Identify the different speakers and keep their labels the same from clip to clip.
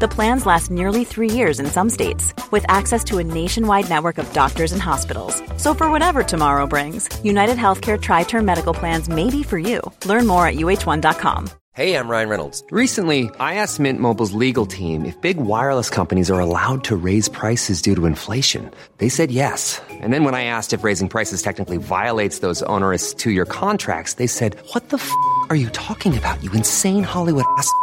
Speaker 1: The plans last nearly three years in some states, with access to a nationwide network of doctors and hospitals. So, for whatever tomorrow brings, United Healthcare Tri Term Medical Plans may be for you. Learn more at uh1.com.
Speaker 2: Hey, I'm Ryan Reynolds. Recently, I asked Mint Mobile's legal team if big wireless companies are allowed to raise prices due to inflation. They said yes. And then when I asked if raising prices technically violates those onerous two year contracts, they said, What the f are you talking about, you insane Hollywood ass? f-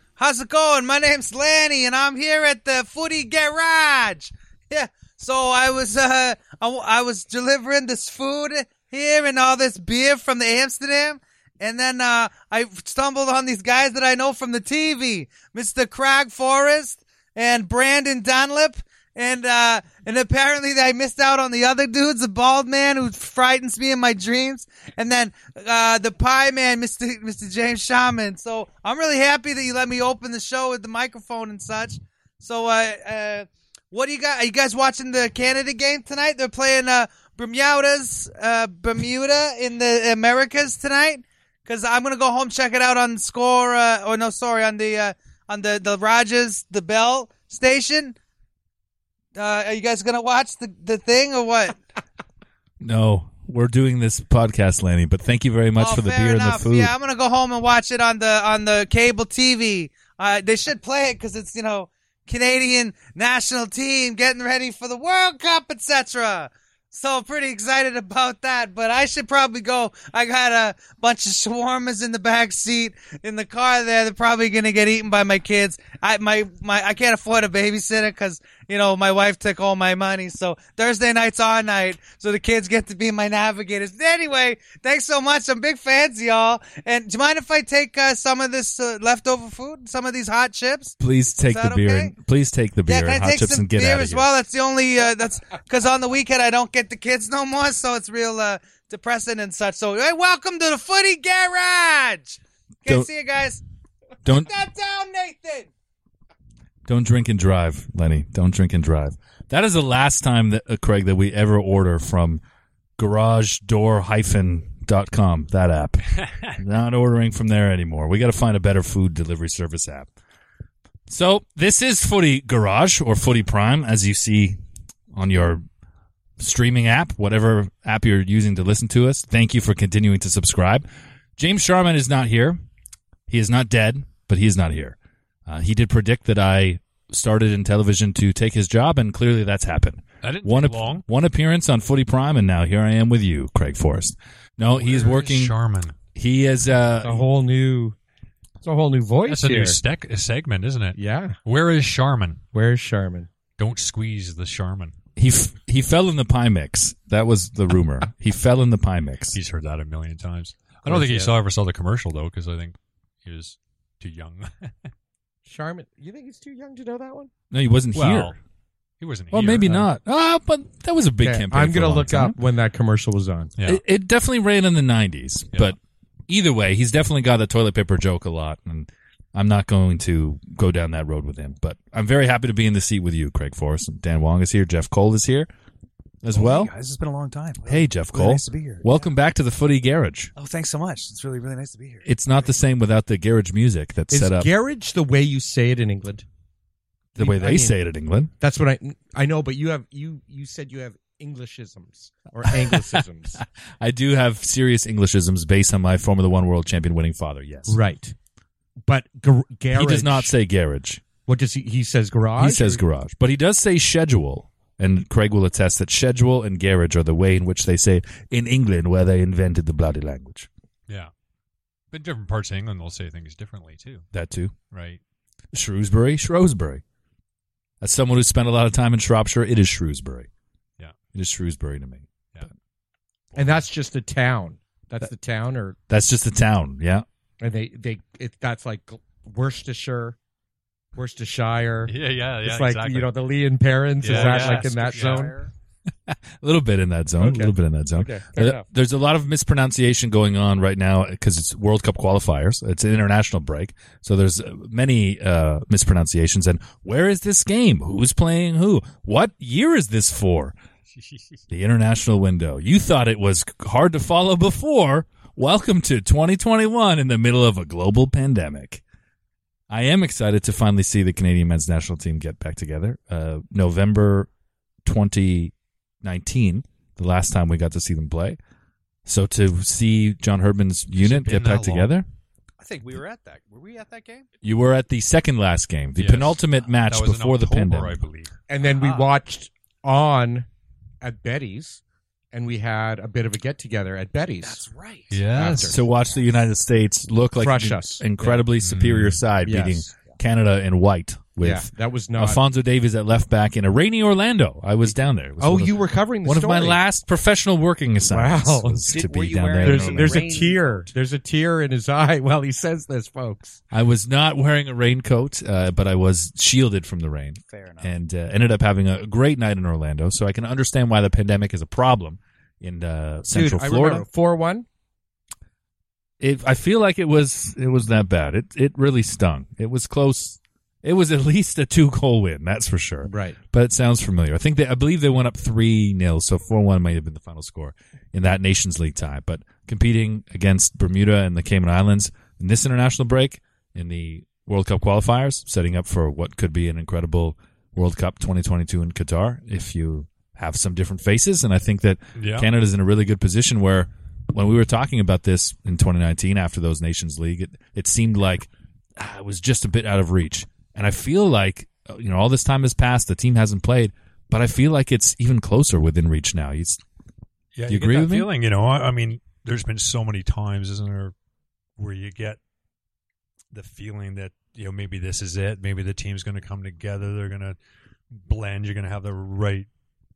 Speaker 3: how's it going? My name's Lanny, and I'm here at the Footy Garage. Yeah, so I was uh, I, w- I was delivering this food here and all this beer from the Amsterdam, and then uh, I stumbled on these guys that I know from the TV, Mr. Craig Forrest and Brandon Dunlap. And uh, and apparently I missed out on the other dudes, the bald man who frightens me in my dreams, and then uh, the pie man, Mister Mister James Shaman. So I'm really happy that you let me open the show with the microphone and such. So uh, uh, what do you got? Are you guys watching the Canada game tonight? They're playing uh, Bermuda's uh, Bermuda in the Americas tonight. Cause I'm gonna go home check it out on Score. Uh, or no, sorry, on the uh, on the the Rogers the Bell station. Uh, are you guys gonna watch the the thing or what?
Speaker 4: No, we're doing this podcast, Lanny. But thank you very much
Speaker 3: Oh,
Speaker 4: for the
Speaker 3: fair
Speaker 4: beer and the
Speaker 3: enough.
Speaker 4: food.
Speaker 3: Yeah, I'm gonna go home and watch it on the on the cable TV. Uh, they should play it because it's you know Canadian national team getting ready for the World Cup, etc. So pretty excited about that. But I should probably go. I got a bunch of shawarmas in the back seat in the car there. They're probably gonna get eaten by my kids. I my my I can't afford a babysitter because you know my wife took all my money. So Thursday night's our night. So the kids get to be my navigators. Anyway, thanks so much. I'm big fans, of y'all. And do you mind if I take uh, some of this uh, leftover food, some of these hot chips?
Speaker 4: Please take
Speaker 3: Is
Speaker 4: the
Speaker 3: that
Speaker 4: beer.
Speaker 3: okay?
Speaker 4: And, please take the beer
Speaker 3: Yeah,
Speaker 4: and
Speaker 3: can I
Speaker 4: hot
Speaker 3: take
Speaker 4: chips
Speaker 3: some
Speaker 4: and get
Speaker 3: beer
Speaker 4: out of
Speaker 3: as
Speaker 4: here.
Speaker 3: well? That's the only uh, that's because on the weekend I don't get the kids no more, so it's real uh, depressing and such. So hey, welcome to the Footy Garage. Okay,
Speaker 4: Don't-
Speaker 3: see you guys.
Speaker 4: Don't
Speaker 3: That down, Nathan.
Speaker 4: don't drink and drive, Lenny. Don't drink and drive. That is the last time that uh, Craig that we ever order from garage door hyphen dot com that app not ordering from there anymore we got to find a better food delivery service app so this is footy garage or footy prime as you see on your streaming app, whatever app you're using to listen to us. Thank you for continuing to subscribe. James Sharman is not here. He is not dead, but he is not here. Uh, he did predict that I started in television to take his job, and clearly that's happened.
Speaker 5: That didn't
Speaker 4: one
Speaker 5: take
Speaker 4: ap-
Speaker 5: long.
Speaker 4: One appearance on Footy Prime, and now here I am with you, Craig Forrest.
Speaker 5: Oh,
Speaker 4: No, he's working.
Speaker 5: Charmin.
Speaker 4: He is.
Speaker 5: Oh,
Speaker 4: Uh,
Speaker 6: a whole new it's a whole new voice
Speaker 5: That's a
Speaker 6: here.
Speaker 5: new stec- segment, isn't it?
Speaker 6: yeah.
Speaker 5: Where is Charmin?
Speaker 6: Where's Sharman?
Speaker 5: Don't squeeze the Charmin.
Speaker 4: he f- he fell in the pie mix. That was the rumor. he fell in the pie mix.
Speaker 5: He's heard that a million times. I don't think he
Speaker 6: yeah.
Speaker 5: saw ever saw the commercial though, because I think he was too young.
Speaker 6: Sharman. You think he's too young to know that one?
Speaker 4: No, he wasn't
Speaker 5: Well, uh,
Speaker 4: here.
Speaker 5: he wasn't.
Speaker 4: Well,
Speaker 5: here.
Speaker 4: maybe not. Ah, but that was a big
Speaker 6: Okay,
Speaker 4: campaign.
Speaker 6: I'm
Speaker 4: for a
Speaker 6: gonna
Speaker 4: long
Speaker 6: look
Speaker 4: time.
Speaker 6: up when that commercial was on.
Speaker 5: Yeah.
Speaker 4: It, it definitely ran in the 90s,
Speaker 5: Yeah.
Speaker 4: but either way, he's definitely got the toilet paper joke a lot, and I'm not going to go down that road with him. But I'm very happy to be in the seat with you, Craig Forrest. Dan Wong is here. Jeff Cole is here as well.
Speaker 7: Hey, guys, it's been a long time.
Speaker 4: Hey, Jeff
Speaker 7: Really
Speaker 4: Cole.
Speaker 7: nice to be here.
Speaker 4: Welcome back to the Footy Garage.
Speaker 7: Oh, thanks so much. It's really, really nice to be here.
Speaker 4: It's not the same without the garage music that's
Speaker 6: Is
Speaker 4: set up
Speaker 6: garage the way you say it in England?
Speaker 4: the way they
Speaker 6: I mean-
Speaker 4: say it in England.
Speaker 6: That's what I I know, but you have you you said you have Englishisms or Anglicisms.
Speaker 4: I do have serious Englishisms based on my Formula One world champion winning father, yes.
Speaker 6: right. But gar- garage
Speaker 4: He does not say garage.
Speaker 6: what does he he says garage?
Speaker 4: He says
Speaker 6: or-
Speaker 4: garage, but he does say schedule. And Craig will attest that schedule and garage are the way in which they say it in England, where they invented the bloody language.
Speaker 5: Yeah. But different parts of England will say things differently too,
Speaker 4: That too.
Speaker 5: right?
Speaker 4: Shrewsbury, Shrewsbury. As someone who spent a lot of time in Shropshire, it is Shrewsbury.
Speaker 5: Yeah.
Speaker 4: It is Shrewsbury to me.
Speaker 6: and that's just the town. That's the town, or
Speaker 4: That's just the town. Yeah.
Speaker 6: and they they it that's like Worcestershire, Worcestershire.
Speaker 5: Yeah, yeah, yeah.
Speaker 6: it's like
Speaker 5: exactly.
Speaker 6: you know the Lee and parents.
Speaker 5: Yeah,
Speaker 6: is that
Speaker 5: yeah.
Speaker 6: like in that zone?
Speaker 4: A little bit in that zone.
Speaker 6: Okay.
Speaker 4: A little bit in that zone.
Speaker 6: Okay, fair
Speaker 4: Uh,
Speaker 6: enough.
Speaker 4: there's a lot of mispronunciation going on right now because it's World Cup qualifiers. It's an international break, so there's uh, many uh, mispronunciations. And where is this game? Who's playing who? What year is this for? the international window. You thought it was hard to follow before. Welcome to 2021 in the middle of a global pandemic. I am excited to finally see the Canadian men's national team get back together. Uh, November 2019, the last time we got to see them play. So to see John Herdman's unit
Speaker 5: been
Speaker 4: get
Speaker 5: that
Speaker 4: back
Speaker 5: long?
Speaker 4: together,
Speaker 3: I think we were at that. Were we at that game?
Speaker 4: you were at the second last game, the
Speaker 5: Yes.
Speaker 4: penultimate match
Speaker 5: That was in
Speaker 4: before the
Speaker 5: October,
Speaker 4: pandemic.
Speaker 5: I believe.
Speaker 6: And then we
Speaker 3: Ah.
Speaker 6: watched on at Betty's, and we had a bit of a get together at Betty's.
Speaker 3: right.
Speaker 5: Yes.
Speaker 6: After.
Speaker 4: to watch the United States look like
Speaker 6: Crush
Speaker 4: an
Speaker 6: us.
Speaker 4: incredibly
Speaker 5: Mm-hmm.
Speaker 4: superior side
Speaker 6: Yes.
Speaker 4: beating Canada in white with
Speaker 6: yeah, that was not.
Speaker 4: Alfonso Davies at left back in a rainy Orlando. I was down there. It was
Speaker 6: oh,
Speaker 4: one of-
Speaker 6: you were covering the
Speaker 4: one
Speaker 6: story.
Speaker 4: of my last professional working assignments
Speaker 6: Wow.
Speaker 4: was
Speaker 3: Did-
Speaker 4: to
Speaker 3: were
Speaker 4: be
Speaker 3: you
Speaker 4: down there.
Speaker 3: wearing
Speaker 4: in
Speaker 6: There's there's
Speaker 4: Orlando.
Speaker 3: Rain-
Speaker 6: a
Speaker 3: rain-
Speaker 6: tear. There's a tear in his eye while he says this, folks.
Speaker 4: I was not wearing a raincoat, uh, but I was shielded from the rain.
Speaker 3: Fair enough.
Speaker 4: and uh, ended up having a great night in Orlando. So I can understand why the pandemic is a problem in uh, Central
Speaker 6: Dude, I
Speaker 4: Florida.
Speaker 6: remember four one.
Speaker 4: It, I feel like it was it was that bad. It it really stung. It was close. It was at least a two goal win, that's for sure.
Speaker 6: Right.
Speaker 4: But it sounds familiar. I think they, I believe they went up three 0 so four one might have been the final score in that Nations League tie. But competing against Bermuda and the Cayman Islands in this international break in the World Cup qualifiers, setting up for what could be an incredible World Cup 2022 in Qatar. If you have some different faces, and I think that
Speaker 5: Yeah.
Speaker 4: Canada's in a really good position where when we were talking about this in 2019 after those Nations League, it, it seemed like ah, it was just a bit out of reach. And I feel like, uh, you know, all this time has passed, the team hasn't played, but I feel like it's even closer within reach now. It's,
Speaker 5: Yeah,
Speaker 4: Do you
Speaker 5: get
Speaker 4: agree
Speaker 5: that
Speaker 4: with me?
Speaker 5: Feeling, you know, I, I mean, there's been so many times, isn't there, where you get the feeling that you know maybe this is it, maybe the team's going to come together, they're going to blend, you're going to have the right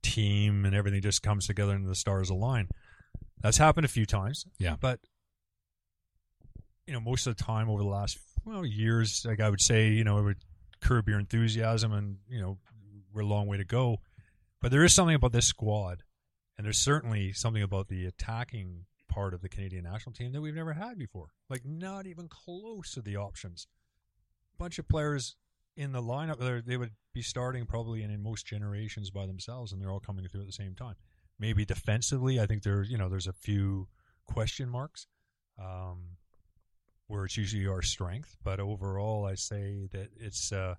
Speaker 5: team, and everything just comes together and the stars align. That's happened a few times,
Speaker 4: Yeah.
Speaker 5: but you know, most of the time over the last well years, like I would say, you know, it would curb your enthusiasm, and you know, we're a long way to go. But there is something about this squad and there's certainly something about the attacking part of the Canadian national team that we've never had before. Like not even close to the options. Bunch of players in the lineup they're- they would be starting probably in, in most generations by themselves and they're all coming through at the same time. Maybe defensively, I think there you know there's a few question marks. Um where it's usually our strength, but overall, I say that it's uh,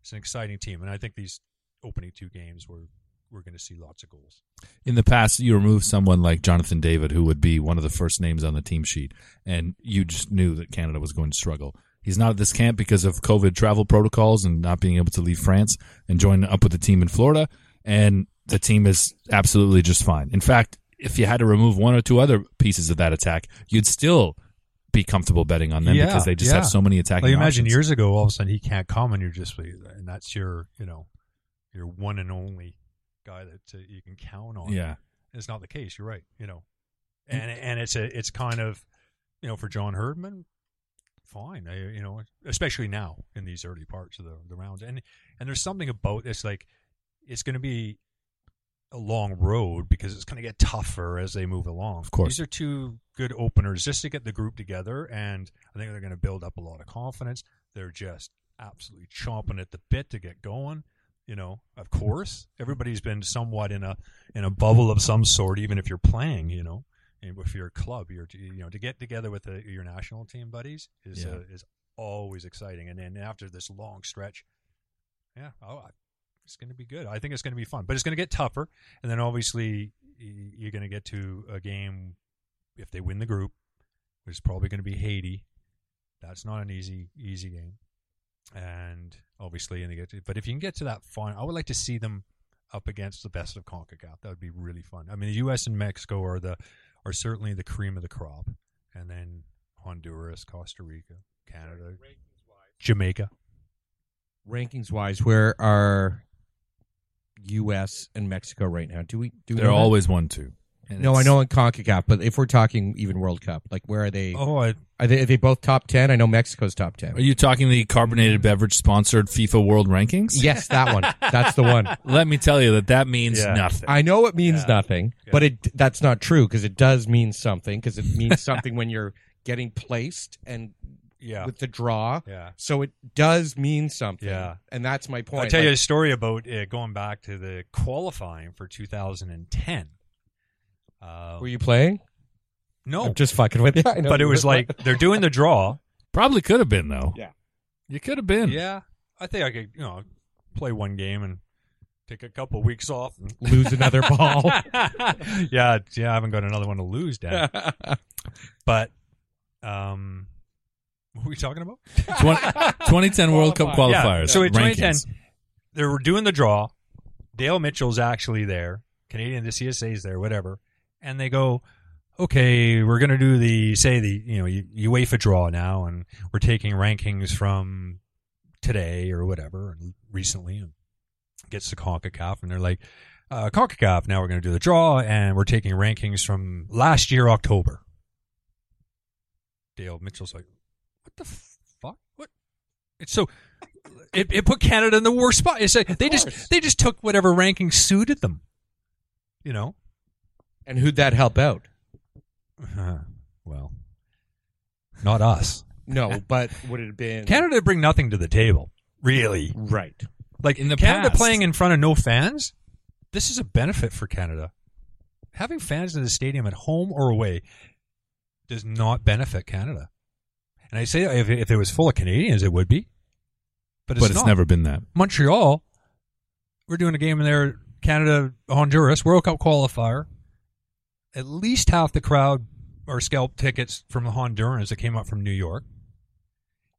Speaker 5: it's an exciting team, and I think these opening two games were we're going to see lots of goals.
Speaker 4: in the past you remove someone like Jonathan David who would be one of the first names on the team sheet and you just knew that Canada was going to struggle. He's not at this camp because of COVID travel protocols and not being able to leave France and join up with the team in Florida and the team is absolutely just fine. In fact, if you had to remove one or two other pieces of that attack, you'd still be comfortable betting on them
Speaker 5: Yeah,
Speaker 4: because they just have
Speaker 5: yeah.
Speaker 4: so many attacking
Speaker 5: Like imagine
Speaker 4: options.
Speaker 5: years ago, all of a sudden he can't come, and you're just like- and that's your you know your one and only guy that uh, you can count on.
Speaker 4: Yeah.
Speaker 5: it's not the case. You're right. You know, and and it's a it's kind of you know for John Herdman, fine. I, you know, especially now in these early parts of the the round, and and there's something about this like it's going to be a long road because it's going to get tougher as they move along. Of
Speaker 4: course.
Speaker 5: these are two good openers just to get the group together, and I think they're going to build up a lot of confidence. They're just absolutely chomping at the bit to get going. You know, of course, everybody's been somewhat in a in a bubble of some sort, even if you're playing. You know, and if you're a club, you're you know to get together with the, your national team buddies is
Speaker 4: Yeah.
Speaker 5: uh, is always exciting. And then after this long stretch, yeah, oh, I- it's going to be good. I think it's going to be fun, but it's going to get tougher. And then obviously y- you're going to get to a game if they win the group, which is probably going to be Haiti. That's not an easy easy game, and obviously, and they get to, but if you can get to that final, I would like to see them up against the best of Concacaf. That would be really fun. I mean, the U.S. and Mexico are the are certainly the cream of the crop, and then Honduras, Costa Rica, Canada, Jamaica.
Speaker 6: rankings wise, where are U.S. and Mexico right now? Do we? Do we
Speaker 4: They're
Speaker 6: know that?
Speaker 4: always one two. And
Speaker 6: No, I
Speaker 4: it's-
Speaker 6: know in Concacaf, but if we're talking even World Cup, like where are they?
Speaker 5: Oh, I,
Speaker 6: Are they? Are they both top ten? I know Mexico's top ten.
Speaker 4: Are you talking the carbonated beverage sponsored FIFA World Rankings?
Speaker 6: yes, that one. That's the one.
Speaker 4: Let me tell you that that means
Speaker 5: Yeah.
Speaker 4: nothing.
Speaker 6: I know it means
Speaker 5: Yeah.
Speaker 6: nothing, but it that's not true because it does mean something because it means something when you're getting placed and
Speaker 5: yeah,
Speaker 6: with the draw.
Speaker 5: yeah.
Speaker 6: So it does mean something.
Speaker 5: Yeah.
Speaker 6: And that's my point.
Speaker 5: I'll tell you a
Speaker 6: Like,
Speaker 5: story about uh, going back to the qualifying for 2010. Uh,
Speaker 6: were you playing?
Speaker 5: no,
Speaker 6: I'm just fucking with you. I know
Speaker 5: but it
Speaker 6: you
Speaker 5: was
Speaker 6: were
Speaker 5: like they're doing the draw.
Speaker 4: Probably could have been though.
Speaker 6: Yeah.
Speaker 4: you could have been.
Speaker 5: Yeah, I think I could, you know, play one game and take a couple weeks off. And-
Speaker 6: fucking- lose another ball.
Speaker 5: yeah, yeah, I haven't got another one to lose, Dad. but, um, what were we talking about?
Speaker 4: Twen- 2010 World Cup qualifiers.
Speaker 5: Yeah, so in
Speaker 4: rankings.
Speaker 5: 2010, they were doing the draw. Dale Mitchell's actually there. Canadian, the CSA's there, whatever. And they go, okay, we're going to do the, say, the, you know, U- UEFA draw now, and we're taking rankings from today or whatever, and recently, and gets to CONCACAF, and they're like, uh, CONCACAF, now we're going to do the draw, and we're taking rankings from last year, October. Dale Mitchell's like, what the fuck? What? It's so it, it put Canada in the worst spot. It's like they just they just took whatever ranking suited them. You know.
Speaker 6: and who'd that help out?
Speaker 5: Uh-huh. well, not us.
Speaker 6: No, but would it have been
Speaker 5: Canada bring nothing to the table, really.
Speaker 6: Right.
Speaker 5: Like
Speaker 4: In the
Speaker 5: Canada
Speaker 4: past.
Speaker 5: playing in front of no fans. This is a benefit for Canada. Having fans in the stadium at home or away does not benefit Canada. And I say if if it was full of Canadians, it would be. But it's,
Speaker 4: but it's
Speaker 5: not.
Speaker 4: never been that.
Speaker 5: Montreal, we're doing a game in there, Canada, Honduras, World Cup qualifier. At least half the crowd are scalp tickets from the Hondurans that came up from New York.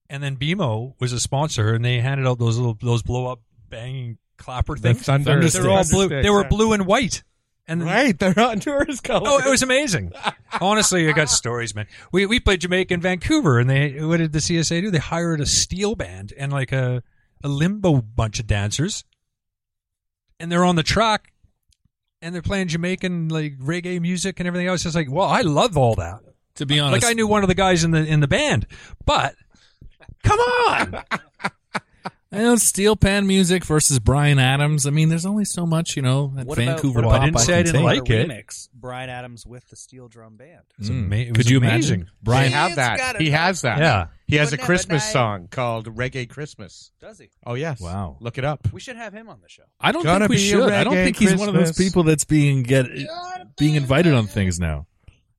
Speaker 5: And then BMO was a sponsor, and they handed out those little those blow up banging clapper
Speaker 6: The
Speaker 5: things.
Speaker 6: Thunder.
Speaker 4: Thunder
Speaker 5: They're all
Speaker 4: sticks.
Speaker 5: blue. They were blue and white. And
Speaker 6: Right, they're on tourist colors.
Speaker 5: Oh, it was amazing. Honestly, I got stories, man. We we played Jamaica in Vancouver, and they what did the CSA do? They hired a steel band and like a a limbo bunch of dancers, and they're on the track, and they're playing Jamaican like reggae music and everything else. It's like, well, I love all that.
Speaker 4: To be honest,
Speaker 5: Like I knew one of the guys in the in the band, but come on,
Speaker 4: I know steel pan music versus Brian Adams. I mean, there's only so much, you know, at
Speaker 7: What about-
Speaker 4: Vancouver
Speaker 7: what
Speaker 4: pop.
Speaker 7: about- I
Speaker 5: didn't say I
Speaker 4: can
Speaker 5: didn't
Speaker 4: take.
Speaker 5: like
Speaker 7: The
Speaker 5: it.
Speaker 7: Remix Brian Adams with the steel drum band.
Speaker 5: It's ama- it was
Speaker 4: Could you
Speaker 5: amazing.
Speaker 4: imagine?
Speaker 6: Brian
Speaker 4: Brian,
Speaker 6: have
Speaker 7: It's
Speaker 6: that.
Speaker 7: gotta-
Speaker 6: He has that.
Speaker 5: Yeah.
Speaker 6: He has a
Speaker 7: Wouldn't have
Speaker 6: Christmas
Speaker 7: a night.
Speaker 6: song called Reggae Christmas.
Speaker 5: Mm.
Speaker 7: Does he?
Speaker 6: Oh yes.
Speaker 4: Wow.
Speaker 6: Look it up.
Speaker 7: We should have him on the show.
Speaker 4: I don't
Speaker 6: Gonna
Speaker 4: think we
Speaker 6: be a
Speaker 4: should. I don't
Speaker 6: reggae
Speaker 4: think he's one of those
Speaker 6: Christmas.
Speaker 4: people that's being get being invited on things now.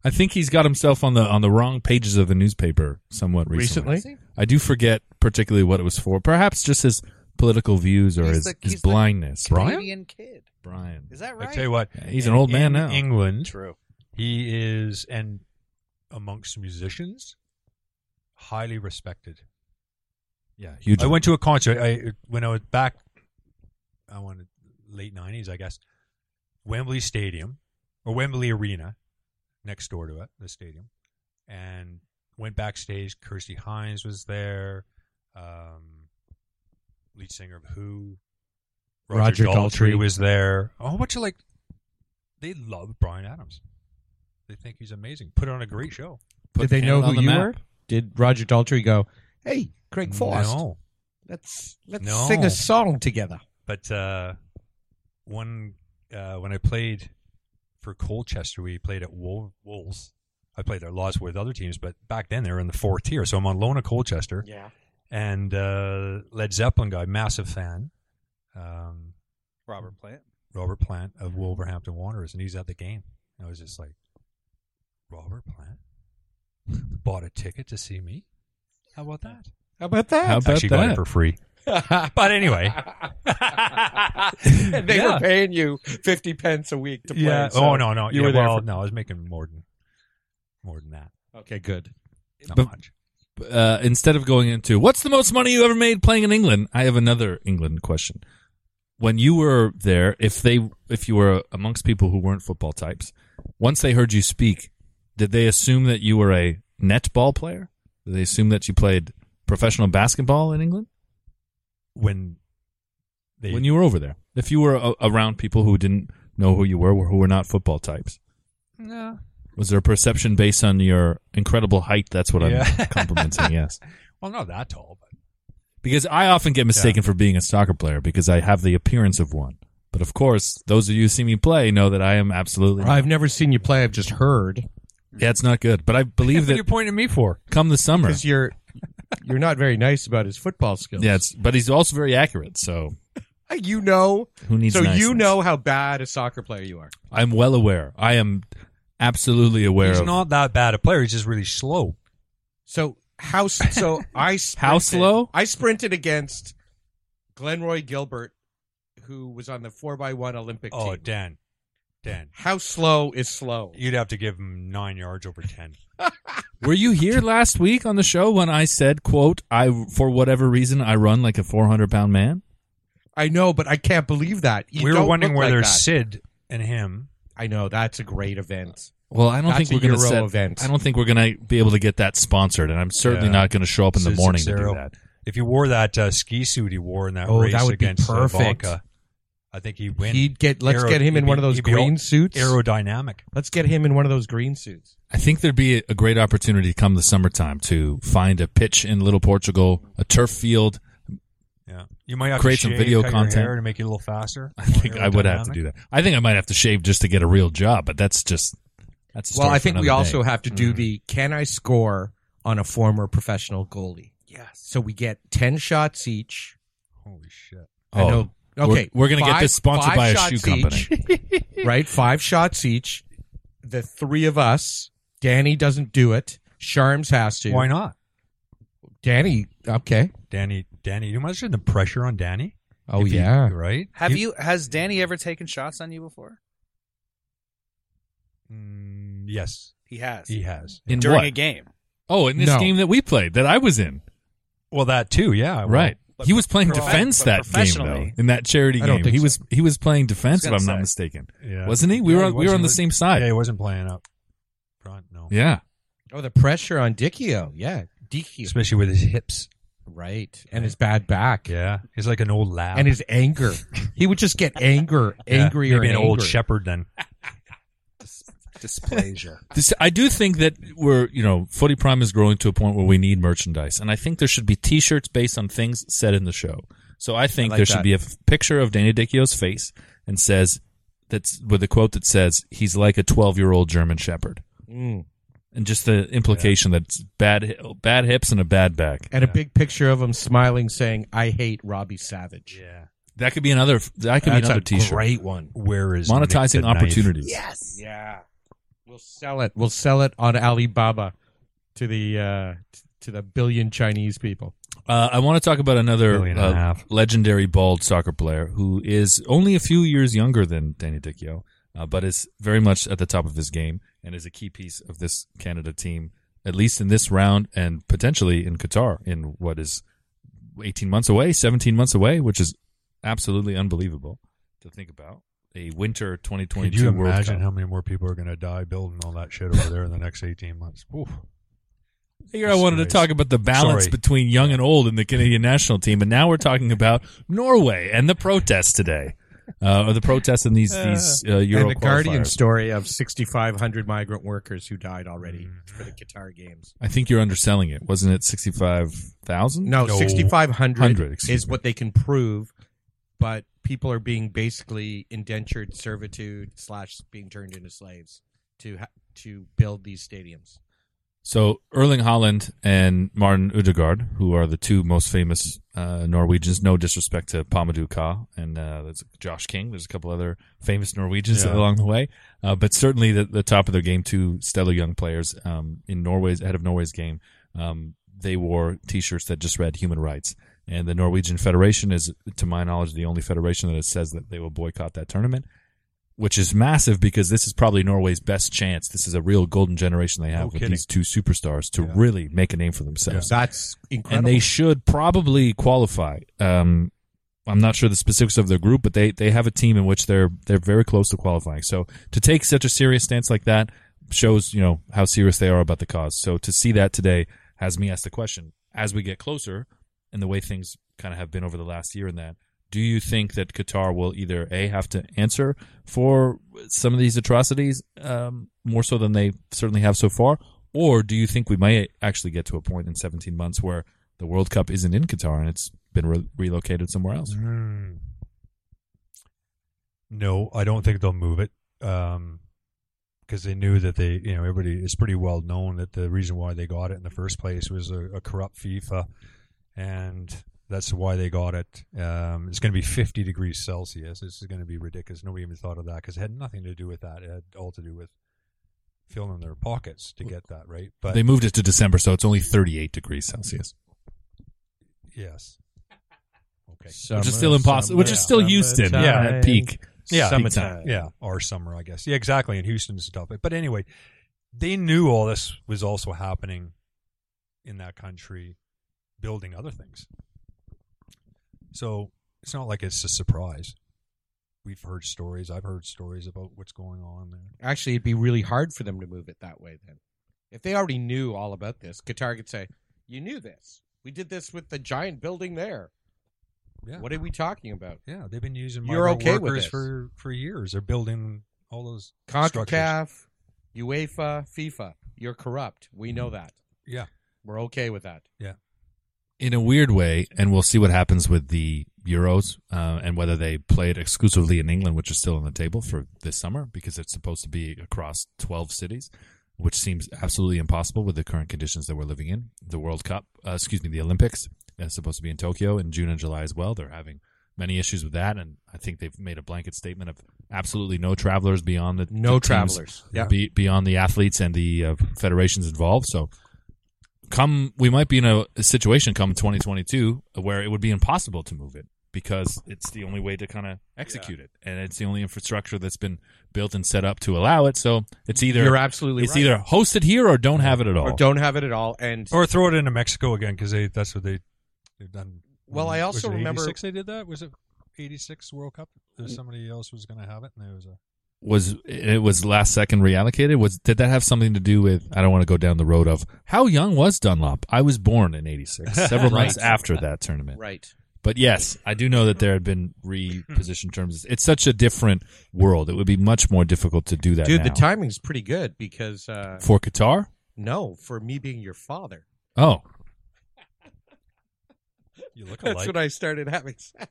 Speaker 4: I think he's got himself on the on the wrong pages of the newspaper somewhat recently.
Speaker 6: Recently?
Speaker 4: I do forget particularly what it was for. Perhaps just his political views or
Speaker 7: He's
Speaker 4: his,
Speaker 7: the-
Speaker 4: his
Speaker 7: he's the
Speaker 4: blindness. Brian?
Speaker 7: Canadian kid.
Speaker 4: Brian.
Speaker 7: Is that
Speaker 5: I
Speaker 7: right?
Speaker 5: tell you what,
Speaker 4: Yeah, he's an old man
Speaker 5: in
Speaker 4: now.
Speaker 5: England,
Speaker 7: True.
Speaker 5: He is, and amongst musicians, highly respected.
Speaker 4: Yeah, huge.
Speaker 5: I went to a concert. I when I was back, I wanted late nineties, I guess. Wembley Stadium or Wembley Arena, next door to it, the stadium, and went backstage. Kirsty Hines was there, um, lead singer of Who,
Speaker 6: Roger Daltrey.
Speaker 5: was there. Oh, what you like? They love Brian Adams. They think he's amazing. Put on a great show.
Speaker 4: Put
Speaker 6: Did they know
Speaker 4: Canada on
Speaker 6: who
Speaker 4: the
Speaker 6: you
Speaker 4: map.
Speaker 6: were? Did Roger Daltrey go, Hey, Craig Forrest,
Speaker 5: No.
Speaker 6: let's let's
Speaker 5: No.
Speaker 6: sing a song together.
Speaker 5: But uh, one uh, when I played for Colchester, we played at Wol- Wolves. I played their lots with other teams, but back then they were in the fourth tier. So I'm on loan at Colchester,
Speaker 6: Yeah.
Speaker 5: and uh, Led Zeppelin guy, massive fan, um,
Speaker 7: Robert Plant.
Speaker 5: Robert Plant of Wolverhampton Wanderers, and he's at the game. And I was just like, Robert Plant bought a ticket to see me. How about that?
Speaker 6: How about that?
Speaker 4: How about
Speaker 5: Actually, got
Speaker 4: that?
Speaker 5: it for free. But anyway,
Speaker 6: and they
Speaker 5: Yeah.
Speaker 6: were paying you fifty pence a week to play.
Speaker 5: Yeah.
Speaker 6: so
Speaker 5: oh no, no.
Speaker 6: You
Speaker 5: yeah,
Speaker 6: were there.
Speaker 5: well,
Speaker 6: for-
Speaker 5: no, I was making more than more than that.
Speaker 6: Okay, good.
Speaker 5: Not
Speaker 4: But-
Speaker 5: much.
Speaker 4: uh, instead of going into what's the most money you ever made playing in England, I have another England question. When you were there, if they if you were amongst people who weren't football types, once they heard you speak, did they assume that you were a netball player? Did they assume that you played professional basketball in England?
Speaker 5: when they
Speaker 4: when you were over there. If you were a- around people who didn't know who you were, who were not football types,
Speaker 5: no.
Speaker 4: was there a perception based on your incredible height? That's what
Speaker 5: Yeah.
Speaker 4: I'm complimenting. Yes,
Speaker 5: well not that tall but
Speaker 4: because I often get mistaken for being a soccer player because I have the appearance of one. But of course, those of you who see me play know that I am absolutely.
Speaker 6: I've never seen you play. I've just heard
Speaker 4: Yeah, it's not good. But I believe
Speaker 5: what are you
Speaker 4: that
Speaker 5: pointing at me for
Speaker 4: come the summer.
Speaker 6: because you're you're not very nice about his football skills.
Speaker 4: Yeah, it's, but he's also very accurate. So
Speaker 6: you know.
Speaker 4: who needs?
Speaker 6: So you
Speaker 4: niceness?
Speaker 6: know how bad a soccer player you are.
Speaker 4: I'm well aware. I am absolutely aware
Speaker 5: he's
Speaker 4: of
Speaker 5: not that bad a player he's just really slow
Speaker 6: So how s- so I sprinted,
Speaker 4: How slow?
Speaker 6: I sprinted against Glenroy Gilbert, who was on the four x one Olympic
Speaker 5: oh
Speaker 6: team.
Speaker 5: Dan Dan
Speaker 6: How slow is slow?
Speaker 5: you'd have to give him nine yards over ten
Speaker 4: Were you here last week on the show when I said, "quote I for whatever reason I run like a 400 pound man"?
Speaker 6: I know, but I can't believe that. You
Speaker 5: we were
Speaker 6: don't
Speaker 5: wondering
Speaker 6: look
Speaker 5: whether
Speaker 6: like that.
Speaker 5: Sid and him
Speaker 6: I know that's a great event.
Speaker 4: Well, I don't
Speaker 6: That's
Speaker 4: think
Speaker 6: a
Speaker 4: we're going to
Speaker 6: Euro
Speaker 4: set.
Speaker 6: event.
Speaker 4: I don't think we're going to be able to get that sponsored, and I'm certainly
Speaker 5: Yeah.
Speaker 4: not going to show up in the
Speaker 5: Sid
Speaker 4: morning to do
Speaker 5: Cicero.
Speaker 4: that.
Speaker 5: if you wore that uh, ski suit he wore in that
Speaker 6: Oh,
Speaker 5: race
Speaker 6: that would be
Speaker 5: against uh,
Speaker 6: perfect.
Speaker 5: Vodka, I think he'd win
Speaker 6: He'd get. Let's
Speaker 5: Aero-
Speaker 6: get him in
Speaker 5: he'd
Speaker 6: one of
Speaker 5: be-
Speaker 6: those
Speaker 5: he'd be
Speaker 6: green
Speaker 5: all
Speaker 6: suits.
Speaker 5: aerodynamic
Speaker 6: Let's get him in one of those green suits.
Speaker 4: I think there'd be a great opportunity come the summertime to find a pitch in Little Portugal, a turf field.
Speaker 5: Yeah, you might have
Speaker 4: Create
Speaker 5: to
Speaker 4: some
Speaker 5: shave,
Speaker 4: video
Speaker 5: cut
Speaker 4: content.
Speaker 5: your hair to make you a little faster.
Speaker 4: I think I would have to do that. I think I might have to shave just to get a real job, but that's just that's. a
Speaker 6: Well,
Speaker 4: story
Speaker 6: I
Speaker 4: for
Speaker 6: think we
Speaker 4: another
Speaker 6: also
Speaker 4: day.
Speaker 6: have to do the can I score on a former professional goalie?
Speaker 7: Yes.
Speaker 6: So we get 10 shots each.
Speaker 5: Holy shit!
Speaker 4: Oh,
Speaker 6: I
Speaker 5: Um,
Speaker 6: know.
Speaker 4: we're-
Speaker 6: Okay.
Speaker 4: we're gonna get
Speaker 6: five-
Speaker 4: this sponsored
Speaker 6: five
Speaker 4: by a
Speaker 6: shots
Speaker 4: shoe company.
Speaker 6: each, right? Five shots each. The three of us. Danny doesn't do it. Sharms has to.
Speaker 5: Why not,
Speaker 6: Danny, okay.
Speaker 5: Danny? Danny, you imagine the pressure on Danny,
Speaker 6: Oh,
Speaker 5: If he-
Speaker 6: yeah.
Speaker 5: right?
Speaker 7: Have you, Has Danny ever taken shots on you before?
Speaker 5: Mm, yes,
Speaker 7: He has.
Speaker 5: he has.
Speaker 4: In
Speaker 7: During
Speaker 4: what?
Speaker 7: a game.
Speaker 4: Oh, in this
Speaker 6: No.
Speaker 4: game that we played, that I was in.
Speaker 5: Well, that too. Yeah, well,
Speaker 4: Right.
Speaker 7: But
Speaker 4: He was playing
Speaker 7: profe-
Speaker 4: defense
Speaker 7: but
Speaker 4: that game though
Speaker 7: professionally-
Speaker 4: in that charity
Speaker 6: I don't
Speaker 4: game.
Speaker 6: think
Speaker 4: He
Speaker 6: so.
Speaker 4: was he was playing defense if
Speaker 7: gonna
Speaker 4: I'm not
Speaker 7: say.
Speaker 4: mistaken.
Speaker 5: Yeah.
Speaker 4: Wasn't he? We
Speaker 5: No,
Speaker 4: were we were
Speaker 5: wasn't.
Speaker 4: on the
Speaker 5: He
Speaker 4: same
Speaker 5: was-
Speaker 4: side.
Speaker 5: Yeah, he wasn't playing up front. No,
Speaker 4: Yeah.
Speaker 6: Oh, the pressure on Dicchio. Yeah. Dicchio.
Speaker 5: especially with his hips.
Speaker 6: Right. And his bad back.
Speaker 5: Yeah, he's like an old lab.
Speaker 6: And his anger. he would just get anger,
Speaker 5: Yeah,
Speaker 6: angrier
Speaker 5: maybe
Speaker 6: and
Speaker 5: an old
Speaker 6: angrier.
Speaker 5: shepherd. Then
Speaker 7: Dysplasia.
Speaker 4: This, I do think that we're, you know, Footy Prime is growing to a point where we need merchandise. And I think there should be t shirts based on things said in the show. So I think
Speaker 6: like
Speaker 4: there
Speaker 6: that.
Speaker 4: should be a f- picture of Danny Dicchio's face and says, that's with a quote that says, he's like a 12 year old German Shepherd.
Speaker 6: Mm.
Speaker 4: And just the implication that it's bad, hi- bad hips and a bad back.
Speaker 6: and a big picture of him smiling, saying, "I hate Robbie Savage."
Speaker 5: yeah,
Speaker 4: That could be another, that could
Speaker 6: That's
Speaker 4: be another
Speaker 6: a
Speaker 4: t shirt.
Speaker 6: great one.
Speaker 5: where is Nick
Speaker 4: monetizing
Speaker 5: the Knife?
Speaker 4: opportunities.
Speaker 6: Yes. Yeah. We'll sell it. We'll sell it on Alibaba to the uh, t- to the billion Chinese people.
Speaker 4: Uh, I want to talk about another
Speaker 5: Billion and a
Speaker 4: uh,
Speaker 5: half.
Speaker 4: legendary bald soccer player who is only a few years younger than Danny Dicchio, uh, but is very much at the top of his game and is a key piece of this Canada team, at least in this round and potentially in Qatar in what is 18 months away, 17 months away, which is absolutely unbelievable to think about. A winter 2022
Speaker 5: Could you
Speaker 4: World
Speaker 5: imagine
Speaker 4: Cup.
Speaker 5: how many more people are going to die building all that shit over there in the next 18 months? Oof.
Speaker 4: Here I wanted to
Speaker 5: Disgrace.
Speaker 4: talk about the balance
Speaker 5: Sorry.
Speaker 4: between young and old in the Canadian national team, and now we're talking about Norway and the protest today, uh, or the protest in these these uh, Euro
Speaker 6: and the Guardian
Speaker 4: qualifiers.
Speaker 6: story of 6,500 migrant workers who died already
Speaker 4: Mm.
Speaker 6: for the Qatar Games.
Speaker 4: I think you're underselling it. Wasn't it sixty five thousand?
Speaker 6: No,
Speaker 5: No.
Speaker 6: 6,500
Speaker 4: Hundred, excuse
Speaker 6: is what they can prove, but people are being basically indentured servitude slash being turned into slaves to ha- to build these stadiums.
Speaker 4: So Erling Holland and Martin Udegaard, who are the two most famous uh, Norwegians, no disrespect to Pamadou Ka and uh, there's Josh King. There's a couple other famous Norwegians
Speaker 5: Yeah.
Speaker 4: along the way, uh, but certainly the, the top of their game, two stellar young players um, in Norway's ahead of Norway's game. Um, they wore T-shirts that just read "Human Rights," and the Norwegian Federation is, to my knowledge, the only federation that says that they will boycott that tournament. Which is massive because this is probably Norway's best chance. This is a real golden generation they have
Speaker 5: No
Speaker 4: with
Speaker 5: kidding.
Speaker 4: these two superstars to
Speaker 5: Yeah.
Speaker 4: really make a name for themselves.
Speaker 6: That's
Speaker 4: And
Speaker 6: incredible.
Speaker 4: they should probably qualify. Um, I'm not sure the specifics of their group, but they, they have a team in which they're they're very close to qualifying. So to take such a serious stance like that shows you know how serious they are about the cause. So to see that today has me ask the question: as we get closer and the way things kind of have been over the last year and that, do you think that Qatar will either a have to answer for some of these atrocities um, more so than they certainly have so far, or do you think we might actually get to a point in 17 months where the World Cup isn't in Qatar and it's been re- relocated somewhere else?
Speaker 5: Hmm. No, I don't think they'll move it because they knew that they, you know, everybody. It's pretty well known that the reason why they got it in the first place was a, a corrupt FIFA, and that's why they got it. Um, it's going to be 50 degrees Celsius. This is going to be ridiculous. Nobody even thought of that because it had nothing to do with that. It had all to do with filling their pockets to get that right. But
Speaker 4: they moved it to December, so it's only 38 degrees Celsius.
Speaker 5: yes, okay,
Speaker 4: which is still impossible. Which is still Houston, yeah,
Speaker 5: summertime.
Speaker 4: at peak.
Speaker 5: Yeah,
Speaker 4: peak
Speaker 6: summertime.
Speaker 4: time.
Speaker 5: Yeah, or summer, I guess. Yeah, exactly. In Houston's tough. But anyway, they knew all this was also happening in that country, building other things. So it's not like it's a surprise. We've heard stories. I've heard stories about what's going on there.
Speaker 6: Actually, it'd be really hard for them to move it that way then. If they already knew all about this, Qatar could say, You knew this. We did this with the giant building there.
Speaker 5: Yeah,
Speaker 6: What are we talking about?
Speaker 5: yeah. They've been using
Speaker 6: You're
Speaker 5: migrant
Speaker 6: okay with
Speaker 5: workers
Speaker 6: this.
Speaker 5: for for years. They're building all those structures.
Speaker 6: CONCACAF, UEFA, FIFA. You're corrupt. We know that.
Speaker 5: Yeah,
Speaker 6: We're okay with that.
Speaker 4: in a weird way, and we'll see what happens with the Euros uh, and whether they play it exclusively in England, which is still on the table for this summer because it's supposed to be across 12 cities, which seems absolutely impossible with the current conditions that we're living in. The World Cup, uh, excuse me, the Olympics, that's supposed to be in Tokyo in June and July as well. They're having many issues with that, and I think they've made a blanket statement of absolutely no travelers beyond the
Speaker 6: No
Speaker 4: the teams-
Speaker 6: travelers. Yeah.
Speaker 4: be, beyond the athletes and the uh, federations involved. So come we might be in a, a situation come 2022 where it would be impossible to move it because it's the only way to kind of execute it and it's the only infrastructure that's been built and set up to allow it so it's either
Speaker 6: You're absolutely
Speaker 4: it's
Speaker 6: right.
Speaker 4: either host it here or don't have it at all
Speaker 6: Or don't have it at all. And
Speaker 5: or throw it into Mexico again because they that's what they they've done. Mm,
Speaker 6: Well, I
Speaker 5: Was
Speaker 6: also
Speaker 5: it
Speaker 6: remember- Mm.
Speaker 5: 86 they did that. Was it eighty six World Cup? There was somebody else was going to have it, and there was a
Speaker 4: was it was last second reallocated was did that have something to do with i don't want to go down the road of how young was dunlop i was born in 86 several months after that tournament
Speaker 6: right.
Speaker 4: But yes, I do know that there had been repositioned terms. It's such a different world. It would be much more difficult to do that.
Speaker 6: Dude, the
Speaker 4: now.
Speaker 6: timing's pretty good because uh,
Speaker 4: for Qatar.
Speaker 6: no, for me being your father.
Speaker 4: Oh,
Speaker 5: you look
Speaker 6: That's when I started having sex.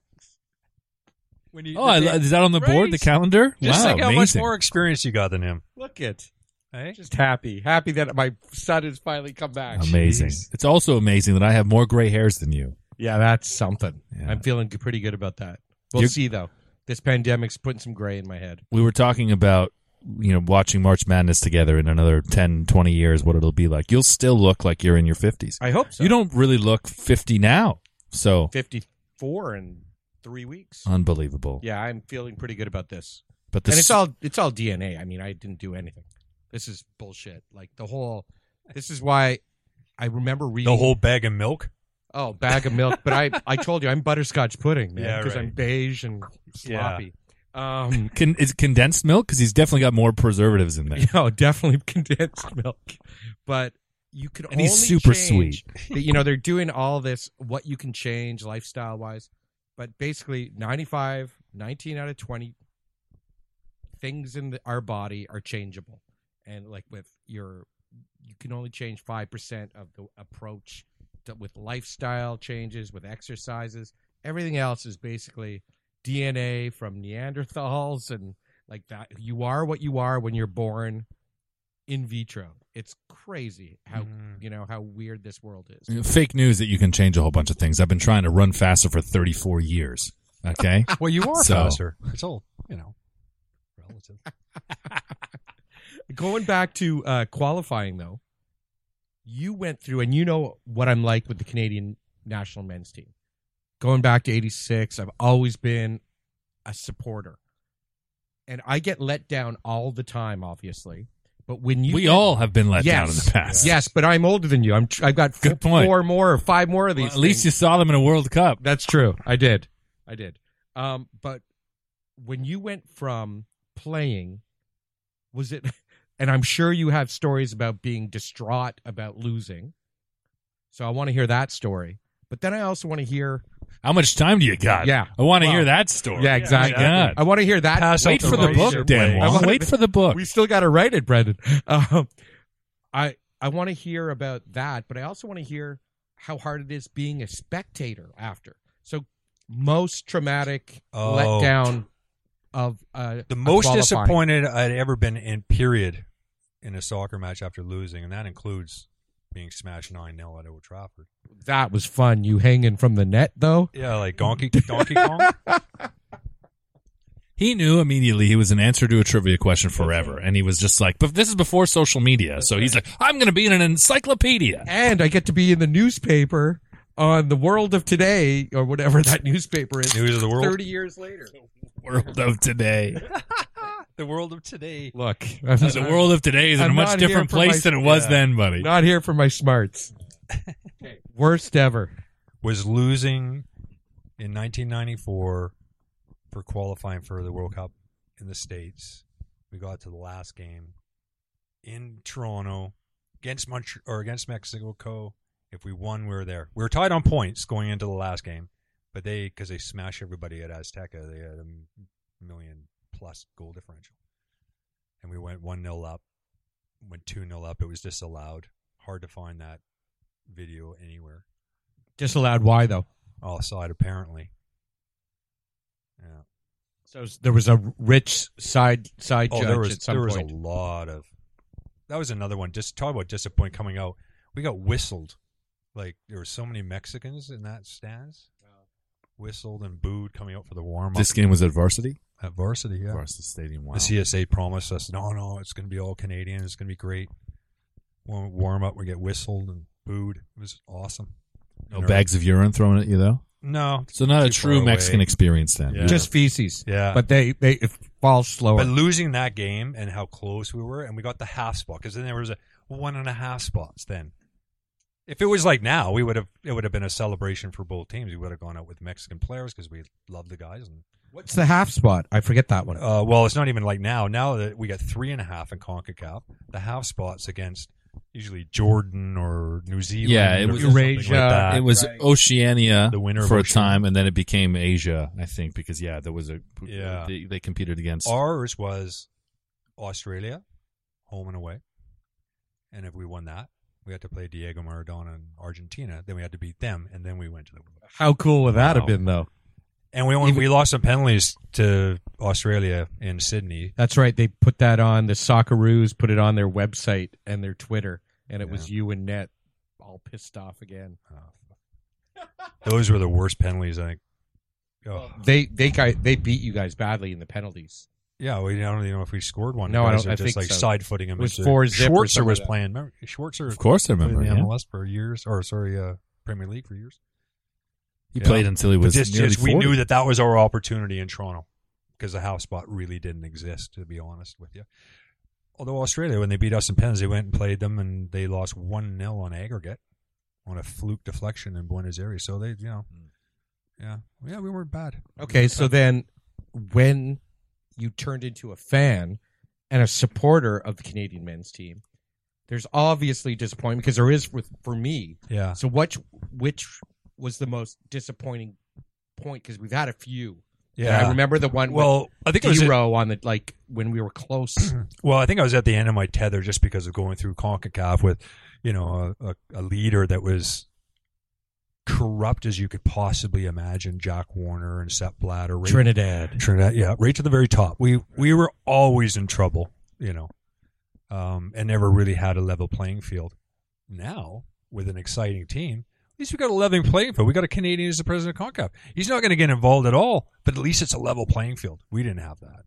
Speaker 5: When you
Speaker 4: oh, I, is that on the board? The calendar?
Speaker 5: Just
Speaker 4: wow,
Speaker 5: think how
Speaker 4: amazing.
Speaker 5: much more experience you got than him.
Speaker 6: Look it.
Speaker 5: Hey?
Speaker 6: Just happy. Happy that my son has finally come back.
Speaker 4: amazing. It's also amazing that I have more gray hairs than you.
Speaker 6: Yeah, that's something.
Speaker 4: Yeah.
Speaker 6: I'm feeling g- pretty good about that. We'll
Speaker 4: You're-
Speaker 6: see though. This pandemic's putting some gray in my head.
Speaker 4: We were talking about you know watching March Madness together in another 10, 20 years. What it'll be like? You'll still look like you're in your fifties.
Speaker 6: I hope so.
Speaker 4: You don't really look fifty now. So
Speaker 6: 54 in three weeks.
Speaker 4: unbelievable.
Speaker 6: yeah, I'm feeling pretty good about this.
Speaker 4: But Uh. the
Speaker 6: and it's
Speaker 4: s-
Speaker 6: all it's all DNA. I mean, I didn't do anything. This is bullshit. Like the whole. This is why I remember reading
Speaker 5: The whole bag of milk.
Speaker 6: oh bag of milk. but I I told you I'm butterscotch pudding, man,
Speaker 5: Yeah,
Speaker 6: because
Speaker 5: right.
Speaker 6: I'm beige and
Speaker 5: Yeah.
Speaker 6: sloppy. Um,
Speaker 4: Con- is it condensed milk because he's definitely got more preservatives in there.
Speaker 6: you know, definitely condensed milk. But you could
Speaker 4: And he's
Speaker 6: only
Speaker 4: super
Speaker 6: change- you know, they're doing all this what you can change lifestyle wise, but basically 95, 19 out of 20 things in the, our body are changeable. And like with your you can only change 5% of the approach to, with lifestyle changes, with exercises. Everything else is basically DNA from Neanderthals and like that. You are what you are when you're born in vitro. It's crazy how
Speaker 5: Mm.
Speaker 6: you know how weird this world is.
Speaker 4: fake news that you can change a whole bunch of things. I've been trying to run faster for 34 years. Okay.
Speaker 5: Well, you are
Speaker 4: So-
Speaker 5: faster. It's all you know, relative.
Speaker 6: Going back to uh, qualifying though, you went through and you know what I'm like with the Canadian national men's team. Going back to 86, I've always been a supporter. And I get let down all the time obviously. But when you
Speaker 4: we all have been let down in the past.
Speaker 6: Yes, but I'm older than you. I'm tr- I've got f-
Speaker 4: Good point.
Speaker 6: four more or five more of
Speaker 4: Well,
Speaker 6: these.
Speaker 4: at least
Speaker 6: things.
Speaker 4: you saw them in a World Cup.
Speaker 6: That's true. I did. I did. Um, but when you went from playing, was it? And I'm sure you have stories about being distraught about losing. So I want to hear that story. But then I also want to hear.
Speaker 4: How much time do you got?
Speaker 6: Yeah.
Speaker 4: I want to
Speaker 6: Well,
Speaker 4: hear that story. Oh
Speaker 6: Yeah, exactly.
Speaker 4: God.
Speaker 6: I want to hear that.
Speaker 5: Pass
Speaker 4: Wait
Speaker 5: out
Speaker 4: for the
Speaker 5: razor
Speaker 4: book, Dan.
Speaker 5: blade.
Speaker 6: I
Speaker 4: Wong.
Speaker 6: wanna-
Speaker 4: Wait for the book.
Speaker 6: We still got to write it, Brendan. Um, I I want to hear about that, but I also want to hear how hard it is being a spectator after. So most traumatic
Speaker 5: Oh.
Speaker 6: letdown of uh,
Speaker 5: The
Speaker 6: a
Speaker 5: most
Speaker 6: qualifying.
Speaker 5: disappointed I'd ever been in period in a soccer match after losing, and that includes being smashed nine 0 at Old Trafford.
Speaker 6: That was fun. You hanging from the net though.
Speaker 5: Yeah, like Donkey Donkey Kong.
Speaker 4: He knew immediately he was an answer to a trivia question forever, and he was just like, "But this is before social media, so he's like, I'm going to be in an encyclopedia."
Speaker 6: and I get to be in the newspaper on the world of today or whatever that newspaper is.
Speaker 5: News of the world.
Speaker 6: Thirty years later.
Speaker 4: World of today,
Speaker 5: The world of today.
Speaker 6: Look,
Speaker 4: the world of today is in a
Speaker 6: I'm
Speaker 4: much
Speaker 6: not here
Speaker 4: different
Speaker 6: for my-
Speaker 4: place than it was
Speaker 5: Yeah.
Speaker 4: then, buddy.
Speaker 6: not here for my smarts. Worst ever.
Speaker 5: was losing in 1994 for qualifying for the World Cup in the States. We got to the last game in Toronto against Montr or against Mexico. If we won, we were there. We were tied on points going into the last game, but they because they smash everybody at Azteca, they had a m- million plus goal differential, and we went one 0 up, went two 0 up. It was disallowed. Hard to find that video anywhere
Speaker 6: Disallowed. Why though?
Speaker 5: offside apparently. Yeah.
Speaker 6: So there was a rich side side
Speaker 5: Oh,
Speaker 6: judge
Speaker 5: there was
Speaker 6: at some
Speaker 5: there was
Speaker 6: point.
Speaker 5: a lot of that was another one. Just talk about disappointment coming out. We got whistled. Like there were so many Mexicans in that stands. Whistled and booed coming out for the warm up
Speaker 4: This game was at Varsity,
Speaker 5: at varsity, yeah.
Speaker 4: Varsity Stadium. Wow.
Speaker 5: The CSA promised us, no, no, it's going to be all Canadian. It's going to be great. Warm, warm up, we get whistled and booed. It was awesome.
Speaker 4: no bags of urine thrown at you though.
Speaker 5: No.
Speaker 4: So not a
Speaker 5: Too far
Speaker 4: true
Speaker 5: away.
Speaker 4: Mexican experience then.
Speaker 5: Yeah.
Speaker 6: Just feces.
Speaker 5: Yeah.
Speaker 6: But they they it falls
Speaker 4: Oh.
Speaker 6: slower.
Speaker 5: But losing that game and how close we were, and we got the half spot because then there was a one and a half spots. Then, if it was like now, we would have it would have been a celebration for both teams. We would have gone out with Mexican players because we love the guys. And
Speaker 6: What's the half spot? I forget that one.
Speaker 5: uh, well, it's not even like now. Now that we got three and a half in Concacaf, the half spots against usually Jordan or New Zealand.
Speaker 4: Yeah, it
Speaker 5: or
Speaker 4: was-
Speaker 5: something like
Speaker 6: Eurasia.
Speaker 5: that.
Speaker 4: uh, It was Oceania
Speaker 5: The winner of
Speaker 4: for a
Speaker 5: Oceania.
Speaker 4: time, and then it became Asia, I think, because yeah, there was a
Speaker 5: Yeah.
Speaker 4: they, they competed against.
Speaker 5: Ours was Australia, home and away. And if we won that, we had to play Diego Maradona and Argentina. Then we had to beat them, and then we went to the World Cup.
Speaker 6: How cool would that have
Speaker 5: Wow.
Speaker 6: been though?
Speaker 5: And we only we lost some penalties to Australia in Sydney.
Speaker 6: That's right. They put that on the Socceroos, put it on their website and their Twitter, and it was you and Net all pissed off again.
Speaker 5: Uh-huh. Those were the worst penalties. I think. Oh,
Speaker 6: They they guy they beat you guys badly in the penalties.
Speaker 5: yeah, we I don't even know if we scored one.
Speaker 6: No, I
Speaker 5: Guys
Speaker 6: don't-
Speaker 5: are
Speaker 6: I
Speaker 5: just
Speaker 6: think
Speaker 5: like
Speaker 6: so.
Speaker 5: side footing them.
Speaker 6: It was
Speaker 5: into-
Speaker 6: four zip or
Speaker 5: Schwarzer
Speaker 6: something
Speaker 5: was
Speaker 6: like that.
Speaker 5: playing. Remember, Schwarzer
Speaker 4: Of course, I
Speaker 5: played
Speaker 4: remember.
Speaker 5: in the
Speaker 4: yeah.
Speaker 5: MLS for years, or sorry, uh, Premier League for years.
Speaker 4: He
Speaker 5: Yeah.
Speaker 4: played until he
Speaker 5: But
Speaker 4: was
Speaker 5: just,
Speaker 4: nearly
Speaker 5: just we
Speaker 4: 40.
Speaker 5: knew that that was our opportunity in Toronto because the house spot really didn't exist, to be honest with you. Although Australia, when they beat us in pens, they went and played them and they lost 1 0 on aggregate on a fluke deflection in Buenos Aires. So they, you know, yeah, yeah, we weren't bad.
Speaker 6: Hmm. Okay, so then when you turned into a fan and a supporter of the Canadian men's team, there's obviously disappointment because there is with for me.
Speaker 5: Yeah.
Speaker 6: So which which was the most disappointing point? Because we've had a few. And
Speaker 5: Yeah.
Speaker 6: I remember the one.
Speaker 5: Well, I
Speaker 6: with
Speaker 5: think it was.
Speaker 6: zero on the like when we were close.
Speaker 5: Well, I think I was at the end of my tether just because of going through CONCACAF with, you know, a, a, a leader that was corrupt as you could possibly imagine. Jack Warner and Sepp Blatter, Ray-
Speaker 6: Trinidad.
Speaker 5: Trinidad, yeah, right to the very top. We we were always in trouble, you know, um, and never really had a level playing field. Now with an exciting team, at least we got a level playing field. We got a Canadian as the president of Concacaf. He's not going to get involved at all, but at least it's a level playing field. We didn't have that.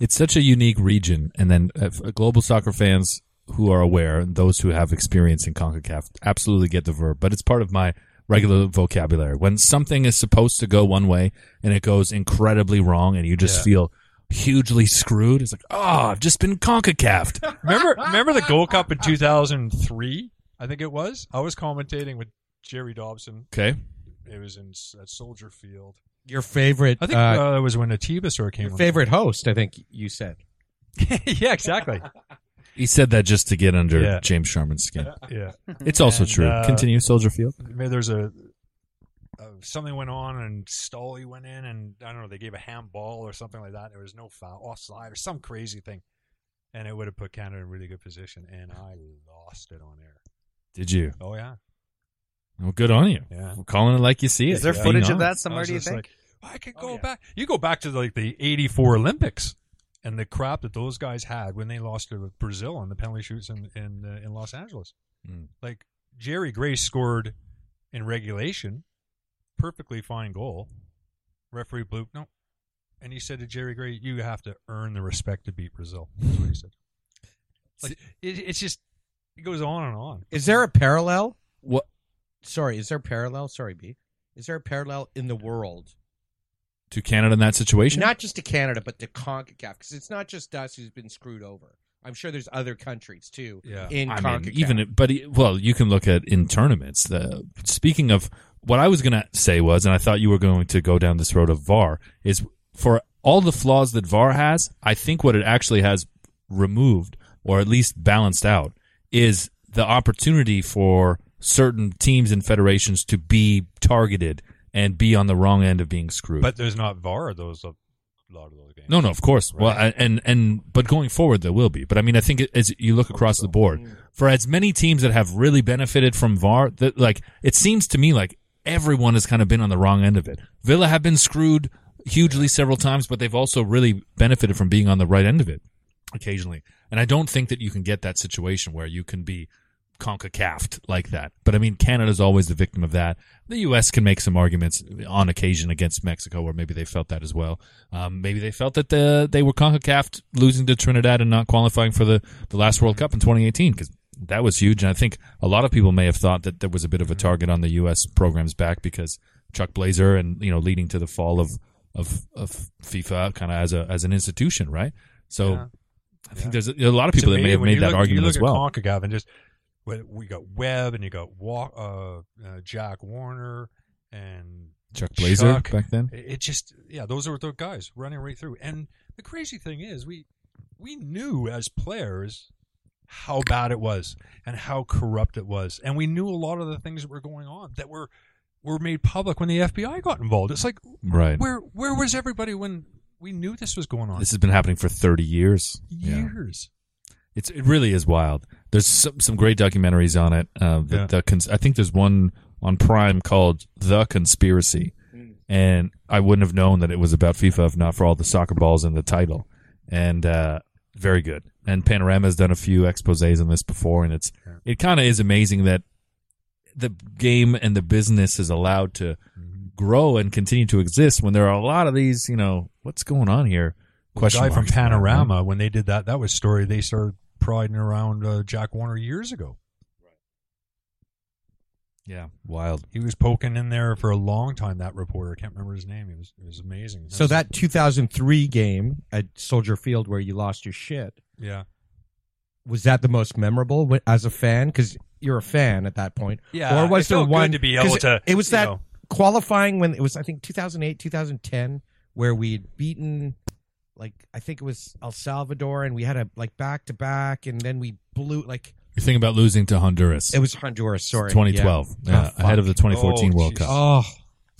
Speaker 4: it's such a unique region, and then uh, f- global soccer fans who are aware and those who have experience in Concacaf absolutely get the verb. But it's part of my regular vocabulary. When something is supposed to go one way and it goes incredibly wrong, and you just
Speaker 5: Yeah.
Speaker 4: feel hugely screwed, it's like, oh, I've just been Concacaf.
Speaker 5: Remember, remember the Gold Cup in two thousand three? I think it was. I was commentating with Jerry Dobson.
Speaker 4: okay,
Speaker 5: It was in S- at Soldier Field.
Speaker 6: Your favorite.
Speaker 5: I think
Speaker 6: uh,
Speaker 5: uh, it was when Atiba sort of came.
Speaker 6: your
Speaker 5: on.
Speaker 6: favorite host. I think you said.
Speaker 5: yeah, exactly.
Speaker 4: he said that just to get under
Speaker 5: Yeah.
Speaker 4: James Sherman's skin.
Speaker 5: Yeah.
Speaker 4: It's also
Speaker 5: And,
Speaker 4: true.
Speaker 5: uh,
Speaker 4: Continue, Soldier Field.
Speaker 5: Maybe there's a uh, something went on and Stolly went in and I don't know they gave a handball or something like that. There was no foul offside or some crazy thing, and it would have put Canada in a really good position. And I lost it on air.
Speaker 4: Did you?
Speaker 5: Oh yeah,
Speaker 4: Well, good on you.
Speaker 5: Yeah.
Speaker 4: We're calling it like you see it.
Speaker 7: Is there
Speaker 4: Being
Speaker 7: footage of
Speaker 4: honest.
Speaker 7: that somewhere?
Speaker 5: I was
Speaker 7: Do you
Speaker 5: just
Speaker 7: think?
Speaker 5: Like, I could go back. You go back to like the '84 Olympics and the crap that those guys had when they lost to Brazil on the penalty shoots in in, uh, in Los Angeles.
Speaker 4: Mm.
Speaker 5: Like Jerry Gray scored in regulation, perfectly fine goal. Referee blew no, and he said to Jerry Gray, "You have to earn the respect to beat Brazil." That's what he said. Like it, it's just it goes on and on.
Speaker 6: Is there a parallel?
Speaker 4: What?
Speaker 6: Sorry, is there a parallel? Sorry, B. Is there a parallel in the world?
Speaker 4: To Canada in that situation?
Speaker 6: Not just to Canada, but to CONCACAF, because it's not just us who's been screwed over. I'm sure there's other countries too
Speaker 5: Yeah.
Speaker 6: in
Speaker 4: I mean,
Speaker 6: CONCACAF.
Speaker 4: even it- but it- well, you can look at in tournaments. The speaking of what I was going to say was, and I thought you were going to go down this road of VAR is for all the flaws that VAR has. I think what it actually has removed, or at least balanced out, is the opportunity for certain teams and federations to be targeted and be on the wrong end of being screwed.
Speaker 5: But there's not VAR at those a lot of those games.
Speaker 4: No, no, of course. Well, I, and and but going forward there will be. But I mean, I think as you look across the board, for as many teams that have really benefited from VAR, that like it seems to me like everyone has kind of been on the wrong end of it. Villa have been screwed hugely several times, but they've also really benefited from being on the right end of it occasionally. And I don't think that you can get that situation where you can be CONCACAFed like that. But I mean, Canada's always the victim of that. The U.S. can make some arguments on occasion against Mexico, or maybe they felt that as well. Um, maybe they felt that the, they were CONCACAFed losing to Trinidad and not qualifying for the, the last World Cup in 2018 because that was huge. And I think a lot of people may have thought that there was a bit of a target on the U.S. program's back because Chuck Blazer and, you know, leading to the fall of, of, of FIFA kind of as a, as an institution, right? So I think there's a, a lot of people that
Speaker 5: To me,
Speaker 4: may have
Speaker 5: when
Speaker 4: made
Speaker 5: you
Speaker 4: that
Speaker 5: look-
Speaker 4: argument
Speaker 5: you look
Speaker 4: as well.
Speaker 5: At CONCACAF and just well, we got Webb and you got Wa- uh, uh, Jack Warner and
Speaker 4: Chuck Blazer
Speaker 5: Chuck.
Speaker 4: back then.
Speaker 5: It it just yeah, those were the guys running right through. And the crazy thing is, we we knew as players how bad it was and how corrupt it was, and we knew a lot of the things that were going on that were were made public when the FBI got involved. It's like
Speaker 4: Right.
Speaker 5: where where was everybody when we knew this was going on?
Speaker 4: This has been happening for 30 years. Yeah.
Speaker 5: years.
Speaker 4: It's it really is wild. There's some, some great documentaries on it. Uh, the,
Speaker 5: Yeah.
Speaker 4: the cons- I think there's one on Prime called The Conspiracy,
Speaker 5: Hmm.
Speaker 4: and I wouldn't have known that it was about FIFA if not for all the soccer balls in the title. And uh, very good. And Panorama's done a few exposés on this before, and it's it kind of is amazing that the game and the business is allowed to
Speaker 5: Mm-hmm.
Speaker 4: grow and continue to exist when there are a lot of these. You know, what's going on here?
Speaker 5: Question guy from
Speaker 4: marks, right?
Speaker 5: Panorama when they did that that was story they started prying around uh, Jack Warner years ago.
Speaker 4: Yeah, wild.
Speaker 5: He was poking in there for a long time. That reporter, I can't remember his name. It was it was amazing.
Speaker 6: so that 2003 game at Soldier Field where you lost your shit
Speaker 5: yeah
Speaker 6: was that the most memorable wi- as a fan? Because you're a fan at that point,
Speaker 5: Yeah,
Speaker 6: Or was
Speaker 5: it
Speaker 6: there
Speaker 5: felt good
Speaker 6: one
Speaker 5: to be able
Speaker 6: 'cause
Speaker 5: to,
Speaker 6: It was
Speaker 5: you
Speaker 6: that
Speaker 5: know.
Speaker 6: qualifying when it was, I think, 2008, 2010, where we'd beaten, like, I think it was El Salvador, and we had a like back to back, and then we blew like
Speaker 4: You're thinking about losing to Honduras.
Speaker 6: it was Honduras. Sorry,
Speaker 4: 2012,
Speaker 6: Yeah. Ah,
Speaker 4: uh, ahead of the 2014
Speaker 5: Oh,
Speaker 4: World
Speaker 5: jeez.
Speaker 4: Cup.
Speaker 6: Oh,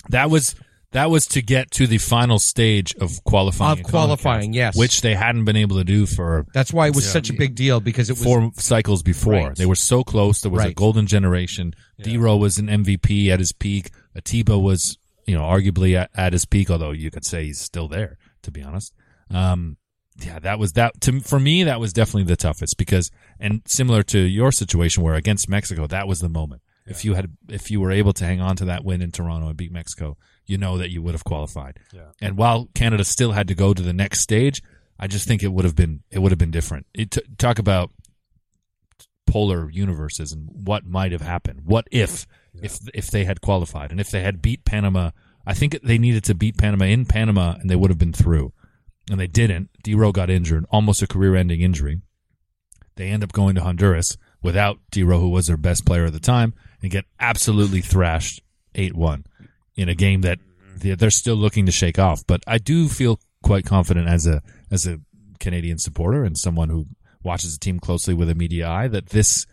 Speaker 4: That was that was to get to the final stage of qualifying.
Speaker 6: Of
Speaker 4: in
Speaker 6: qualifying,
Speaker 4: CONCACAF,
Speaker 6: yes.
Speaker 4: which they hadn't been able to do for
Speaker 6: that's why it was
Speaker 4: Yeah.
Speaker 6: such a big deal because it was
Speaker 4: four cycles before.
Speaker 6: Right.
Speaker 4: They were so close. There was a
Speaker 6: Right.
Speaker 4: golden generation. D-Row was an MVP at his peak. Atiba was, you know, arguably at, at his peak, although you could say he's still there, to be honest. Um, yeah, that was that to for me. That was definitely the toughest because, and similar to your situation, where against Mexico, that was the moment. If you had, if you were able to hang on to that win in Toronto and beat Mexico, you know that you would have qualified.
Speaker 5: Yeah.
Speaker 4: And while Canada still had to go to the next stage, I just think it would have been it would have been different. It t- talk about polar universes and what might have happened. What if if if they had qualified and if they had beat Panama? I think they needed to beat Panama in Panama and they would have been through, and they didn't. D-Row got injured, almost a career-ending injury. They end up going to Honduras without D-Row, who was their best player at the time, and get absolutely thrashed eight-one in a game that they're they're still looking to shake off. But I do feel quite confident as a as a Canadian supporter and someone who watches the team closely with a media eye that this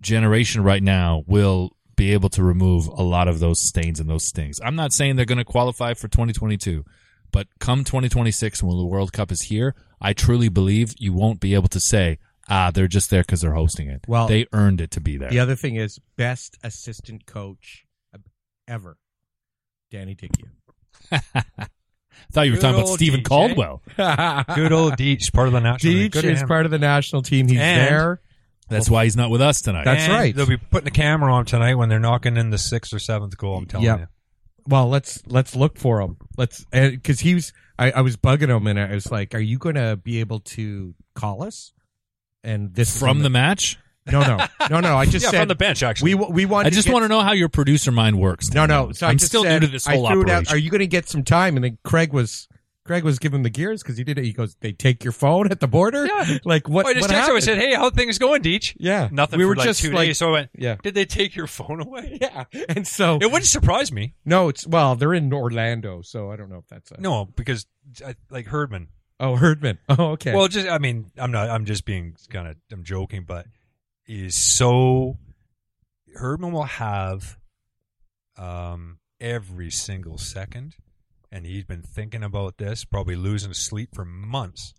Speaker 4: generation right now will be able to remove a lot of those stains and those stings. I'm not saying they're going to qualify for 2022, but come 2026 when the World Cup is here, I truly believe you won't be able to say, ah, they're just there because they're hosting it.
Speaker 6: Well-
Speaker 4: they earned it to be there.
Speaker 6: The other thing is best assistant coach ever, Danny Dickey.
Speaker 4: thought you were
Speaker 5: Good
Speaker 4: talking about
Speaker 5: old
Speaker 4: Stephen
Speaker 5: DJ.
Speaker 4: Caldwell.
Speaker 5: Good old Deech, part of the national. league.
Speaker 6: Deitch
Speaker 5: Good to
Speaker 6: is
Speaker 5: him.
Speaker 6: part of the national team. He's
Speaker 5: And-
Speaker 6: there.
Speaker 4: That's why he's not with us tonight.
Speaker 6: That's
Speaker 5: And
Speaker 6: right.
Speaker 5: They'll be putting the camera on tonight when they're knocking in the sixth or seventh goal. I'm telling
Speaker 6: Yep.
Speaker 5: you.
Speaker 6: Well, let's let's look for him. Let's because he was. I, I was bugging him, and I was like, "Are you going to be able to call us?" And this is
Speaker 4: From
Speaker 6: in
Speaker 4: the match?
Speaker 6: no, no, no, no. I just
Speaker 5: yeah,
Speaker 6: said
Speaker 5: from the bench actually.
Speaker 6: we we want.
Speaker 4: I just
Speaker 6: get-
Speaker 4: want to know how your producer mind works.
Speaker 6: No,
Speaker 4: Dan.
Speaker 6: no. So I
Speaker 4: I'm
Speaker 6: just
Speaker 4: still
Speaker 6: said-
Speaker 4: new to this whole
Speaker 6: I threw it out,
Speaker 4: operation.
Speaker 6: Are you going to get some time? And then Craig was Craig was giving the gears because he did it. He goes, "They take your phone at the border."
Speaker 5: Yeah.
Speaker 6: Like what?
Speaker 5: Oh, I just
Speaker 6: what
Speaker 5: texted her. I
Speaker 6: happened?
Speaker 5: said, "Hey, how things going, Deech?"
Speaker 6: Yeah.
Speaker 5: Nothing.
Speaker 6: We
Speaker 5: for
Speaker 6: were
Speaker 5: like
Speaker 6: just
Speaker 5: two
Speaker 6: like-
Speaker 5: days. So I went.
Speaker 6: Yeah.
Speaker 5: Did they take your phone away?
Speaker 6: Yeah. And so
Speaker 5: It wouldn't surprise me.
Speaker 6: no, it's well, they're in Orlando, so I don't know if that's a,
Speaker 5: No, because I, like Herdman.
Speaker 6: Oh, Herdman. Oh, okay.
Speaker 5: Well, just I mean, I'm not. I'm just being kind of. I'm joking, but he is so. Herdman will have, um, every single second, and he's been thinking about this, probably losing sleep for months,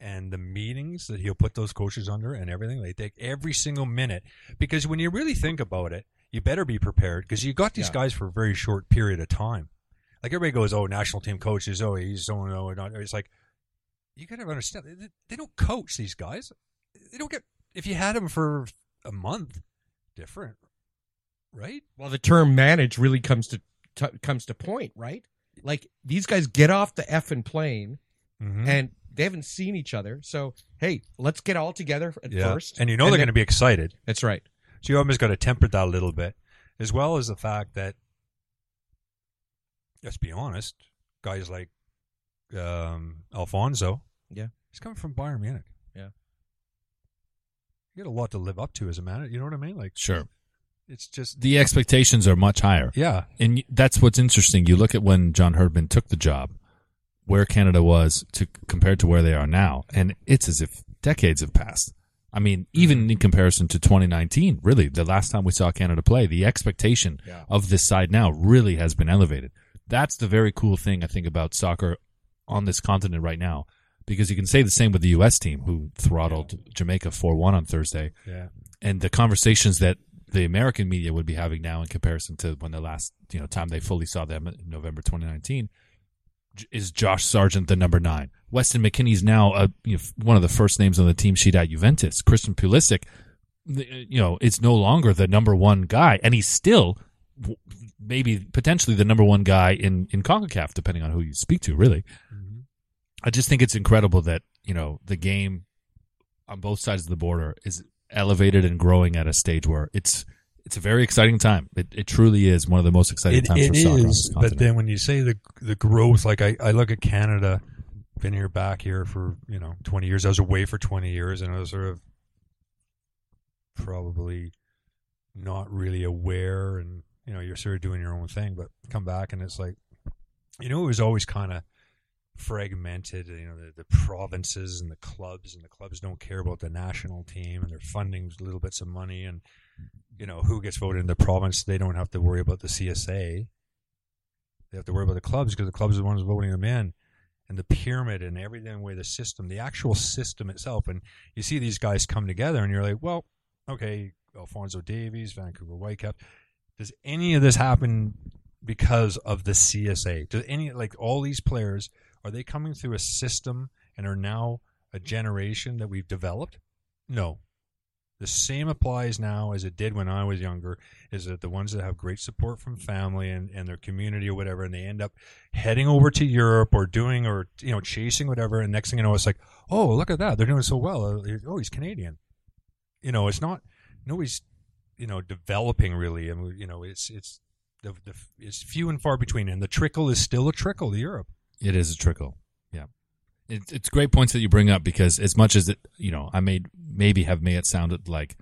Speaker 5: and the meetings that he'll put those coaches under and everything. They take every single minute because when you really think about it, you better be prepared because you got these
Speaker 6: Yeah.
Speaker 5: guys for a very short period of time. Like everybody goes, oh, national team coaches, oh, he's so no, not. It's like you gotta understand they- they don't coach these guys. They don't get if you had them for a month, different, right?
Speaker 6: well, the term manage really comes to t- comes to point, right? Like these guys get off the effing plane
Speaker 5: Mm-hmm.
Speaker 6: and they haven't seen each other. So, hey, let's get all together at first.
Speaker 5: and you know they're
Speaker 6: then-
Speaker 5: going to be excited.
Speaker 6: That's right.
Speaker 5: So you almost got to temper that a little bit, as well as the fact that, let's be honest, guys like um, Alfonso,
Speaker 6: Yeah.
Speaker 5: he's coming from Bayern Munich.
Speaker 6: Yeah.
Speaker 5: you got a lot to live up to as a manager. You know what I mean? Like,
Speaker 4: sure.
Speaker 5: it's just
Speaker 4: The expectations are much higher.
Speaker 5: yeah,
Speaker 4: and y- that's what's interesting. You look at when John Herdman took the job, where Canada was to compared to where they are now, and it's as if decades have passed. I mean, even in comparison to 2019, really, the last time we saw Canada play, the expectation of this side now really has been elevated. That's the very cool thing I think about soccer on this continent right now, because you can say the same with the U.S. team who throttled Jamaica 4-1 on Thursday
Speaker 5: yeah.
Speaker 4: and the conversations that the American media would be having now in comparison to when the last you know time they fully saw them in November 2019 j- is Josh Sargent the number nine. Weston McKinney's now uh you know, f- one of the first names on the team sheet at Juventus. Christian Pulisic, the- uh, you know, it's no longer the number one guy, and he's still w- maybe potentially the number one guy in in Concacaf, depending on who you speak to. Really,
Speaker 5: Mm-hmm.
Speaker 4: I just think it's incredible that you know the game on both sides of the border is elevated and growing at a stage where it's it's a very exciting time. It, it truly is one of the most exciting
Speaker 5: It-
Speaker 4: times
Speaker 5: it
Speaker 4: for soccer. on this
Speaker 5: is, but
Speaker 4: continent.
Speaker 5: then when you say the the growth, like I, I look at Canada, been here back here for you know twenty years. I was away for twenty years, and I was sort of probably not really aware, and you know you're sort of doing your own thing. But come back, and it's like you know it was always kind of fragmented. You know the, the provinces and the clubs, and the clubs don't care about the national team, and they're funding little bits of money and. You know who gets voted in the province. They don't have to worry about the CSA they have to worry about the clubs because the clubs are the ones voting them in and the pyramid and everything way the system the actual system itself and you see these guys come together and you're like well okay alfonso davies vancouver whitecap does any of this happen because of the csa does any like all these players are they coming through a system and are now a generation that we've developed no the same applies now as it did when I was younger is that the ones that have great support from family and, and their community or whatever, and they end up heading over to Europe or doing or, you know, chasing whatever. And next thing you know, it's like, oh, look at that. They're doing so well. Uh, Oh, he's Canadian. You know, it's not, nobody's, you know, developing really. And, we- you know, it's, it's, the, the, it's few and far between. And the trickle is still a trickle to Europe.
Speaker 4: It is a trickle. Yeah. It, it's great points that you bring up because as much as it, you know, I made maybe have made it sounded like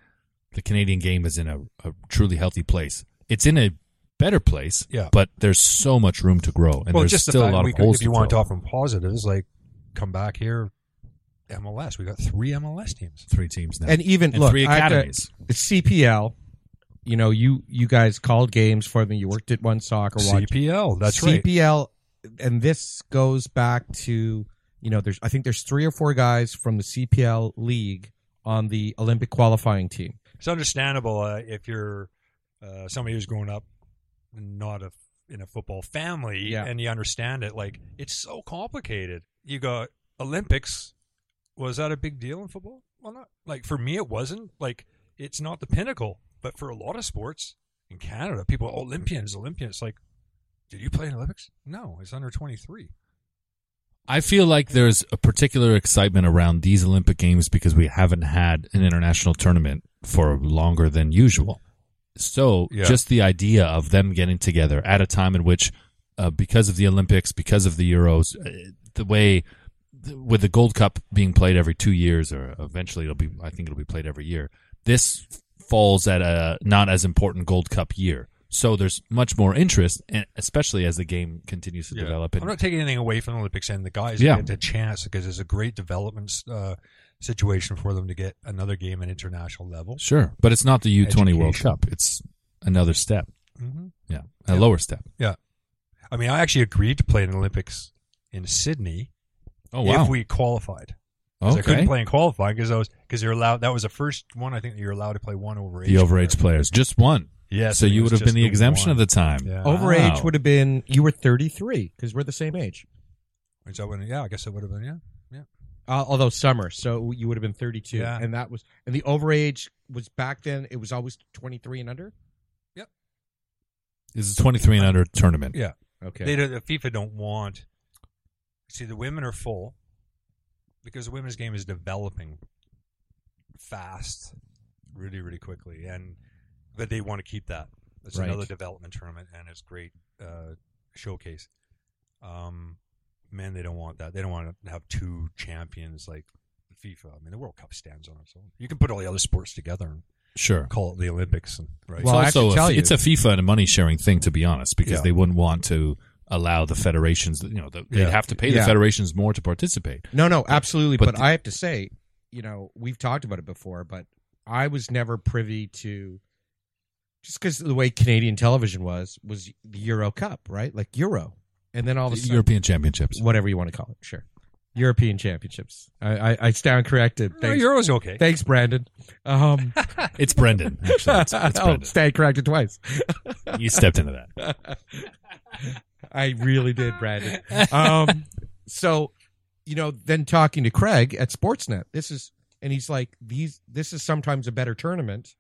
Speaker 4: the Canadian game is in a, a truly healthy place. It's in a better place.
Speaker 5: Yeah.
Speaker 4: But there's so much room to grow, and
Speaker 5: well,
Speaker 4: there's
Speaker 5: just the
Speaker 4: still a
Speaker 5: fact
Speaker 4: lot
Speaker 5: we
Speaker 4: of
Speaker 5: could-
Speaker 4: holes
Speaker 5: If you
Speaker 4: to
Speaker 5: want to
Speaker 4: fill.
Speaker 5: talk from positives, like come back here, MLS. We got three MLS teams.
Speaker 4: Three teams now,
Speaker 6: And even
Speaker 4: And
Speaker 6: look,
Speaker 4: three
Speaker 6: I have to-
Speaker 4: academies.
Speaker 6: the CPL you know, you you guys called games for them. You worked at One Soccer, watched
Speaker 5: CPL. That's right.
Speaker 6: CPL, and this goes back to you know, there's I think there's three or four guys from the CPL league on the Olympic qualifying team.
Speaker 5: It's understandable uh, if you're uh, somebody who's grown up not a, in a football family
Speaker 6: Yeah.
Speaker 5: and you understand it. Like it's so complicated. You got Olympics. Was that a big deal in football? Well, not like for me, it wasn't. Like it's not the pinnacle, but for a lot of sports in Canada, people are Olympians, Olympians. Like, did you play in Olympics? No, it's under twenty three.
Speaker 4: I feel like there's a particular excitement around these Olympic Games because we haven't had an international tournament for longer than usual. So
Speaker 5: Yeah.
Speaker 4: just the idea of them getting together at a time in which, uh, because of the Olympics, because of the Euros, uh, the way with the Gold Cup being played every two years, or eventually it'll be, I think it'll be played every year. This falls at a not as important Gold Cup year. So there's much more interest, and especially as the game continues to develop.
Speaker 5: I'm
Speaker 4: And
Speaker 5: not taking anything away from the Olympics and the guys
Speaker 4: Yeah.
Speaker 5: get a chance because it's a great development uh, situation for them to get another game at international level.
Speaker 4: Sure, but it's not the U20 World
Speaker 5: Education.
Speaker 4: Cup. It's another step.
Speaker 5: Mm-hmm.
Speaker 4: Yeah, a lower step.
Speaker 5: Yeah. I mean, I actually agreed to play in the Olympics in Sydney
Speaker 4: Oh wow.
Speaker 5: if we qualified. 'Cause I
Speaker 4: okay.
Speaker 5: couldn't play in qualifying because I was because you're allowed. That was the first one I think that you're allowed to play one overage.
Speaker 4: the overage players, just one.
Speaker 5: Yes,
Speaker 4: So
Speaker 5: it
Speaker 4: you
Speaker 5: was
Speaker 4: would have
Speaker 5: just
Speaker 4: been the exemption
Speaker 5: one.
Speaker 4: of the time. Oh,
Speaker 5: Yeah.
Speaker 6: Overage
Speaker 4: Wow.
Speaker 6: would have been you were 33 because we're the same age.
Speaker 5: Which I wouldn't- yeah, I guess it would have been. Yeah,
Speaker 6: Uh, although summer, so you would have been 32,
Speaker 5: Yeah.
Speaker 6: and that was and the overage was back then. It was always 23 and under.
Speaker 4: It's a 23 and under tournament.
Speaker 5: yeah.
Speaker 6: Okay,
Speaker 5: They don't, the FIFA don't want. See, the women are full because the women's game is developing fast, really, really quickly, and but they want to keep that. It's
Speaker 6: Right.
Speaker 5: another development tournament, and it's great uh, showcase. Um, men, they don't want that. They don't want to have two champions like FIFA. I mean, the World Cup stands on its own. You can put all the other sports together and
Speaker 4: Sure.
Speaker 5: call it the Olympics, and, right?
Speaker 6: Well, I
Speaker 4: it's also
Speaker 6: should
Speaker 4: a,
Speaker 6: tell you-
Speaker 4: it's a FIFA and a money sharing thing, to be honest, because
Speaker 5: Yeah.
Speaker 4: they wouldn't want to allow the federations. You know, the, they'd
Speaker 5: Yeah.
Speaker 4: have to pay the
Speaker 6: Yeah.
Speaker 4: federations more to participate.
Speaker 6: No, no, absolutely.
Speaker 4: But
Speaker 6: But,
Speaker 4: the-
Speaker 6: I have to say, you know, we've talked about it before, but I was never privy to just because the way Canadian television was was the Euro Cup, right? Like Euro, and then all of a
Speaker 4: The
Speaker 6: sudden,
Speaker 4: European Championships.
Speaker 6: whatever you want to call it, sure, European Championships. I, I, I stand corrected.
Speaker 5: No,
Speaker 6: Thanks,
Speaker 5: Euro's okay.
Speaker 6: thanks, Brandon. Um,
Speaker 4: It's Brendan. Actually, it's, it's
Speaker 6: oh,
Speaker 4: Brendan.
Speaker 6: stand corrected twice.
Speaker 4: you stepped into that.
Speaker 6: I really did, Brandon. Um, so, you know, then talking to Craig at Sportsnet, this is, and he's like, these, this is sometimes a better tournament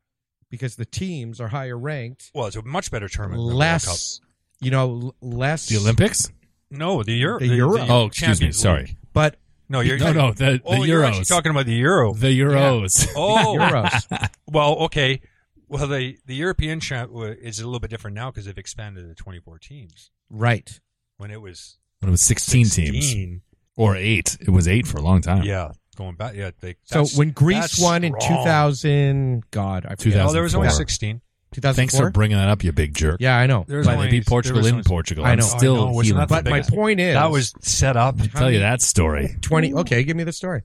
Speaker 6: because the teams are higher ranked,
Speaker 5: Well, it's a much better tournament. than the World Cup.
Speaker 6: less, you know, l- less
Speaker 4: The Olympics.
Speaker 5: No, the Euro.
Speaker 6: The Euro.
Speaker 4: Oh, excuse me.
Speaker 5: Champions
Speaker 4: Sorry.
Speaker 5: League.
Speaker 6: but
Speaker 5: No, you're
Speaker 4: No, no, the-
Speaker 5: oh,
Speaker 4: the
Speaker 5: you're actually
Speaker 4: Euros.
Speaker 5: talking about the Euro.
Speaker 4: The Euros.
Speaker 5: oh,
Speaker 6: Euros.
Speaker 5: well, okay. Well, the the European champ wa- is a little bit different now because they've expanded to 24 teams.
Speaker 6: right.
Speaker 5: When it was
Speaker 4: When it was 16, teams
Speaker 5: 16,
Speaker 4: or eight, it was eight for a long time.
Speaker 5: yeah, going back, yeah. They,
Speaker 6: So
Speaker 5: that's-
Speaker 6: when Greece
Speaker 5: that's
Speaker 6: won in
Speaker 5: strong.
Speaker 6: 2000, God, I forget.
Speaker 4: 2000.
Speaker 5: oh, there was only
Speaker 4: 2004.
Speaker 5: 16.
Speaker 6: 2004?
Speaker 4: Thanks for bringing that up, you big jerk.
Speaker 6: yeah, I know.
Speaker 5: There was
Speaker 4: But
Speaker 5: only,
Speaker 4: they beat Portugal
Speaker 5: there was
Speaker 4: in
Speaker 5: only-
Speaker 4: Portugal.
Speaker 6: I
Speaker 4: I'm
Speaker 6: know.
Speaker 5: I
Speaker 4: still
Speaker 5: know, wasn't
Speaker 4: healing.
Speaker 5: that the
Speaker 4: from
Speaker 6: But my
Speaker 5: biggest-
Speaker 6: point is,
Speaker 5: That was set up.
Speaker 4: I'll tell you that story
Speaker 6: 20. Okay, give me the story.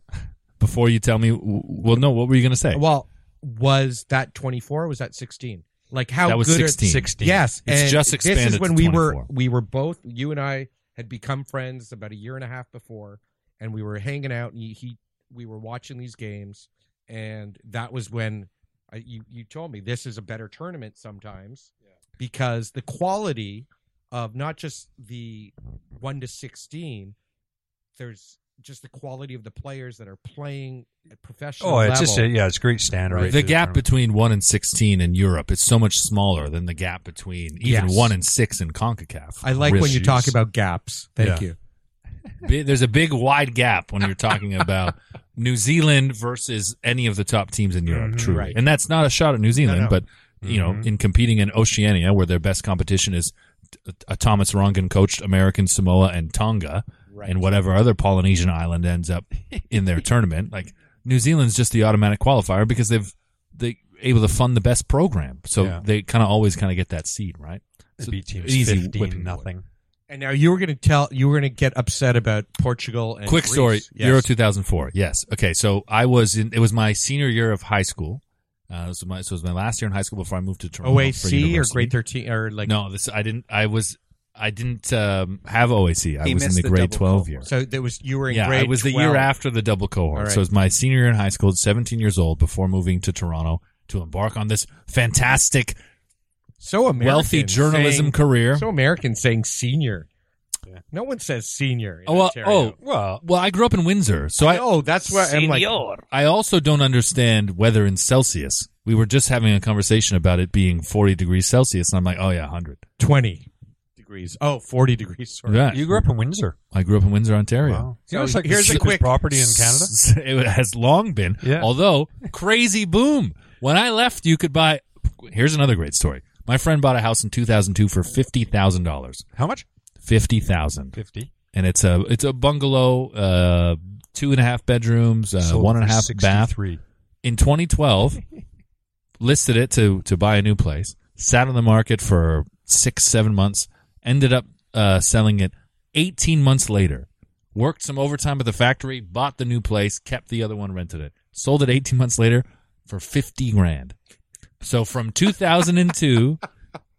Speaker 4: before you tell me. w- Well, no, what were you going to say?
Speaker 6: Well, was that 24 or was that 16? Like how
Speaker 4: that was
Speaker 6: good are-
Speaker 4: 16.
Speaker 5: 16.
Speaker 6: Yes,
Speaker 4: It's
Speaker 6: and
Speaker 4: just
Speaker 6: This
Speaker 4: expanded
Speaker 6: is when
Speaker 4: to
Speaker 6: we were
Speaker 4: 24.
Speaker 6: we were both you and I had become friends about a year and a half before, and we were hanging out and he, he we were watching these games, and that was when I, you you told me this is a better tournament sometimes because the quality of not just the one to sixteen, there's just the quality of the players that are playing at professional.
Speaker 5: Oh, it's just a,
Speaker 6: level.
Speaker 5: yeah, it's great standard.
Speaker 4: the gap between 1 and 16 in Europe is so much smaller than the gap between even
Speaker 6: Yes.
Speaker 4: 1 and 6 in CONCACAF.
Speaker 6: I like when you
Speaker 4: Really.
Speaker 6: talk about gaps. Thank
Speaker 5: Yeah.
Speaker 6: you.
Speaker 4: Bi- There's a big wide gap when you're talking about New Zealand versus any of the top teams in Europe,
Speaker 5: Mhm.
Speaker 4: truly.
Speaker 6: Right.
Speaker 4: And that's not a shot at New Zealand,
Speaker 6: Mm-hmm. no. Mm-hmm.
Speaker 4: but you know,
Speaker 5: Mhm.
Speaker 4: in competing in Oceania where their best competition is t- a Thomas Rongan coached American Samoa and Tonga and whatever other Polynesian island ends up in their tournament, like New Zealand's just the automatic qualifier because they've they able to fund the best program. So
Speaker 5: Yeah.
Speaker 4: they kind of always kind of get that seed, right?
Speaker 5: It
Speaker 4: So
Speaker 5: beat teams
Speaker 4: easy
Speaker 5: 15
Speaker 4: whipping boy.
Speaker 5: nothing.
Speaker 6: And now you were going to tell you were going to get upset about Portugal and
Speaker 4: Quick
Speaker 6: Greece.
Speaker 4: story.
Speaker 6: Yes.
Speaker 4: Euro 2004. Yes. Okay. So I was in, it was my senior year of high school Uh, this was my so it was my last year in high school before I moved to Toronto. for
Speaker 6: OAC Oh, or
Speaker 4: university.
Speaker 6: grade thirteen or like
Speaker 4: No, this I didn't. I was I didn't um, have OAC. I
Speaker 7: He
Speaker 4: was in
Speaker 7: missed
Speaker 4: the
Speaker 7: the
Speaker 4: grade
Speaker 7: double
Speaker 4: twelve
Speaker 7: cohort.
Speaker 4: year.
Speaker 6: So there was you were in
Speaker 4: yeah,
Speaker 6: grade.
Speaker 4: it was the
Speaker 6: 12.
Speaker 4: year after the double cohort.
Speaker 6: All right.
Speaker 4: So it was my senior year in high school, seventeen years old, before moving to Toronto to embark on this fantastic
Speaker 6: So American,
Speaker 4: wealthy journalism
Speaker 6: saying-
Speaker 4: career.
Speaker 6: So American saying senior. No one says senior. in
Speaker 4: oh, well,
Speaker 6: Ontario.
Speaker 4: oh well, well, I grew up in Windsor, so I
Speaker 6: oh, that's what I'm like.
Speaker 4: I also don't understand weather in Celsius. We were just having a conversation about it being 40 degrees Celsius, and I'm like, oh yeah, 100.
Speaker 6: 20 degrees. Oh, 40 degrees. Sorry.
Speaker 4: Right.
Speaker 5: You grew up in Windsor.
Speaker 4: I grew up in Windsor, Ontario.
Speaker 5: Wow. You
Speaker 6: So
Speaker 5: know, it's like the
Speaker 6: here's a
Speaker 5: cheapest
Speaker 6: quick-
Speaker 5: property in Canada.
Speaker 4: It has long been.
Speaker 5: Yeah.
Speaker 4: Although, crazy boom. When I left, you could buy. Here's another great story. My friend bought a house in 2002 for fifty thousand dollars.
Speaker 5: How much?
Speaker 4: Fifty thousand,
Speaker 5: Fifty.
Speaker 4: and it's a it's a bungalow, uh, two and a half bedrooms, uh,
Speaker 5: Sold
Speaker 4: one and a
Speaker 5: for
Speaker 4: half bath.
Speaker 5: 63.
Speaker 4: in 2012 listed it to to buy a new place sat on the market for six seven months ended up uh, selling it 18 months later worked some overtime at the factory bought the new place kept the other one rented it sold it 18 months later for 50 grand so from 2002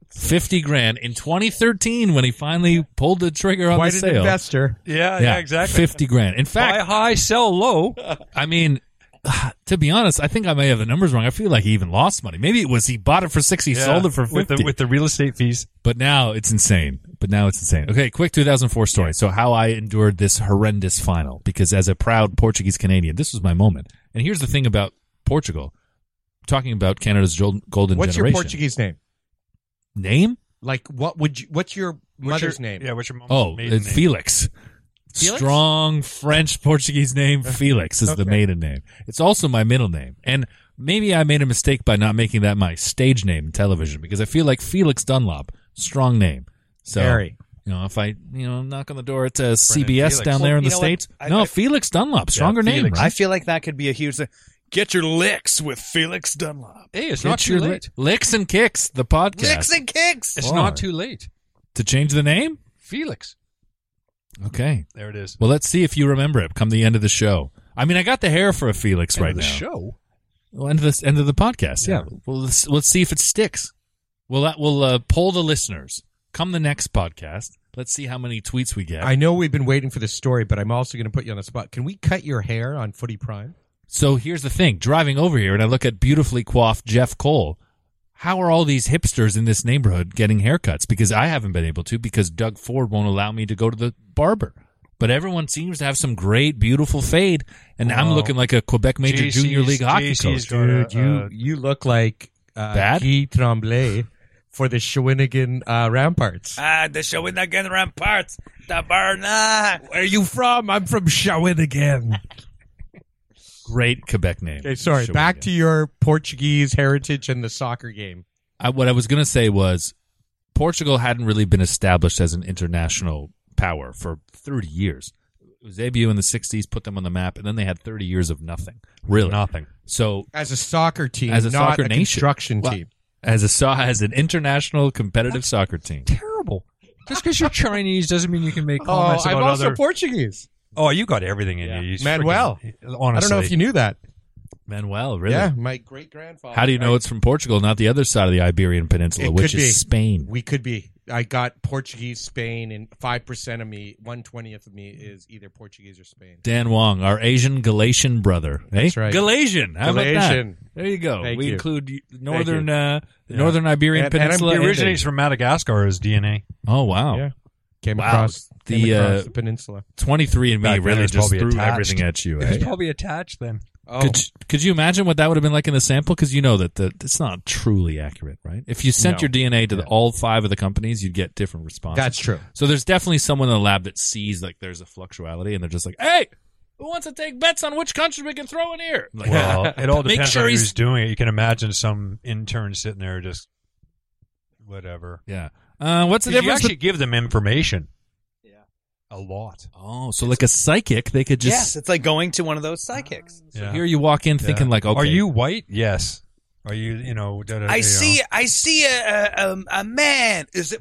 Speaker 4: 50 grand in 2013 when he finally pulled the trigger on
Speaker 6: Quite
Speaker 4: the
Speaker 6: an
Speaker 4: sale
Speaker 6: investor.
Speaker 5: Yeah, yeah, exactly.
Speaker 4: 50 grand in fact
Speaker 5: Buy high, sell low.
Speaker 4: I mean, to be honest, I think I may have the numbers wrong. I feel like he even lost money. Maybe it was he bought it for sixty,
Speaker 5: Yeah,
Speaker 4: sold it for
Speaker 5: with
Speaker 4: fifty.
Speaker 5: the, with the real estate fees.
Speaker 4: but now it's insane. But now it's insane. Okay, quick 2004 story. So how I endured this horrendous final because as a proud Portuguese Canadian, this was my moment. And here's the thing about Portugal. Talking about Canada's gol- golden
Speaker 6: What's your
Speaker 4: generation.
Speaker 6: Portuguese name?
Speaker 4: name?
Speaker 6: Like, what would you, what's your
Speaker 5: What's your-
Speaker 6: mother's name?
Speaker 5: Yeah, what's your mom's
Speaker 4: Oh,
Speaker 5: maiden
Speaker 4: it's
Speaker 5: name?
Speaker 4: Felix.
Speaker 6: Felix?
Speaker 4: Strong French Portuguese name Felix is the
Speaker 6: Okay.
Speaker 4: maiden name. It's also my middle name. And maybe I made a mistake by not making that my stage name in television because I feel like Felix Dunlop, strong name. So
Speaker 6: Very.
Speaker 4: you know, if I you know knock on the door at uh, CBS
Speaker 5: Felix.
Speaker 4: down there
Speaker 7: Well,
Speaker 4: in
Speaker 7: you
Speaker 4: the
Speaker 7: know what?
Speaker 4: states,
Speaker 7: I-
Speaker 4: no
Speaker 7: I-
Speaker 4: Felix Dunlop, stronger name,
Speaker 5: Felix.
Speaker 4: right?
Speaker 7: I feel like that could be a huge thing. Get your licks with Felix Dunlop.
Speaker 5: Hey, it's
Speaker 4: Get
Speaker 5: not too
Speaker 4: your
Speaker 5: late.
Speaker 4: li- licks and kicks. The podcast
Speaker 7: Licks and kicks.
Speaker 5: It's
Speaker 4: Why?
Speaker 5: not too late.
Speaker 4: to change the name.
Speaker 5: Felix.
Speaker 4: Okay,
Speaker 5: There it is.
Speaker 4: well, let's see if you remember it. Come the end of the show. I mean, I got the hair for a Felix
Speaker 5: End
Speaker 4: right
Speaker 5: of the
Speaker 4: now.
Speaker 5: show.
Speaker 4: Well, end of this end of the podcast. Yeah.
Speaker 5: Yeah.
Speaker 4: Well, let's, let's see if it sticks. Well, that will uh, poll the listeners. Come the next podcast. Let's see how many tweets we get.
Speaker 6: I know we've been waiting for this story, but I'm also going to put you on the spot. Can we cut your hair on Footy Prime?
Speaker 4: so here's the thing: driving over here, and I look at beautifully coiffed Jeff Cole. How are all these hipsters in this neighborhood getting haircuts? Because I haven't been able to because Doug Ford won't allow me to go to the barber. But everyone seems to have some great, beautiful fade, and I'm
Speaker 5: Wow.
Speaker 4: looking like a Quebec Major
Speaker 5: JC's
Speaker 4: Junior League hockey
Speaker 5: JC's
Speaker 4: coach.
Speaker 5: got a-
Speaker 6: Dude, you
Speaker 5: uh,
Speaker 6: you look like uh,
Speaker 4: Bad?
Speaker 6: Guy Tremblay for the Shawinigan uh, Ramparts.
Speaker 7: Ah, the show with again ramparts. The barna.
Speaker 6: Where are you from? I'm from Shawinigan.
Speaker 4: Great Quebec name.
Speaker 6: okay, sorry. Back
Speaker 4: Shawinigan.
Speaker 6: to your Portuguese heritage and the soccer game.
Speaker 4: I, what I was going to say was Portugal hadn't really been established as an international power for 30 years. It was debut in the 60s, put them on the map, and then they had 30 years of nothing, really.
Speaker 5: Nothing.
Speaker 4: So
Speaker 6: As a soccer team,
Speaker 4: as a
Speaker 6: not
Speaker 4: soccer
Speaker 6: a
Speaker 4: nation,
Speaker 6: construction
Speaker 4: Well,
Speaker 6: team.
Speaker 4: as a saw as an international competitive soccer team.
Speaker 5: Terrible. Just because you're Chinese doesn't mean you can make
Speaker 6: Oh,
Speaker 5: comments
Speaker 6: I'm
Speaker 5: about
Speaker 6: also
Speaker 5: other.
Speaker 6: Portuguese.
Speaker 5: oh, you got everything in
Speaker 6: Yeah.
Speaker 5: you. you
Speaker 6: Manuel.
Speaker 5: freaking-
Speaker 6: I
Speaker 5: honestly,
Speaker 6: don't know if you knew that.
Speaker 4: Manuel, really?
Speaker 6: Yeah, my great grandfather.
Speaker 4: How do you know it's from Portugal, not the other side of the Iberian Peninsula,
Speaker 6: It
Speaker 4: which
Speaker 6: could
Speaker 4: is
Speaker 6: be.
Speaker 4: Spain?
Speaker 6: We could be. I got Portuguese, Spain, and five percent of me, one twentieth of me, is either Portuguese or Spain.
Speaker 4: Dan Wong, our Asian Galatian brother. eh?
Speaker 6: That's right.
Speaker 4: Galatian. How
Speaker 6: Galatian.
Speaker 4: about that? There you go.
Speaker 6: Thank
Speaker 4: we
Speaker 6: you.
Speaker 4: include northern
Speaker 6: you.
Speaker 4: uh, the northern Iberian
Speaker 6: And- and I'm-
Speaker 4: Peninsula.
Speaker 5: He
Speaker 4: and
Speaker 5: originates from Madagascar. His DNA.
Speaker 4: Oh wow!
Speaker 6: Yeah. Came
Speaker 4: Wow.
Speaker 6: across
Speaker 4: The,
Speaker 6: came across
Speaker 4: uh,
Speaker 6: the peninsula.
Speaker 4: Twenty three and me
Speaker 5: Back then, it
Speaker 4: really
Speaker 5: was
Speaker 4: just
Speaker 5: probably
Speaker 4: threw
Speaker 5: attached.
Speaker 4: everything at you.
Speaker 5: It was
Speaker 4: eh?
Speaker 5: probably attached then.
Speaker 6: Oh,
Speaker 4: Could could you imagine what that would have been like in the sample? Because you know that the it's not truly accurate, right? If you sent
Speaker 5: No.
Speaker 4: your DNA to the, all five of the companies, you'd get different responses.
Speaker 6: that's true.
Speaker 4: so there's definitely someone in the lab that sees like there's a fluctuality, and they're just like, "Hey, who wants to take bets on which country we can throw in here?" I'm Like,
Speaker 5: Well, it all
Speaker 4: Make
Speaker 5: depends
Speaker 4: sure
Speaker 5: on
Speaker 4: he's-
Speaker 5: who's doing it. You can imagine some intern sitting there just whatever.
Speaker 4: yeah. Uh, what's the
Speaker 5: 'Cause you
Speaker 4: difference?
Speaker 5: actually give them information. Yeah, a lot.
Speaker 4: bet- oh, so like a psychic, they could just
Speaker 7: yes, it's like going to one of those psychics.
Speaker 5: Yeah.
Speaker 4: here you walk in
Speaker 5: Yeah.
Speaker 4: thinking like, "Okay,
Speaker 5: are you white? Yes. Are you? You know, da, da, da,
Speaker 7: I
Speaker 5: you
Speaker 7: see.
Speaker 5: know.
Speaker 7: I see a a, um, a man. Is it?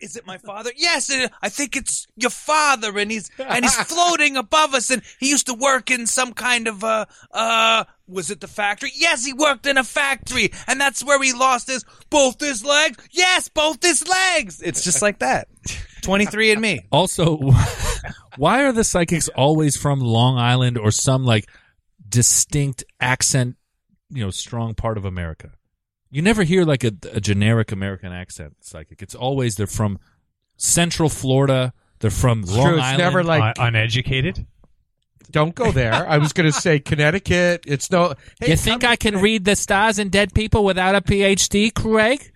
Speaker 3: is it my father? Yes, it, I think it's your father, and he's and he's floating above us, and he used to work in some kind of uh uh was it the factory? Yes, he worked in a factory, and that's where he lost his both his legs. Yes, both his legs. It's just like that. Twenty three and me.
Speaker 4: Also, why are the psychics always from Long Island or some like distinct accent, you know, strong part of America? You never hear like a, a generic American accent psychic. It's always they're from Central Florida. They're from Long
Speaker 6: true. It's
Speaker 4: Island.
Speaker 6: never like
Speaker 5: Un- uneducated.
Speaker 6: don't go there. I was going to say Connecticut. It's no. Hey,
Speaker 4: you think I can read the stars and dead people without a PhD, Craig?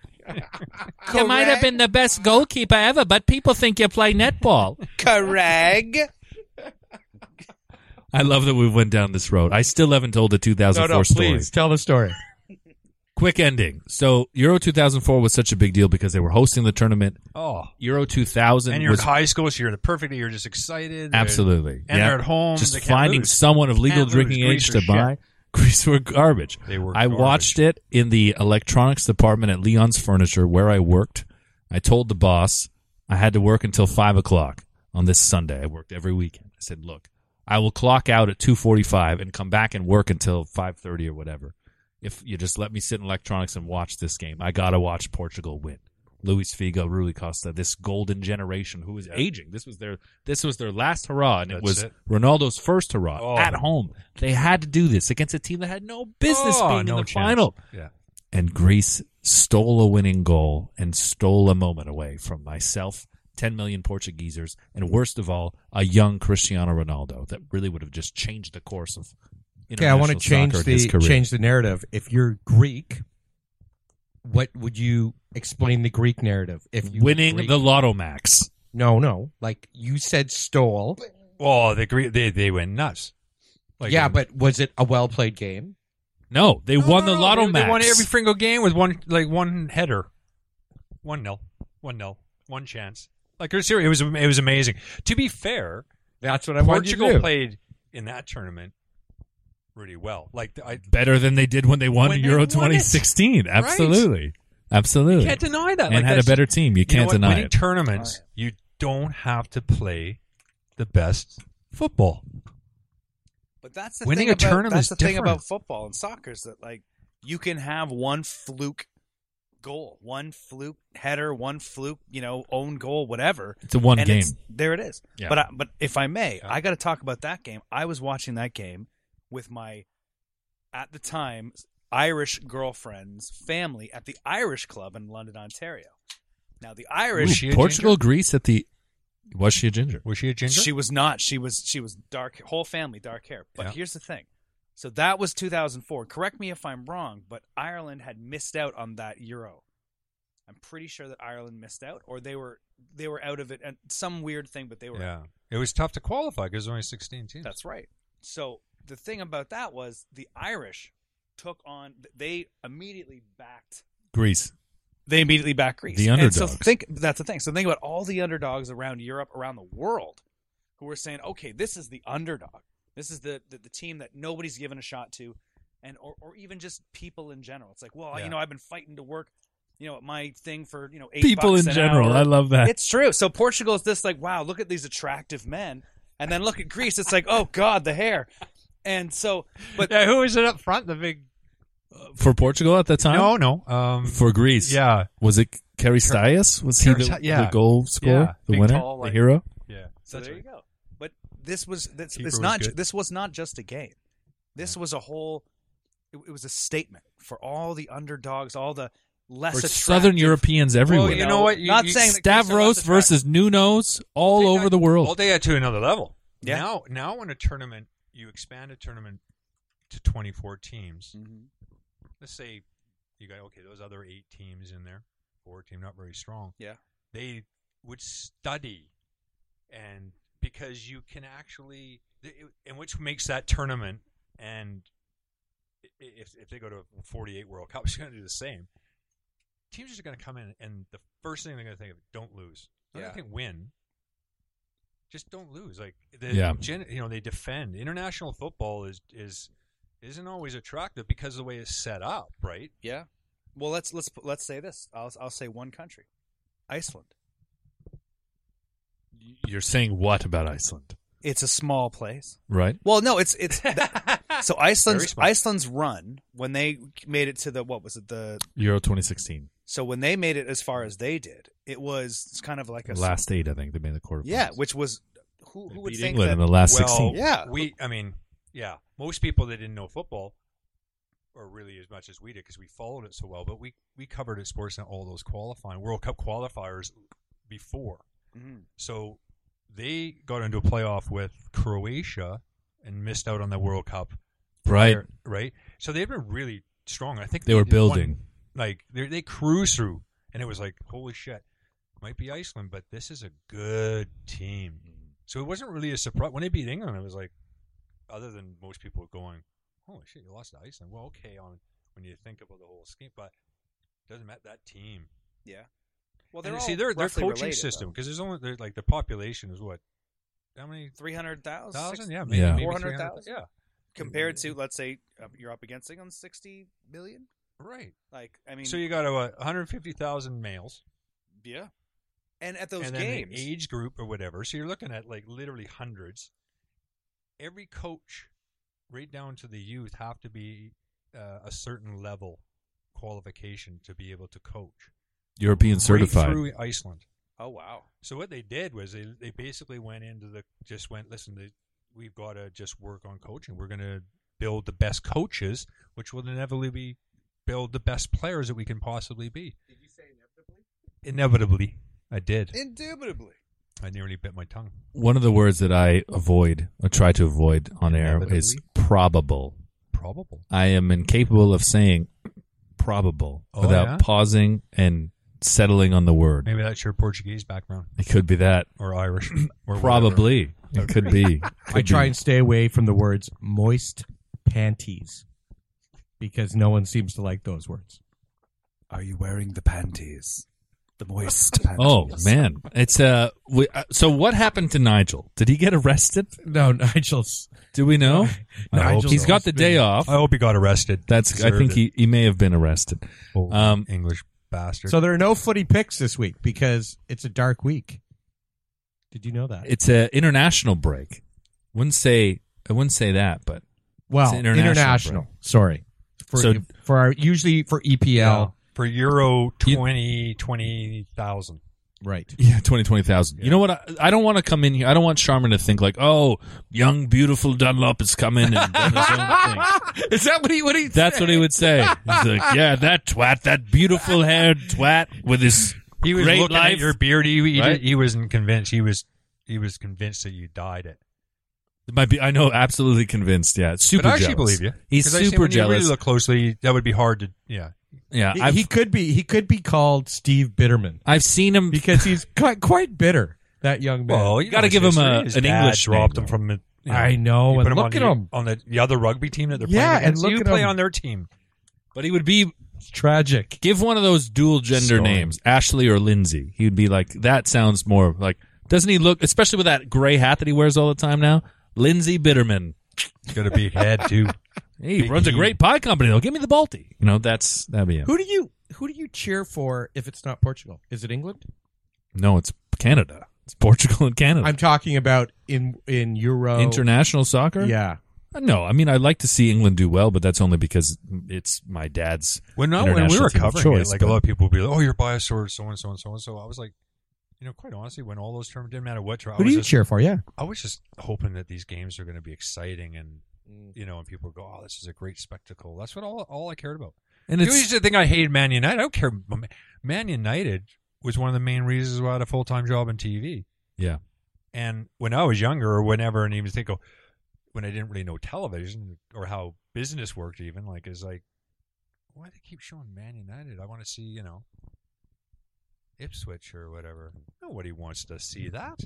Speaker 4: You might have been the best goalkeeper ever, but people think you play netball.
Speaker 3: Correct.
Speaker 4: I love that we went down this road. I still haven't told the 2004 story.
Speaker 6: please tell the story.
Speaker 4: Quick ending. So Euro 2004 was such a big deal because they were hosting the tournament.
Speaker 5: Oh,
Speaker 4: Euro 2000
Speaker 5: and you're
Speaker 4: was
Speaker 5: in high school, so you're in the perfect. You're just excited.
Speaker 4: absolutely
Speaker 5: and
Speaker 4: yeah.
Speaker 5: they're at home.
Speaker 4: Just
Speaker 5: they can't
Speaker 4: finding
Speaker 5: lose.
Speaker 4: someone of legal
Speaker 5: Can't lose.
Speaker 4: drinking
Speaker 5: Greece
Speaker 4: age
Speaker 5: or
Speaker 4: to buy. Greece were garbage.
Speaker 5: They were
Speaker 4: I
Speaker 5: garbage.
Speaker 4: watched it in the electronics department at Leon's Furniture where I worked. I told the boss I had to work until five o'clock on this Sunday. I worked every weekend. I said, "Look, I will clock out at two forty-five and come back and work until five thirty or whatever. If you just let me sit in electronics and watch this game, I gotta watch Portugal win." Luis Figo, Rui Costa, this golden generation who is aging. This was their this was their last hurrah, and it
Speaker 5: That's
Speaker 4: was
Speaker 5: it.
Speaker 4: Ronaldo's first hurrah
Speaker 5: Oh.
Speaker 4: at home. They had to do this against a team that had no business
Speaker 5: Oh,
Speaker 4: being
Speaker 5: no
Speaker 4: in the
Speaker 5: chance.
Speaker 4: final.
Speaker 5: Yeah.
Speaker 4: And Greece stole a winning goal and stole a moment away from myself, 10 million Portuguesers, and worst of all, a young Cristiano Ronaldo that really would have just changed the course of
Speaker 6: Okay, I want to
Speaker 4: international
Speaker 6: change
Speaker 4: soccer and
Speaker 6: the
Speaker 4: his career.
Speaker 6: change the narrative. If you're Greek, what would you explain the Greek narrative? If you were
Speaker 4: winning
Speaker 6: Greek?
Speaker 4: the Lotto Max.
Speaker 6: no, no, like you said, stole.
Speaker 5: Oh, the Gre- they they went nuts. Like,
Speaker 6: yeah,
Speaker 5: um,
Speaker 6: but was it a well played game?
Speaker 4: No, they
Speaker 5: No,
Speaker 4: won
Speaker 5: no,
Speaker 4: the
Speaker 5: no,
Speaker 4: Lotto
Speaker 5: they,
Speaker 4: Max.
Speaker 5: They won every single game with one like one header, one nil, one nil, one chance. Like it was serious. It was it was amazing. To be fair,
Speaker 6: That's what I wanted you to
Speaker 5: Portugal
Speaker 6: do.
Speaker 5: played in that tournament really well. Like I
Speaker 4: better than they did when they won
Speaker 5: When they
Speaker 4: Euro
Speaker 5: won it.
Speaker 4: 2016. Absolutely. Absolutely.
Speaker 5: can't deny that.
Speaker 4: and
Speaker 5: like,
Speaker 4: had a
Speaker 5: that's-
Speaker 4: better team. You
Speaker 5: you know
Speaker 4: can't
Speaker 5: what?
Speaker 4: deny
Speaker 5: Winning
Speaker 4: it.
Speaker 5: tournaments, you don't have to play the best football.
Speaker 7: But that's
Speaker 5: the Winning thing a about- tournament that's is the thing different. about
Speaker 7: football and soccer is that like you can have one fluke goal, one fluke header, one fluke, you know, own goal, whatever.
Speaker 4: It's a one
Speaker 7: and
Speaker 4: game.
Speaker 7: it's- there it is.
Speaker 4: Yeah.
Speaker 7: But I, but if I may, I got to talk about that game. I was watching that game with my at the time Irish girlfriend's family at the Irish club in London, Ontario. Now the Irish
Speaker 5: Was she a
Speaker 4: Portugal,
Speaker 5: ginger?
Speaker 4: Greece at the. Was she a ginger?
Speaker 5: Was she a ginger?
Speaker 7: She was not. She was she was dark whole family dark hair. But
Speaker 5: Yeah.
Speaker 7: here's the thing. So that was 2004. Correct me if I'm wrong, but Ireland had missed out on that Euro. I'm pretty sure that Ireland missed out or they were they were out of it and some weird thing but they were
Speaker 5: yeah. It was tough to qualify because there's only 16 teams.
Speaker 7: That's right. So the thing about that was the Irish took on they immediately backed
Speaker 4: Greece.
Speaker 7: they immediately back Greece.
Speaker 4: The
Speaker 7: And so
Speaker 4: underdogs.
Speaker 7: think that's the thing. So think about all the underdogs around Europe, around the world, who were saying, "Okay, this is the underdog. This is the the, the team that nobody's given a shot to, and or, or even just people in general. It's like, well,
Speaker 5: Yeah.
Speaker 7: you know, I've been fighting to work, you know, at my thing for you know eight
Speaker 4: People
Speaker 7: bucks
Speaker 4: in
Speaker 7: an
Speaker 4: general.
Speaker 7: hour.
Speaker 4: I love that.
Speaker 7: It's true. So Portugal is this like, wow, look at these attractive men, and then look at Greece. It's like, oh God, the hair. And so, but
Speaker 5: Yeah, who was it up front? The big
Speaker 4: For Portugal at that time?
Speaker 5: No, no. Um,
Speaker 4: For Greece?
Speaker 5: yeah,
Speaker 4: Was it Karistias? Was he the,
Speaker 5: Karistias, yeah.
Speaker 4: the goal scorer?
Speaker 5: Yeah.
Speaker 4: The
Speaker 5: Big,
Speaker 4: winner?
Speaker 7: tall,
Speaker 4: the
Speaker 7: like-
Speaker 4: hero?
Speaker 5: yeah.
Speaker 7: So there you go. But this was this,
Speaker 5: Keeper
Speaker 7: this
Speaker 5: was
Speaker 7: not
Speaker 5: good.
Speaker 7: this was not just a game. This was a whole. It, it was a statement for all the underdogs, all the less
Speaker 4: For
Speaker 7: attractive-
Speaker 4: Southern Europeans everywhere.
Speaker 5: Well, you know what? You-
Speaker 7: not
Speaker 5: you-
Speaker 7: saying that Greece are less
Speaker 4: Stavros
Speaker 7: attractive.
Speaker 4: versus Nunos all
Speaker 5: They
Speaker 4: over
Speaker 5: got-
Speaker 4: the world.
Speaker 5: Well, they got to another level.
Speaker 7: Yeah.
Speaker 5: Now, now in a tournament, you expand a tournament to 24 teams.
Speaker 7: Mhm.
Speaker 5: Let's say you got okay, those other eight teams in there, four team not very strong.
Speaker 7: Yeah.
Speaker 5: They would study, and because you can actually, it- and which makes that tournament and i- if if they go to a 48 World Cup, it's going to do the same. Teams are going to come in, and the first thing they're going to think of, don't lose. They're going
Speaker 7: Yeah.
Speaker 5: to think win. Just don't lose. Like the
Speaker 4: Yeah.
Speaker 5: gen, you know, they defend. International football is is isn't always attractive because of the way it's set up, right?
Speaker 7: Yeah. Well, let's let's let's say this. I'll I'll say one country, Iceland.
Speaker 4: you're saying what about Iceland,
Speaker 7: It's a small place.
Speaker 4: right?
Speaker 7: Well, no, it's it's so
Speaker 5: Very
Speaker 7: Iceland's
Speaker 5: small.
Speaker 7: Iceland's run when they made it to the what was it the
Speaker 4: Euro 2016,
Speaker 7: so when they made it as far as they did, it was kind of like a
Speaker 4: last eight, I think they made the quarterfinals.
Speaker 7: yeah, which was who, who would
Speaker 4: beat
Speaker 7: think
Speaker 4: England
Speaker 7: that
Speaker 4: in the last
Speaker 5: well,
Speaker 4: 16.
Speaker 7: Yeah.
Speaker 5: we. I mean, yeah. Most people that didn't know football, or really as much as we did, because we followed it so well. But we we covered at Sportsnet all those qualifying World Cup qualifiers before,
Speaker 7: Mhm.
Speaker 5: so they got into a playoff with Croatia and missed out on the World Cup.
Speaker 4: Right.
Speaker 5: prior- right. So they've been really strong. I think
Speaker 4: They were
Speaker 5: did one-
Speaker 4: building.
Speaker 5: like they they cruised through, and it was like holy shit. Might be Iceland, but this is a good team.
Speaker 7: Mm-hmm.
Speaker 5: So it wasn't really a surprise when they beat England. It was like, other than most people going, "Holy shit, you lost to Iceland." Well, okay, on when you think about the whole scheme, but it doesn't matter that team.
Speaker 7: yeah. Well,
Speaker 5: And see, their their coaching system because there's only they're, like the population is what how many
Speaker 7: three hundred
Speaker 5: thousand?
Speaker 7: thousand
Speaker 5: Yeah,
Speaker 4: Yeah.
Speaker 5: maybe, maybe
Speaker 7: 400,000?
Speaker 5: 300,000. Yeah,
Speaker 7: compared to let's say uh, you're up against England sixty million.
Speaker 5: right.
Speaker 7: Like I mean,
Speaker 5: so you got uh, 150,000 males.
Speaker 7: yeah. And at those
Speaker 5: and then the
Speaker 7: games,
Speaker 5: age group or whatever. So you're looking at like literally hundreds. Every coach, right down to the youth, have to be uh, a certain level qualification to be able to coach.
Speaker 4: European
Speaker 5: Right
Speaker 4: certified.
Speaker 5: through Iceland.
Speaker 7: oh wow,
Speaker 5: So what they did was they they basically went into the just went listen they, we've got to just work on coaching. We're going to build the best coaches, which will inevitably be build the best players that we can possibly be. Did you say inevitably? Inevitably, I did.
Speaker 7: indubitably.
Speaker 5: I nearly bit my tongue.
Speaker 4: One of the words that I avoid or try to avoid on air is
Speaker 5: Inevitably.
Speaker 4: probable.
Speaker 5: Probable.
Speaker 4: I am incapable of saying probable
Speaker 5: Oh,
Speaker 4: without
Speaker 5: yeah?
Speaker 4: pausing and settling on the word.
Speaker 5: Maybe that's your Portuguese background
Speaker 4: It could be that.
Speaker 5: or Irish. Or
Speaker 4: Probably. It could be.
Speaker 6: I
Speaker 4: Could
Speaker 6: try
Speaker 4: be.
Speaker 6: and stay away from the words moist panties because no one seems to like those words.
Speaker 7: Are you wearing the panties? The moist panties.
Speaker 4: Oh man, it's uh. We, uh so what happened to Nigel? Did he get arrested?
Speaker 6: No, Nigel's.
Speaker 4: Do we know?
Speaker 6: No, I just-
Speaker 4: he's got the day
Speaker 5: whatever.
Speaker 4: off.
Speaker 5: I hope he got arrested.
Speaker 4: That's. I
Speaker 5: Oh, Deserved
Speaker 4: think
Speaker 5: it.
Speaker 4: he, he may have been arrested.
Speaker 5: Old
Speaker 4: um,
Speaker 5: English bastard.
Speaker 6: So there are no footy picks this week because it's a dark week. Did you know that?
Speaker 4: It's a international break. Wouldn't say. I wouldn't say that, but
Speaker 6: well,
Speaker 4: it's international,
Speaker 6: international.
Speaker 4: bro.
Speaker 6: Sorry. For, e,
Speaker 4: So-
Speaker 6: for our usually for E EPL,
Speaker 5: Yeah. for Euro twenty twenty thousand.
Speaker 6: right?
Speaker 4: yeah, twenty twenty thousand. You know what? I, I don't want to come in here. I don't want Charmin to think like, oh, young beautiful Dunlop is coming and done his own thing.
Speaker 6: Is that what he what he?
Speaker 4: That's what he would say. He's like, yeah, that twat, that beautiful haired twat with his
Speaker 5: He was
Speaker 4: great
Speaker 5: looking
Speaker 4: life.
Speaker 5: at your beard. He, he,
Speaker 4: Right?
Speaker 5: did- he wasn't convinced. He was he was convinced that you dyed it.
Speaker 4: It might be. I know, absolutely convinced. Yeah, super.
Speaker 5: but I actually
Speaker 4: jealous.
Speaker 5: believe you.
Speaker 4: He's
Speaker 5: 'Cause I see
Speaker 4: super
Speaker 5: when
Speaker 4: jealous.
Speaker 5: You really look closely. That would be hard to. Yeah.
Speaker 4: yeah,
Speaker 6: He,
Speaker 4: I've,
Speaker 6: he could be he could be called Steve Bitterman
Speaker 4: I've seen him.
Speaker 6: because he's quite, quite bitter. That young man.
Speaker 4: you gotta give him a-
Speaker 5: His
Speaker 4: an
Speaker 5: dad
Speaker 4: English
Speaker 5: dropped
Speaker 4: name,
Speaker 5: him from. the- you
Speaker 6: I know,
Speaker 5: you
Speaker 6: and
Speaker 5: put
Speaker 6: look
Speaker 5: on
Speaker 6: at
Speaker 5: the-
Speaker 6: him.
Speaker 5: on the, the other rugby team that they're
Speaker 6: Yeah,
Speaker 5: playing.
Speaker 6: and
Speaker 5: against.
Speaker 6: look
Speaker 5: you
Speaker 6: at
Speaker 5: play
Speaker 6: him.
Speaker 5: on their team.
Speaker 4: but he would be.
Speaker 6: It's tragic.
Speaker 4: Give one of those dual gender
Speaker 5: Sorry.
Speaker 4: names, Ashley or Lindsay. He'd be like, that sounds more like. Doesn't he look, especially with that gray hat that he wears all the time now? Lindsay Bitterman.
Speaker 5: It's gonna be head too.
Speaker 4: He
Speaker 5: Big
Speaker 4: runs a
Speaker 5: E.
Speaker 4: great pie company though. Give me the Balti. You know, that's that'd be him.
Speaker 6: Who do you who do you cheer for if it's not Portugal? Is it England?
Speaker 4: No, it's Canada. It's Portugal and Canada.
Speaker 6: I'm talking about in in Euro
Speaker 4: International soccer. Uh,
Speaker 6: Yeah,
Speaker 4: No, I mean I'd like to see England do well, but that's only because it's my dad's.
Speaker 5: When, I, when we
Speaker 4: international
Speaker 5: were
Speaker 4: team of
Speaker 5: covering
Speaker 4: choice,
Speaker 5: it, like
Speaker 4: but-
Speaker 5: a lot of people would be like, "Oh, you're biased or so and so and so and so." I was like, you know, quite honestly, when all those terms didn't matter what term, I
Speaker 6: who do
Speaker 5: was
Speaker 6: you
Speaker 5: just,
Speaker 6: cheer for? Yeah,
Speaker 5: I was just hoping that these games are going to be exciting and you know, and people go, "Oh, this is a great spectacle." That's what all all I cared about.
Speaker 4: and
Speaker 5: People
Speaker 4: it's
Speaker 5: used to think I hated Man United. I don't care. Man- Man United was one of the main reasons why I had a full time job in TV.
Speaker 4: yeah.
Speaker 5: And when I was younger, or whenever, and even think of when I didn't really know television or how business worked, even like is like, why do they keep showing Man United? I want to see you know Ipswich or whatever. Nobody wants to see that.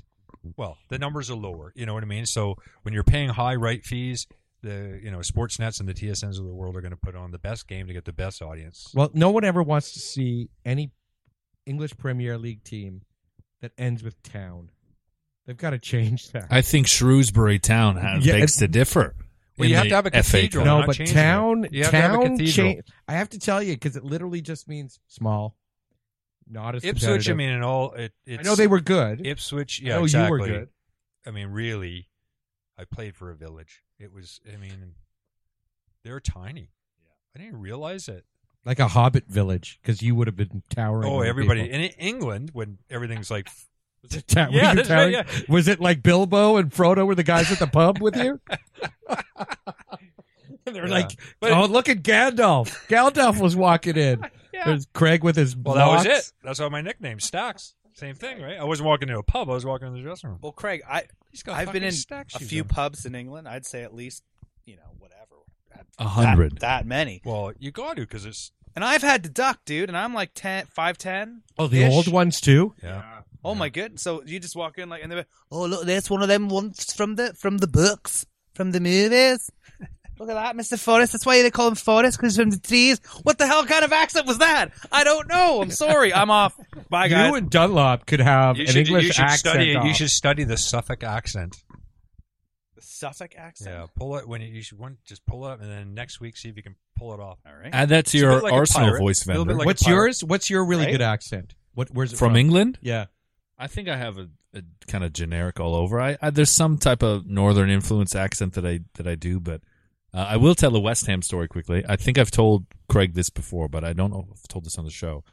Speaker 5: Well, the numbers are lower. You know what I mean. So when you're paying high right fees, the you know Sportsnets and the TSNs of the world are going to put on the best game to get the best audience.
Speaker 6: Well, no one ever wants to see any English Premier League team that ends with town. They've got to change that.
Speaker 4: I think Shrewsbury Town has,
Speaker 6: Yeah,
Speaker 4: begs
Speaker 6: it-
Speaker 4: to differ.
Speaker 5: Well, you
Speaker 4: in
Speaker 5: have
Speaker 4: the
Speaker 5: to have a
Speaker 4: FA
Speaker 5: cathedral.
Speaker 4: Cup.
Speaker 6: no,
Speaker 5: not
Speaker 6: but
Speaker 5: changing it.
Speaker 6: town,
Speaker 5: You have to have a
Speaker 6: town.
Speaker 5: cathedral.
Speaker 6: cha- I have to tell you because it literally just means small. Not as
Speaker 5: Ipswich, I
Speaker 6: competitive.
Speaker 5: mean, and all it. It's,
Speaker 6: I know they were good.
Speaker 5: Ipswich.
Speaker 6: I
Speaker 5: Yeah,
Speaker 6: know you
Speaker 5: exactly.
Speaker 6: were good.
Speaker 5: I mean, really, I played for a village. It was. I mean, they're tiny. I didn't realize it.
Speaker 6: like a hobbit village because you would have been towering.
Speaker 5: Oh,
Speaker 6: over
Speaker 5: everybody
Speaker 6: people.
Speaker 5: in England when everything's like
Speaker 6: Was it, ta- were
Speaker 5: Yeah,
Speaker 6: you
Speaker 5: that's right,
Speaker 6: towering? Was it like Bilbo and Frodo were the guys at the pub with you? They're
Speaker 5: Yeah.
Speaker 6: like,
Speaker 5: But-
Speaker 6: oh, look at Gandalf. Gandalf was walking in. There's Craig with his.
Speaker 5: Well, that was
Speaker 6: locks.
Speaker 5: it. That's how my nickname stacks. Same thing, right? I wasn't walking into a pub. I was walking into the dressing room.
Speaker 7: Well, Craig, I
Speaker 5: He's got
Speaker 7: I've been
Speaker 5: fucking
Speaker 7: in
Speaker 5: stack
Speaker 7: a
Speaker 5: shoes
Speaker 7: few
Speaker 5: on.
Speaker 7: pubs in England. I'd say at least you know whatever that-
Speaker 4: A hundred.
Speaker 7: that, that many.
Speaker 5: Well, you got to because it's
Speaker 7: And I've had to duck, dude. And I'm like ten, five ten.
Speaker 6: Oh, the old ones too.
Speaker 5: yeah.
Speaker 7: Oh my good. So you just walk in like, and they're like, oh look, there's one of them ones from the from the books, from the movies. Look at that, Mr. Forrest. That's why they call him Forrest, because he's from the trees. What the hell kind of accent was that? I don't know. I'm sorry. I'm off. Bye, guys.
Speaker 6: You and Dunlop could have
Speaker 5: You
Speaker 6: an
Speaker 5: should,
Speaker 6: English
Speaker 5: you should
Speaker 6: accent.
Speaker 5: study. You
Speaker 6: off.
Speaker 5: should study the Suffolk accent.
Speaker 7: the Suffolk accent.
Speaker 5: Yeah, pull it when you, you should one just pull it up, and then next week see if you can pull it off.
Speaker 7: All right.
Speaker 4: Add that to
Speaker 5: It's a
Speaker 4: Uh, your
Speaker 5: bit like a
Speaker 4: Arsenal
Speaker 5: pirate.
Speaker 4: voice
Speaker 5: A little
Speaker 4: vendor.
Speaker 5: bit like
Speaker 6: What's
Speaker 5: a pirate.
Speaker 6: yours? What's your really
Speaker 7: Right?
Speaker 6: good accent? What? Where's it
Speaker 4: from, England?
Speaker 6: Yeah.
Speaker 4: I think I have a, a kind of generic all over. I, I there's some type of northern influence accent that I that I do, but uh, I will tell a West Ham story quickly. I think I've told Craig this before, but I don't know if I've told this on the show.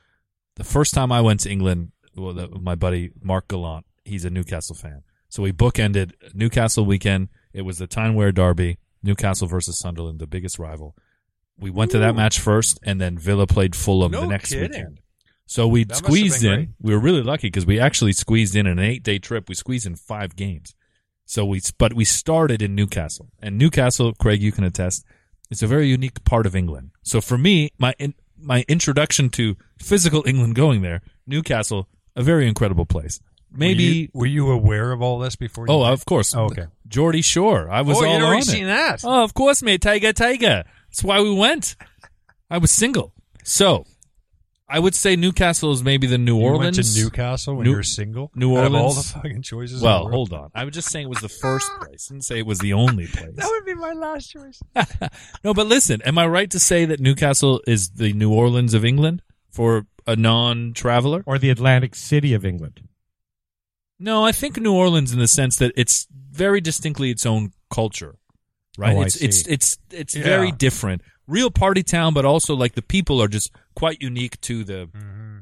Speaker 4: The first time I went to England, well, the, my buddy Mark Gallant, he's a Newcastle fan, so we bookended Newcastle weekend. It was the Tyneware Derby, Newcastle versus Sunderland, the biggest rival. We went to that match first, and then Villa played Fulham
Speaker 5: No
Speaker 4: the next
Speaker 5: kidding.
Speaker 4: weekend. So we
Speaker 5: That must have
Speaker 4: squeezed in.
Speaker 5: been great.
Speaker 4: We were really lucky because we actually squeezed in an eight day trip. We squeezed in five games. So we, but we started in Newcastle, and Newcastle, Craig, you can attest, it's a very unique part of England. So for me, my in, my introduction to physical England going there, Newcastle, a very incredible place. Maybe.
Speaker 5: were you, were you aware of all this before? you
Speaker 4: Oh,
Speaker 5: came?
Speaker 4: of course.
Speaker 5: Oh, okay.
Speaker 4: Geordie Shore. I was all
Speaker 5: Oh,
Speaker 4: on
Speaker 5: you'd already
Speaker 4: it.
Speaker 5: seen that.
Speaker 4: Oh, of course, mate. Tiger, tiger. That's why we went. I was single. So I would say Newcastle is maybe the New
Speaker 5: You
Speaker 4: Orleans.
Speaker 5: went to Newcastle when
Speaker 4: New-
Speaker 5: you were single.
Speaker 4: New
Speaker 5: Out of all the
Speaker 4: Orleans?
Speaker 5: fucking choices.
Speaker 4: well, hold on. I was just saying it was the first place. I didn't say it was the only place.
Speaker 5: That would be my last choice.
Speaker 4: no, but listen, am I right to say that Newcastle is the New Orleans of England for a non traveler?
Speaker 6: Or the Atlantic City of England.
Speaker 4: No, I think New Orleans in the sense that it's very distinctly its own culture. Right?
Speaker 6: Oh, I
Speaker 4: it's, it's
Speaker 6: see.
Speaker 4: it's it's
Speaker 5: Yeah.
Speaker 4: very different. Real party town, but also like the people are just quite unique to the
Speaker 5: Mm-hmm.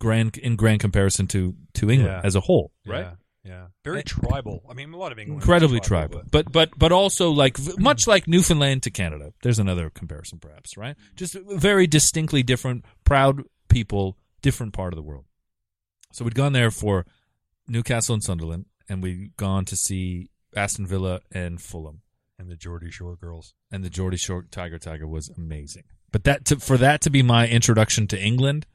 Speaker 4: grand in grand comparison to to England
Speaker 5: Yeah.
Speaker 4: as a whole, right?
Speaker 5: Right. Yeah. Very tribal. I mean, a lot of England. is
Speaker 4: incredibly tribal,
Speaker 5: but-
Speaker 4: but but but also like v- much like Newfoundland to Canada. There's another comparison, perhaps, right? Just very distinctly different, proud people, different part of the world. So we'd gone there for Newcastle and Sunderland, and we'd gone to see Aston Villa and Fulham,
Speaker 5: and the Geordie Shore girls.
Speaker 4: and the Geordie Shore Tiger Tiger was amazing. But that to, for that to be my introduction to England,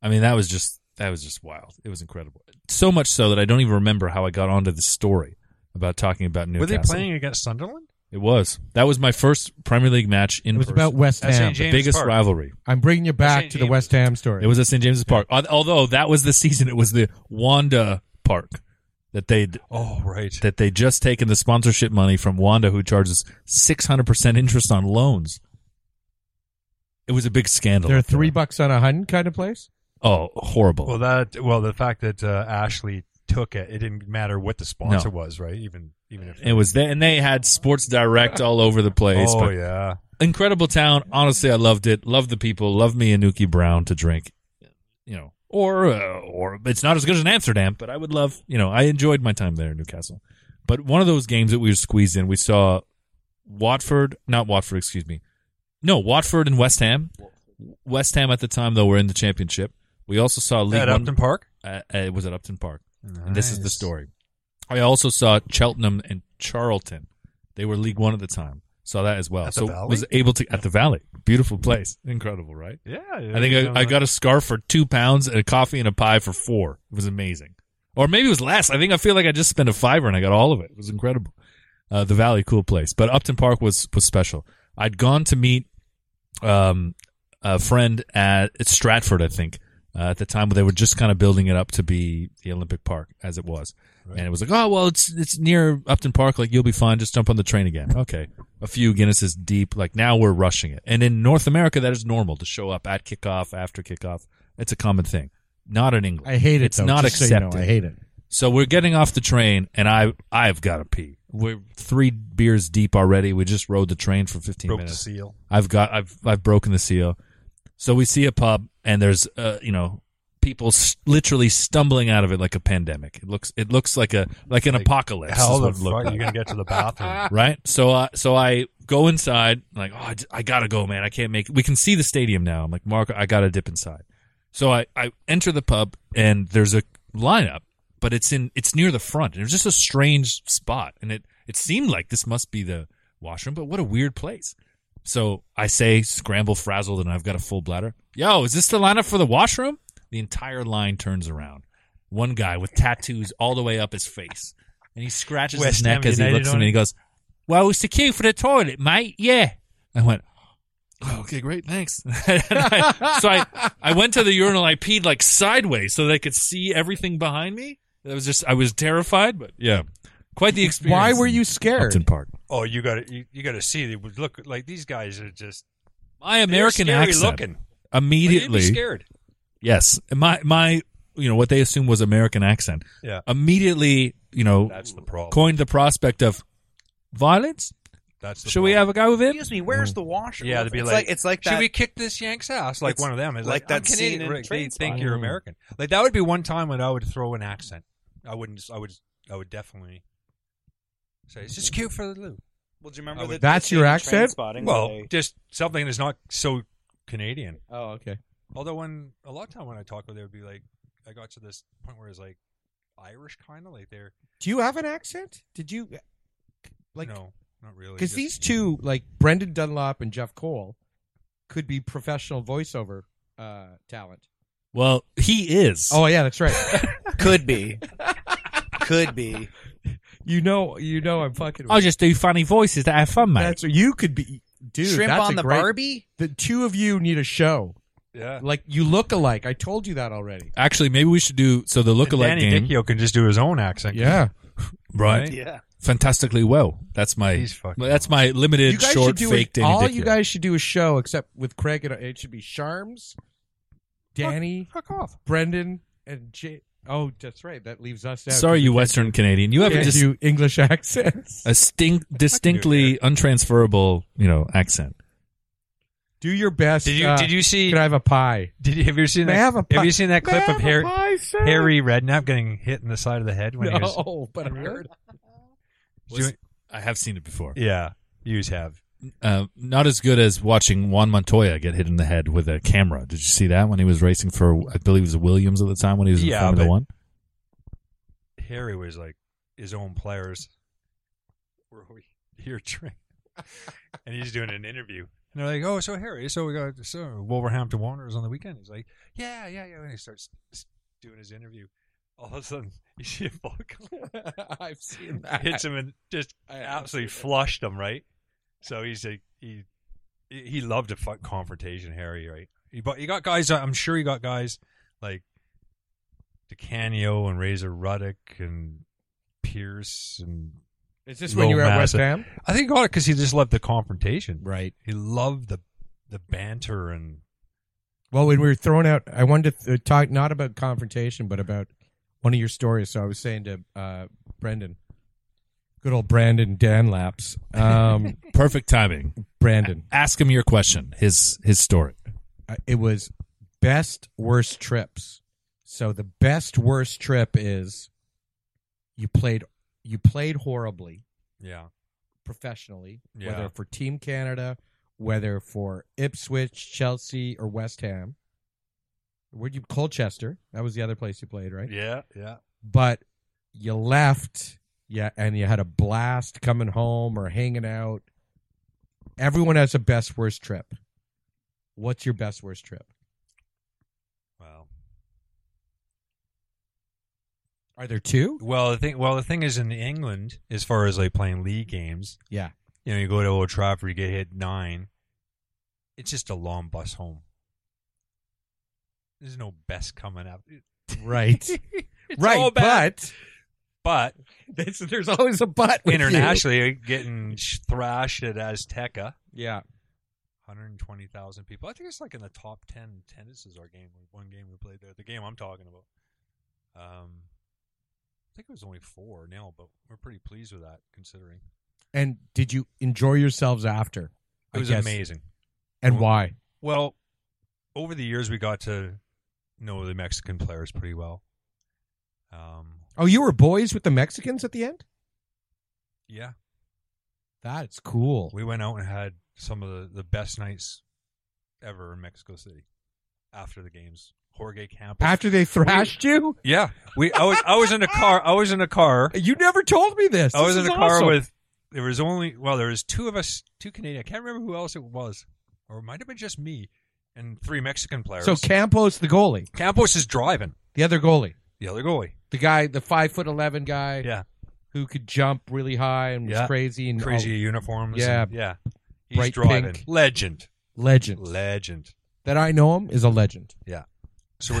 Speaker 4: I mean that was just that was just wild. It was incredible. So much so that I don't even remember how I got onto the story about talking about Newcastle.
Speaker 5: Were they playing against Sunderland?
Speaker 4: It was. That was my first Premier League match in
Speaker 6: it was
Speaker 4: person.
Speaker 6: about West
Speaker 5: That's
Speaker 6: Ham.
Speaker 5: St. James
Speaker 4: biggest
Speaker 5: Park.
Speaker 4: rivalry.
Speaker 6: I'm bringing you back
Speaker 5: St.
Speaker 6: to the
Speaker 5: James.
Speaker 6: West Ham story.
Speaker 4: It was at St James's Park. Al- Although that was the season, it was the Wanda Park that they
Speaker 5: Oh, right.
Speaker 4: that they just taken the sponsorship money from Wanda, who charges six hundred percent interest on loans. It was a big scandal.
Speaker 6: They're
Speaker 4: up there.
Speaker 6: three bucks on a hun kind of place.
Speaker 4: Oh, horrible!
Speaker 5: well, that well, the fact that uh, Ashley took it, it didn't matter what the sponsor
Speaker 4: No.
Speaker 5: was, right? Even even if
Speaker 4: it was there, and they had Sports Direct all over the place.
Speaker 5: Oh
Speaker 4: but
Speaker 5: yeah.
Speaker 4: incredible town. Honestly, I loved it. Loved the people. Loved me and Nuki Brown to drink. You know, or uh, or it's not as good as Amsterdam, but I would love. You know, I enjoyed my time there in Newcastle. But one of those games that we were squeezed in, we saw Watford, not Watford, excuse me, no Watford and West Ham. West Ham at the time though were in the championship. We also saw League
Speaker 5: At
Speaker 4: One-
Speaker 5: Upton Park.
Speaker 4: uh, uh, it was at Upton Park. And this is the
Speaker 5: Nice.
Speaker 4: story. I also saw Cheltenham and Charlton. They were League One at the time. Saw that as well.
Speaker 5: At the
Speaker 4: so
Speaker 5: Valley?
Speaker 4: was able to at the Valley. Beautiful place. Incredible, right?
Speaker 5: Yeah.
Speaker 4: I think I, I got a scarf for two pounds and a coffee and a pie for four. It was amazing. Or maybe it was less. I think I feel like I just spent a fiver and I got all of it. It was incredible. Uh, the Valley, cool place. But Upton Park was was special. I'd gone to meet um, a friend at at Stratford, I think, uh, at the time they were just kind of building it up to be the Olympic Park as it was. And it was like, oh well, it's it's near Upton Park. Like you'll be fine. Just jump on the train again. Okay, a few Guinnesses deep. Like now we're rushing it. And in North America, that is normal to show up at kickoff after kickoff. It's a common thing. not in England.
Speaker 6: I hate it.
Speaker 4: It's
Speaker 6: though,
Speaker 4: not
Speaker 6: just so you know,
Speaker 4: accepted.
Speaker 6: I hate it.
Speaker 4: So we're getting off the train, and I I've got to pee. We're three beers deep already. We just rode the train for fifteen
Speaker 5: broke the
Speaker 4: minutes.
Speaker 5: seal.
Speaker 4: I've got I've I've broken the seal. So we see a pub, and there's uh you know people s- literally stumbling out of it like a pandemic. It looks it looks like a like an apocalypse. is
Speaker 5: How the
Speaker 4: what it
Speaker 5: fuck
Speaker 4: looked
Speaker 5: are
Speaker 4: like
Speaker 5: you gonna get to the bathroom?
Speaker 4: right? So I so I go inside, like, oh, I, d- I gotta go, man. I can't make. We can see the stadium now. I'm like, Mark, I gotta dip inside. So I I enter the pub and there's a lineup, but it's in it's near the front. It was just a strange spot, and it it seemed like this must be the washroom, but what a weird place. So I say, scramble frazzled, and I've got a full bladder. Yo, is this the lineup for the washroom? The entire line turns around. One guy with tattoos all the way up his face, and he scratches his
Speaker 5: West Ham
Speaker 4: neck as he
Speaker 5: United
Speaker 4: looks at
Speaker 5: on
Speaker 4: me. And
Speaker 5: it?
Speaker 4: he goes, "Well, it's the queue for the toilet, mate. Yeah." I went, "Oh, "Okay, great, thanks." And I- so I, I went to the urinal. I peed like sideways so they could see everything behind me. That was just, I was terrified, but yeah, quite the experience.
Speaker 6: Why were
Speaker 4: in
Speaker 6: you scared?
Speaker 4: Upton Park?
Speaker 5: Oh, you got to you, you got to see. They would look like these guys are just
Speaker 4: My American
Speaker 5: scary
Speaker 4: accent
Speaker 5: looking. You'd be
Speaker 4: immediately.
Speaker 5: scared.
Speaker 4: Yes, my my you know what they assumed was American accent
Speaker 5: Yeah,
Speaker 4: immediately you know
Speaker 5: that's the problem.
Speaker 4: coined the prospect of violence.
Speaker 5: that's the
Speaker 4: Should we have a go with it?
Speaker 7: Excuse me, where's the washer?
Speaker 5: Yeah, they'd be
Speaker 7: it's
Speaker 5: like,
Speaker 7: it's like
Speaker 5: Should
Speaker 7: that.
Speaker 5: we kick this Yank's ass? Like
Speaker 7: It's
Speaker 5: one of them is
Speaker 7: like
Speaker 5: like,
Speaker 7: that
Speaker 5: I'm Canadian.
Speaker 7: scene in
Speaker 5: Rick. They
Speaker 7: Train
Speaker 5: think
Speaker 7: Spotting.
Speaker 5: you're American. Like that would be one time when I would throw an accent. I wouldn't. I would. I would definitely say it's just cute for the loot.
Speaker 7: well, do you remember
Speaker 5: I would-
Speaker 7: the- the
Speaker 6: That's
Speaker 7: scene
Speaker 6: your
Speaker 7: in
Speaker 6: accent?
Speaker 7: Trainspotting where
Speaker 5: Well,
Speaker 7: they-
Speaker 5: just something that's not so Canadian.
Speaker 6: Oh, okay.
Speaker 5: Although when a lot of time when I talk with, they would be like, I got to this point where it's like Irish kind of like they're
Speaker 6: Do you have an accent? Did you like?
Speaker 5: no, not really.
Speaker 6: Because
Speaker 5: just-
Speaker 6: these two, like Brendan Dunlop and Jeff Cole, could be professional voiceover uh, talent.
Speaker 4: Well, he is.
Speaker 6: Oh yeah, that's right.
Speaker 7: could be, could be.
Speaker 6: you know, you know, I'm fucking.
Speaker 4: I just do funny voices to have fun, Oh, mate.
Speaker 6: that's you could be, dude.
Speaker 7: Shrimp
Speaker 6: that's
Speaker 7: on
Speaker 6: a
Speaker 7: the
Speaker 6: great-
Speaker 7: Barbie.
Speaker 6: The two of you need a show.
Speaker 5: yeah.
Speaker 6: Like you look alike. I told you that already.
Speaker 4: Actually, maybe we should do so the lookalike
Speaker 5: Danny
Speaker 4: game.
Speaker 5: Dicchio can just do his own accent.
Speaker 6: Yeah,
Speaker 4: right?
Speaker 7: Yeah.
Speaker 4: Fantastically well. That's my
Speaker 5: He's fucking
Speaker 4: that's my limited
Speaker 6: you guys should
Speaker 4: short
Speaker 6: do
Speaker 4: fake
Speaker 6: a,
Speaker 4: Danny
Speaker 6: all.
Speaker 4: Dicchio.
Speaker 6: You guys should do a show except with Craig and it should be Sharms, Danny,
Speaker 5: Fuck off.
Speaker 6: Brendan, and Jay. Oh, that's right. That leaves us out.
Speaker 4: Sorry, you Western Canadian. You have a,
Speaker 6: Can't
Speaker 4: dis-
Speaker 6: do English accents.
Speaker 4: a stink, distinctly untransferable, you know, accent.
Speaker 6: Do your best.
Speaker 5: Did you
Speaker 6: uh,
Speaker 5: did you see
Speaker 6: Can I have a pie?
Speaker 5: Did you have you seen
Speaker 6: May
Speaker 5: that?
Speaker 6: I have a pi-
Speaker 5: you seen that
Speaker 6: May
Speaker 5: clip
Speaker 6: I
Speaker 5: of
Speaker 6: have a
Speaker 5: Harry,
Speaker 6: pie, sir?
Speaker 5: Harry Redknapp getting hit in the side of the head when he was?
Speaker 6: No, but I heard.
Speaker 5: Was-
Speaker 4: I have seen it before.
Speaker 5: Yeah, you have.
Speaker 4: Uh, not as good as watching Juan Montoya get hit in the head with a camera. Did you see that when he was racing for, I believe it was Williams at the time when he was in
Speaker 5: Yeah,
Speaker 4: Formula
Speaker 5: but-
Speaker 4: One?
Speaker 5: Harry was like his own players. Were we here train? and he's doing an interview, and they're like, "Oh, so Harry, so we got so Wolverhampton Wanderers on the weekend." He's like, "Yeah, yeah, yeah," and he starts s- doing his interview. All of a sudden, you see a ball come-
Speaker 6: I've seen that.
Speaker 5: hits him and just
Speaker 6: I haven't
Speaker 5: absolutely
Speaker 6: seen it.
Speaker 5: flushed him, right? So he's a he he loved a fuck confrontation, Harry, right? He but you got guys I'm sure you got guys like DeCanio and Razor Ruddock and Pierce and
Speaker 6: Is this when you were
Speaker 5: Lil
Speaker 6: at West
Speaker 5: Massa.
Speaker 6: Ham?
Speaker 5: I think he got it because he just loved the confrontation.
Speaker 6: Right.
Speaker 5: He loved the the banter and
Speaker 6: Well, when we were throwing out, I wanted to th- talk not about confrontation, but about one of your stories. So I was saying to uh, Brendan, good old Brandon Danlaps. Um,
Speaker 4: Perfect timing.
Speaker 6: Brandon,
Speaker 4: Ask him your question, his his story.
Speaker 6: uh, it was best worst trips. So the best worst trip is you played you played horribly.
Speaker 5: yeah.
Speaker 6: professionally,
Speaker 5: Yeah.
Speaker 6: whether for Team Canada, whether for Ipswich, Chelsea, or West Ham. Where'd you Colchester? That was the other place you played, right?
Speaker 5: Yeah, yeah.
Speaker 6: But you left, yeah, and you had a blast coming home or hanging out. Everyone has a best worst trip. What's your best worst trip?
Speaker 5: Wow.
Speaker 6: Are there two?
Speaker 5: Well the thing well the thing is in England, as far as like playing league games,
Speaker 6: Yeah.
Speaker 5: you know, you go to Old Trafford, you get hit nine. It's just a long bus home. There's no best coming up.
Speaker 6: Right. right.
Speaker 5: all bad.
Speaker 6: But
Speaker 5: But
Speaker 6: there's, there's always a but. with you.
Speaker 5: internationally, you're getting sh- thrashed at Azteca.
Speaker 6: Yeah.
Speaker 5: 120,000 people. I think it's like in the top 10 tennis is our game. One game we played there. The game I'm talking about. Um, I think it was only four now, but we're pretty pleased with that considering.
Speaker 6: And did you enjoy yourselves after?
Speaker 5: It
Speaker 6: I
Speaker 5: was
Speaker 6: guess.
Speaker 5: amazing.
Speaker 6: And why?
Speaker 5: Well, over the years, we got to know the Mexican players pretty well. Um,
Speaker 6: Oh, you were boys with the Mexicans at the end?
Speaker 5: yeah,
Speaker 6: That's cool.
Speaker 5: we went out and had some of the, the best nights ever in Mexico City after the games. Jorge Campos.
Speaker 6: After they thrashed you?
Speaker 5: yeah, we. I was I was in a car. I was in a car.
Speaker 6: You never told me this.
Speaker 5: I was
Speaker 6: This
Speaker 5: in
Speaker 6: is
Speaker 5: a car
Speaker 6: awesome.
Speaker 5: with. There was only well, there was two of us, two Canadian. I can't remember who else it was, or it might have been just me and three Mexican players.
Speaker 6: So Campos, the goalie,
Speaker 5: Campos is driving
Speaker 6: the other goalie,
Speaker 5: the other goalie.
Speaker 6: the guy, the five foot eleven guy,
Speaker 5: Yeah,
Speaker 6: who could jump really high and was
Speaker 5: Yeah.
Speaker 6: crazy and
Speaker 5: crazy uniforms.
Speaker 6: Yeah.
Speaker 5: and- yeah. He's
Speaker 6: Bright
Speaker 5: driving.
Speaker 6: pink.
Speaker 5: Legend,
Speaker 6: oh, legend
Speaker 5: legend.
Speaker 6: that I know him is a legend.
Speaker 5: Yeah. So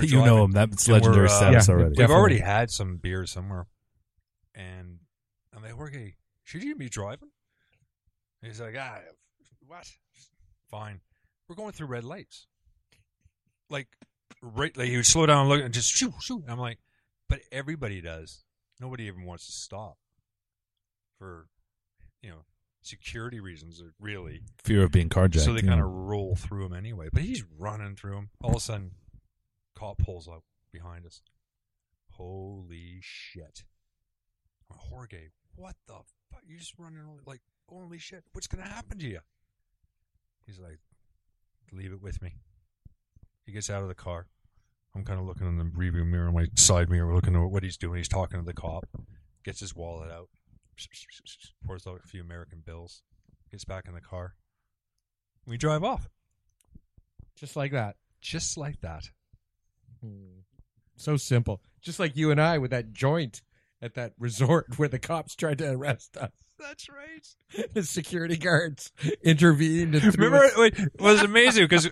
Speaker 4: you know him.
Speaker 5: driving.
Speaker 4: That's
Speaker 5: And we're,
Speaker 4: legendary
Speaker 5: uh,
Speaker 4: status
Speaker 6: Yeah.
Speaker 4: already.
Speaker 5: We've
Speaker 6: Definitely.
Speaker 5: already had some beers somewhere, and I'm like, Jorge, should you be driving? And he's like, ah, what? Fine. We're going through red lights. Like, right, like he would slow down and look and just shoot, shoot. And I'm like, but everybody does. Nobody even wants to stop for, you know, security reasons, really.
Speaker 4: Fear of being carjacked.
Speaker 5: So they
Speaker 4: you
Speaker 5: kind of
Speaker 4: know.
Speaker 5: roll through him anyway. But he's running through him. All of a sudden, cop pulls up behind us. Holy shit. Jorge, what the fuck? You're just running, like, holy shit, what's going to happen to you? He's like, leave it with me. He gets out of the car. I'm kind of looking in the rearview mirror, my side mirror, looking at what he's doing. He's talking to the cop, gets his wallet out, pours out a few American bills, gets back in the car. We drive off
Speaker 6: Just like that.
Speaker 5: just like that.
Speaker 6: So simple. Just like you and I with that joint at that resort where the cops tried to arrest us.
Speaker 5: That's right.
Speaker 6: The security guards intervened. And threw
Speaker 5: Remember,
Speaker 6: us-
Speaker 5: wait, it was amazing because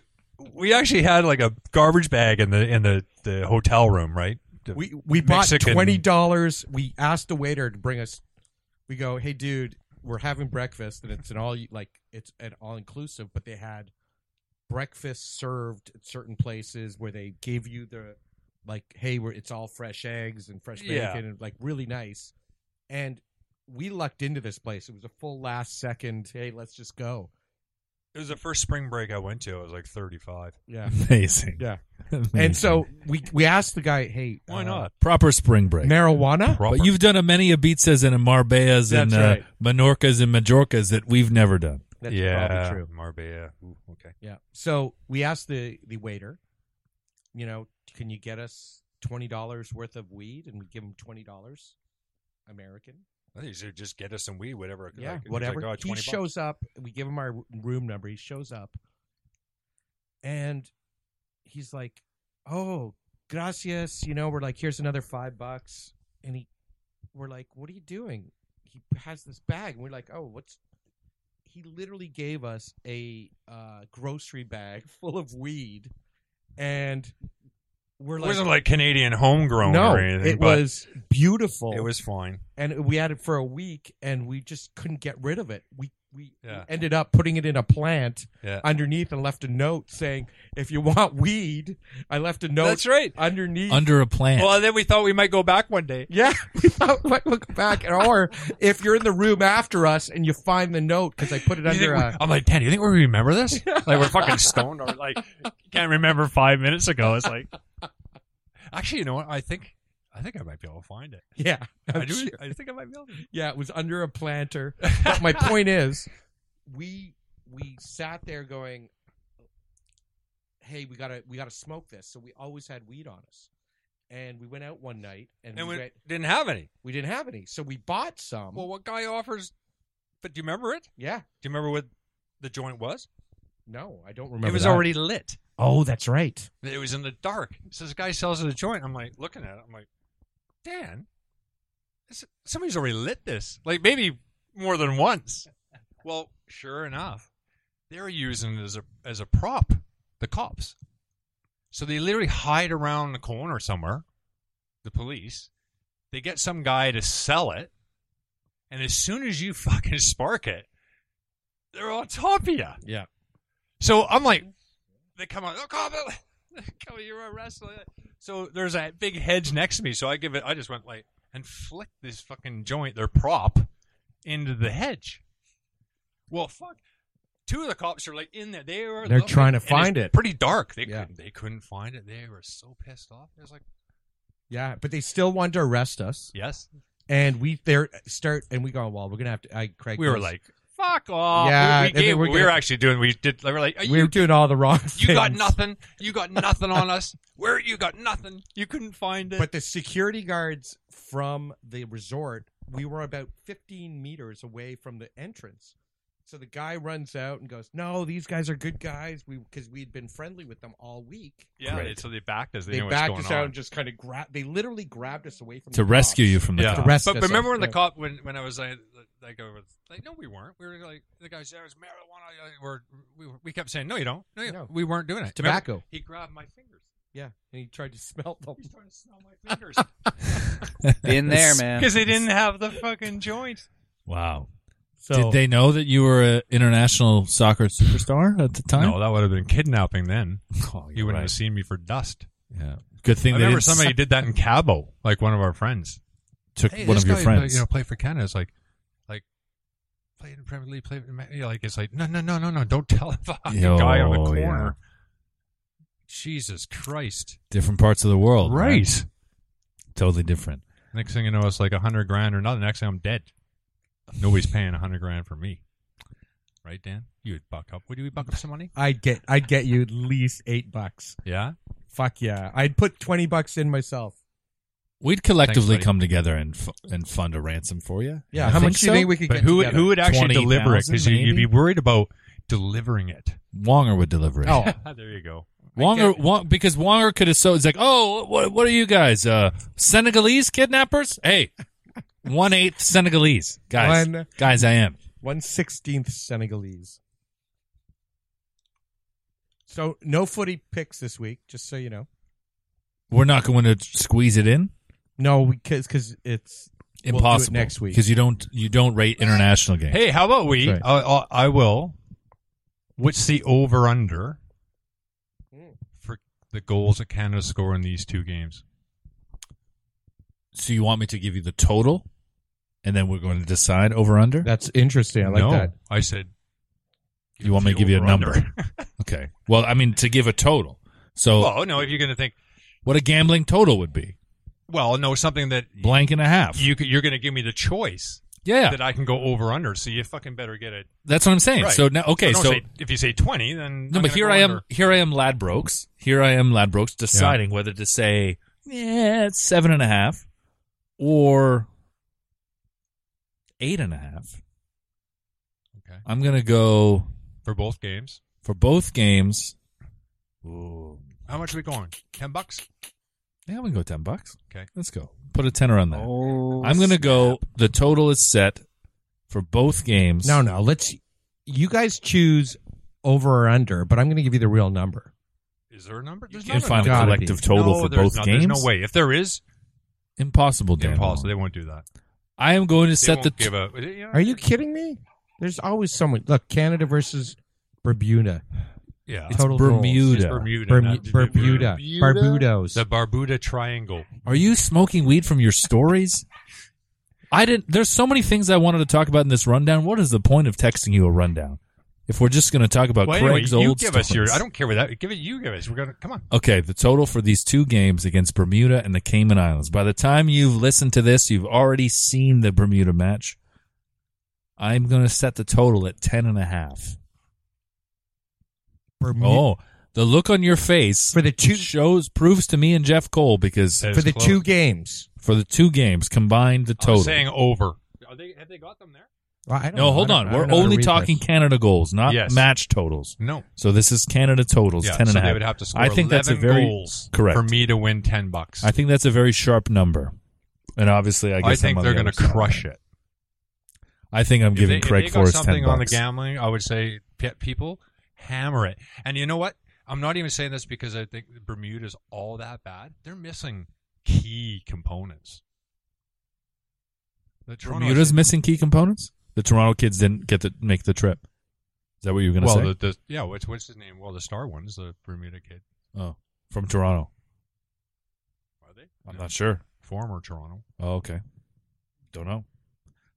Speaker 5: we actually had like a garbage bag in the in the, the hotel room, right? The
Speaker 6: we we bought
Speaker 5: Mexican-
Speaker 6: twenty dollars. We asked the waiter to bring us. We go, hey dude, we're having breakfast, and it's an all like it's an all inclusive, but they had breakfast served at certain places where they gave you the like, hey, we're, it's all fresh eggs and fresh bacon,
Speaker 5: Yeah.
Speaker 6: and like really nice. And we lucked into this place. It was a full last second. Hey, let's just go.
Speaker 5: It was the first spring break I went to. I was like thirty five.
Speaker 6: Yeah,
Speaker 4: amazing.
Speaker 6: yeah.
Speaker 4: Amazing.
Speaker 6: And so we we asked the guy, hey,
Speaker 5: Why
Speaker 6: uh,
Speaker 5: not?
Speaker 4: proper spring break.
Speaker 6: marijuana?
Speaker 5: Proper.
Speaker 4: But you've done a many Ibizas and a Marbellas and
Speaker 6: That's
Speaker 4: uh,
Speaker 6: right.
Speaker 4: Minorcas and Majorcas that we've never done.
Speaker 6: That's
Speaker 5: yeah,
Speaker 6: probably true.
Speaker 5: Marbella. Ooh, okay.
Speaker 6: Yeah. So we asked the the waiter, you know, can you get us twenty dollars worth of weed? And we give him twenty dollars, American.
Speaker 5: I think you should just get us some weed, whatever. like, it was
Speaker 6: whatever.
Speaker 5: Like, oh,
Speaker 6: he
Speaker 5: 20 bucks.
Speaker 6: shows up. We give him our room number. He shows up, and he's like, "Oh, gracias." You know, we're like, "Here's another five bucks," and he, we're like, "What are you doing?" He has this bag, and we're like, "Oh, what's?" He literally gave us a uh, grocery bag full of weed, and we're
Speaker 5: It
Speaker 6: like,
Speaker 5: wasn't like Canadian homegrown
Speaker 6: "No,
Speaker 5: or anything.
Speaker 6: it
Speaker 5: but
Speaker 6: was beautiful."
Speaker 5: It was fine.
Speaker 6: and we had it for a week and we just couldn't get rid of it. We we
Speaker 5: Yeah.
Speaker 6: ended up putting it in a plant
Speaker 5: Yeah.
Speaker 6: underneath and left a note saying, "If you want weed, I left a note."
Speaker 5: That's right.
Speaker 6: underneath.
Speaker 4: Under a plant.
Speaker 5: Well, then we thought we might go back one day.
Speaker 6: yeah, we thought we might look back, and- or if you're in the room after us and you find the note because I put it
Speaker 5: You think
Speaker 6: under
Speaker 5: we- Oh,
Speaker 6: a
Speaker 5: I'm like, Dan, do you think we remember this? like we're fucking stoned or like can't remember five minutes ago. It's like Actually, you know what? I think I think I might be able to find it.
Speaker 6: yeah,
Speaker 5: I
Speaker 6: I'm
Speaker 5: do
Speaker 6: sure.
Speaker 5: I think I might be able to.
Speaker 6: yeah, it was under a planter. But my point is, we we sat there going, "Hey, we gotta we gotta smoke this." So we always had weed on us, and we went out one night and,
Speaker 5: And
Speaker 6: we
Speaker 5: we
Speaker 6: went,
Speaker 5: didn't have any.
Speaker 6: we didn't have any, so we bought some.
Speaker 5: Well, what guy offers but do you remember it?
Speaker 6: yeah,
Speaker 5: Do you remember what the joint was?
Speaker 6: no, I don't remember.
Speaker 5: it was
Speaker 6: that.
Speaker 5: already lit.
Speaker 6: Oh, that's right.
Speaker 5: It was in the dark. So this guy sells us a joint. I'm like looking at it. I'm like, Dan, this, somebody's already lit this. Like maybe more than once. well, sure enough, they're using it as a as a prop. The cops. So they literally hide around the corner somewhere. The police. They get some guy to sell it, and as soon as you fucking spark it, they're on top of you.
Speaker 6: Yeah.
Speaker 5: So I'm like, they come on, oh, come on, come on, you're a wrestler. So there's a big hedge next to me. So I give it, I just went like, and flicked this fucking joint, their prop, into the hedge. Well, fuck. Two of the cops are like in there. They were
Speaker 6: They're
Speaker 5: looking,
Speaker 6: trying to
Speaker 5: and it's
Speaker 6: find it.
Speaker 5: Pretty dark. They
Speaker 6: Yeah.
Speaker 5: couldn't. They couldn't find it. They were so pissed off. It was like,
Speaker 6: Yeah, but they still wanted to arrest us,
Speaker 5: yes.
Speaker 6: and we there start and we go. Well, we're gonna have to. I Craig.
Speaker 5: We were
Speaker 6: goes,
Speaker 5: like, fuck off.
Speaker 6: Yeah,
Speaker 5: we,
Speaker 6: I
Speaker 5: we,
Speaker 6: think
Speaker 5: gave,
Speaker 6: we're
Speaker 5: we
Speaker 6: gonna-
Speaker 5: were actually doing. We did. We were like, "Are
Speaker 6: we
Speaker 5: Uh, you
Speaker 6: were doing all the wrong. Things.
Speaker 5: You got nothing. You got nothing on us. Where you got nothing. You couldn't find it.
Speaker 6: But the security guards from the resort, we were about 15 meters away from the entrance. So the guy runs out and goes, "No, these guys are good guys. We because we'd been friendly with them all week.
Speaker 5: yeah,
Speaker 4: Great.
Speaker 5: they- so they backed us. They,
Speaker 6: They
Speaker 5: knew
Speaker 6: backed
Speaker 5: what's
Speaker 6: us
Speaker 5: going
Speaker 6: out
Speaker 5: on.
Speaker 6: and just kind of grabbed. They literally grabbed us away from
Speaker 4: to
Speaker 6: the
Speaker 4: rescue
Speaker 6: cops.
Speaker 4: you from the
Speaker 5: yeah.
Speaker 4: cops.
Speaker 6: arrest
Speaker 5: but,
Speaker 6: us,
Speaker 5: but remember
Speaker 6: like,
Speaker 5: when the
Speaker 6: yeah.
Speaker 5: cop when when I was like like I was like no we weren't we were like the guy said there's marijuana like, we're, we were- we kept saying no you don't no, you
Speaker 6: No.
Speaker 5: we weren't doing it Remember?
Speaker 6: Tobacco.
Speaker 5: he grabbed my fingers
Speaker 6: Yeah, and he tried to smell them.
Speaker 5: he's trying to smell my fingers
Speaker 7: Been there, man.
Speaker 5: because they didn't have the fucking joint
Speaker 4: Wow.
Speaker 6: So
Speaker 4: Did they know that you were an international soccer superstar at the time?
Speaker 5: no that would have been kidnapping then
Speaker 4: Oh,
Speaker 5: he
Speaker 4: you're
Speaker 5: wouldn't
Speaker 4: right.
Speaker 5: have seen me for dust
Speaker 4: Yeah. Good thing
Speaker 5: I
Speaker 4: they
Speaker 5: remember
Speaker 4: didn't
Speaker 5: somebody did that in Cabo like one of our friends
Speaker 4: took
Speaker 5: hey,
Speaker 4: one
Speaker 5: this
Speaker 4: of your
Speaker 5: guy, uh,
Speaker 4: friends.
Speaker 5: You know, play for Canada. It's like, like, play in Premier League. Play, in Ma- you know, like it's like, no, no, no, no, no. Don't tell the fucking
Speaker 4: Yo,
Speaker 5: guy on the
Speaker 4: yeah.
Speaker 5: corner. Jesus Christ!
Speaker 4: different parts of the world.
Speaker 5: right.
Speaker 4: Totally different.
Speaker 5: Next thing you know, it's like a hundred grand or nothing. Next thing I'm dead. Nobody's paying a hundred grand for me. Right, Dan? You would buck up. Would you buck up some money?
Speaker 6: I'd get I'd get you at least eight bucks.
Speaker 5: Yeah.
Speaker 6: Fuck yeah, I'd put twenty bucks in myself.
Speaker 4: We'd collectively
Speaker 5: buddy.
Speaker 4: come together and fu- and fund a ransom for you.
Speaker 6: Yeah,
Speaker 4: I
Speaker 6: how
Speaker 4: think
Speaker 6: much do you
Speaker 4: so?
Speaker 6: think we could
Speaker 5: But
Speaker 6: get?
Speaker 5: who would,
Speaker 6: together?
Speaker 5: who would actually
Speaker 4: 20,000
Speaker 5: deliver it? Because you, you'd
Speaker 4: maybe?
Speaker 5: be worried about delivering it.
Speaker 4: Wonger would deliver it.
Speaker 6: Oh.
Speaker 5: there you go.
Speaker 4: Wonger,
Speaker 6: get-
Speaker 4: Wong, because Wonger could have so it's like, oh, what, what are you guys, uh, Senegalese kidnappers? Hey, one eighth Senegalese guys,
Speaker 6: One-
Speaker 4: guys, I am.
Speaker 6: One sixteenth Senegalese. So no footy picks this week, just so you know.
Speaker 4: We're not going to squeeze it in.
Speaker 6: No, because because it's we'll do it
Speaker 4: Impossible
Speaker 6: next week.
Speaker 4: because you don't you don't rate international games.
Speaker 5: Hey, how about we?
Speaker 6: Sorry.
Speaker 5: I, I, I will. What's the over under for the goals that Canada score in these two games?
Speaker 4: so you want me to give you the total, and then we're going to decide over under.
Speaker 6: that's interesting. I like
Speaker 5: no,
Speaker 6: that.
Speaker 5: I said.
Speaker 4: You want me to
Speaker 5: the
Speaker 4: give you a
Speaker 5: over-under.
Speaker 4: number? Okay. Well, I mean to give a total. So
Speaker 5: well, no. If you're going to think,
Speaker 4: what a gambling total would be
Speaker 5: well, no, something that
Speaker 4: blank and a half.
Speaker 5: you could- you're going to give me the choice
Speaker 4: yeah,
Speaker 5: that I can go over under. So you fucking better get it.
Speaker 4: that's what I'm saying.
Speaker 5: right.
Speaker 4: So now, okay,
Speaker 5: Don't
Speaker 4: so
Speaker 5: say- if you say twenty, then
Speaker 4: No, but
Speaker 5: I'm gonna
Speaker 4: here
Speaker 5: go
Speaker 4: I am.
Speaker 5: under.
Speaker 4: Here I am, Ladbrokes. Here I am, Ladbrokes, deciding whether to say yeah, it's seven and a half or eight and a half.
Speaker 5: Okay.
Speaker 4: I'm gonna go
Speaker 5: for both games.
Speaker 4: for both games.
Speaker 5: How much are we going? Ten bucks.
Speaker 4: Yeah, we can go ten bucks.
Speaker 5: Okay.
Speaker 4: let's go. Put a tenner on that.
Speaker 6: Oh,
Speaker 4: I'm gonna go. The total is set for both games.
Speaker 6: No, no. Let's you guys choose over or under, but I'm going to give you the real number.
Speaker 5: Is there a number? There's
Speaker 4: and
Speaker 5: not a
Speaker 4: find a
Speaker 5: number.
Speaker 6: Gotta be.
Speaker 4: collective total
Speaker 5: No,
Speaker 4: for
Speaker 5: there's
Speaker 4: both
Speaker 5: not.
Speaker 4: games.
Speaker 5: There's no way. If there is,
Speaker 4: Impossible, Dan.
Speaker 5: impossible. They won't do that.
Speaker 4: I am going to
Speaker 5: They
Speaker 4: set the
Speaker 5: won't give a- you know,
Speaker 6: Are you kidding me? There's always someone. Look, Canada versus Barbuda.
Speaker 5: Yeah.
Speaker 4: It's
Speaker 6: total goals.
Speaker 4: Bermuda.
Speaker 5: It's Bermuda. not-
Speaker 6: Bermu- Barbuda. Barbudos.
Speaker 5: The Barbuda Triangle.
Speaker 4: Are you smoking weed from your stories? I didn't. There's so many things I wanted to talk about in this rundown. What is the point of texting you a rundown if we're just going to talk about
Speaker 5: well, anyway,
Speaker 4: Craig's
Speaker 5: you
Speaker 4: old
Speaker 5: give
Speaker 4: stories?
Speaker 5: us your. I don't care what that. Give it. You give us. We're gonna come on.
Speaker 4: Okay, the total for these two games against Bermuda and the Cayman Islands. By the time you've listened to this, you've already seen the Bermuda match. I'm going to set the total at ten and a half.
Speaker 6: Bermuda.
Speaker 4: Oh, the look on your face
Speaker 6: For the two-
Speaker 4: shows proves to me and Jeff Cole because
Speaker 5: That
Speaker 6: for
Speaker 5: is
Speaker 6: the
Speaker 5: close.
Speaker 6: two games.
Speaker 4: for the two games combined, the total.
Speaker 5: Uh, I'm saying over. Are they? Have they got them there?
Speaker 6: Well, I don't
Speaker 4: No,
Speaker 6: know.
Speaker 4: hold
Speaker 6: I don't-
Speaker 4: on.
Speaker 6: I don't
Speaker 4: We're
Speaker 6: know how to
Speaker 4: only
Speaker 6: read this.
Speaker 4: talking Canada goals, not
Speaker 5: Yes.
Speaker 4: match totals.
Speaker 5: No.
Speaker 4: So this is Canada totals,
Speaker 5: Yeah,
Speaker 4: 10 and
Speaker 5: so
Speaker 4: a half.
Speaker 5: they would have to score
Speaker 4: I think that's a
Speaker 5: 11
Speaker 4: very
Speaker 5: goals
Speaker 4: correct.
Speaker 5: for me to win ten bucks.
Speaker 4: I think that's a very sharp number. And obviously, I guess
Speaker 5: I think
Speaker 4: I'm on
Speaker 5: they're
Speaker 4: the
Speaker 5: going
Speaker 4: other
Speaker 5: to
Speaker 4: side.
Speaker 5: crush it.
Speaker 4: I think I'm
Speaker 5: If
Speaker 4: giving
Speaker 5: they,
Speaker 4: Craig
Speaker 5: if they got
Speaker 4: Forrest
Speaker 5: something
Speaker 4: 10
Speaker 5: on the
Speaker 4: bucks.
Speaker 5: gambling, I would say pe- people hammer it. And you know what? I'm not even saying this because I think Bermuda's all that bad. They're missing key components. The Toronto-
Speaker 4: Bermuda's missing key components. The Toronto kids didn't get to make the trip. Is that what you were going to
Speaker 5: well,
Speaker 4: say?
Speaker 5: the, the yeah, what's what's his name? Well, the star one's the Bermuda kid.
Speaker 4: oh, from Toronto.
Speaker 5: Are they?
Speaker 4: I'm
Speaker 5: No.
Speaker 4: not sure.
Speaker 5: Former Toronto.
Speaker 4: Oh, okay. Don't know.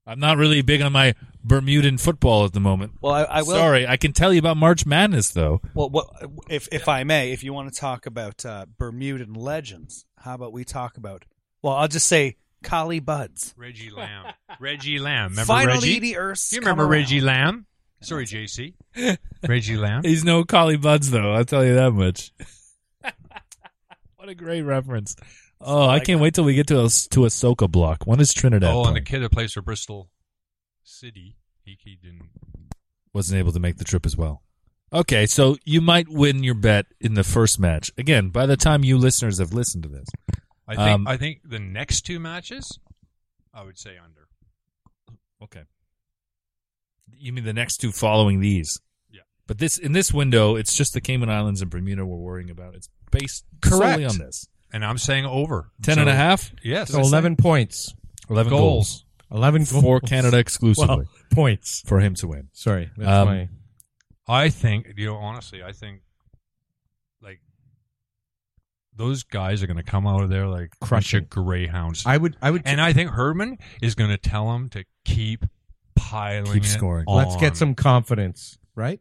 Speaker 4: I'm not really big on my Bermudan football at the moment.
Speaker 7: Well, I, I will.
Speaker 4: Sorry, I can tell you about March Madness though.
Speaker 7: Well, what, if if I may, if you want to talk about uh, Bermudan legends, how about we talk about? Well, I'll just say Collie Buds.
Speaker 5: Reggie Lamb. Reggie Lamb. Remember
Speaker 7: Finally,
Speaker 5: Reggie?
Speaker 7: the Earths.
Speaker 5: you
Speaker 7: come
Speaker 5: remember
Speaker 7: around.
Speaker 5: Reggie Lamb? Sorry, JC. Reggie Lamb.
Speaker 4: He's no collie buds though. I'll tell you that much. what a great reference! Oh, I can't wait till we get to a to a Soka block. When is Trinidad?
Speaker 5: Oh, and the
Speaker 4: playing?
Speaker 5: kid that plays for Bristol City, he, he didn't.
Speaker 4: wasn't able to make the trip as well. Okay, so you might win your bet in the first match. Again, by the time you listeners have listened to this,
Speaker 5: I think.
Speaker 4: Um,
Speaker 5: I think the next two matches, I would say under.
Speaker 4: Okay. You mean the next two following these?
Speaker 5: Yeah.
Speaker 4: But this in this window, it's just the Cayman Islands and Bermuda we're worrying about. It's based solely
Speaker 5: Correct.
Speaker 4: on this.
Speaker 5: And I'm saying over
Speaker 4: ten and a half,
Speaker 5: Yes.
Speaker 6: So 11 points.
Speaker 4: 11 goals.
Speaker 6: 11 goals.
Speaker 4: for Canada exclusively
Speaker 6: Well, points.
Speaker 4: for him to win.
Speaker 6: Sorry. That's
Speaker 4: Um,
Speaker 6: my.
Speaker 5: I think you know honestly. I think like those guys are going to come out of there like
Speaker 6: Crush
Speaker 5: crush a
Speaker 4: Mm-hmm.
Speaker 6: it.
Speaker 5: greyhounds.
Speaker 6: I would. I would.
Speaker 5: and I think Herdman is going to tell them to keep piling,
Speaker 4: Keep
Speaker 5: it
Speaker 4: scoring.
Speaker 5: on.
Speaker 6: let's get some confidence, right?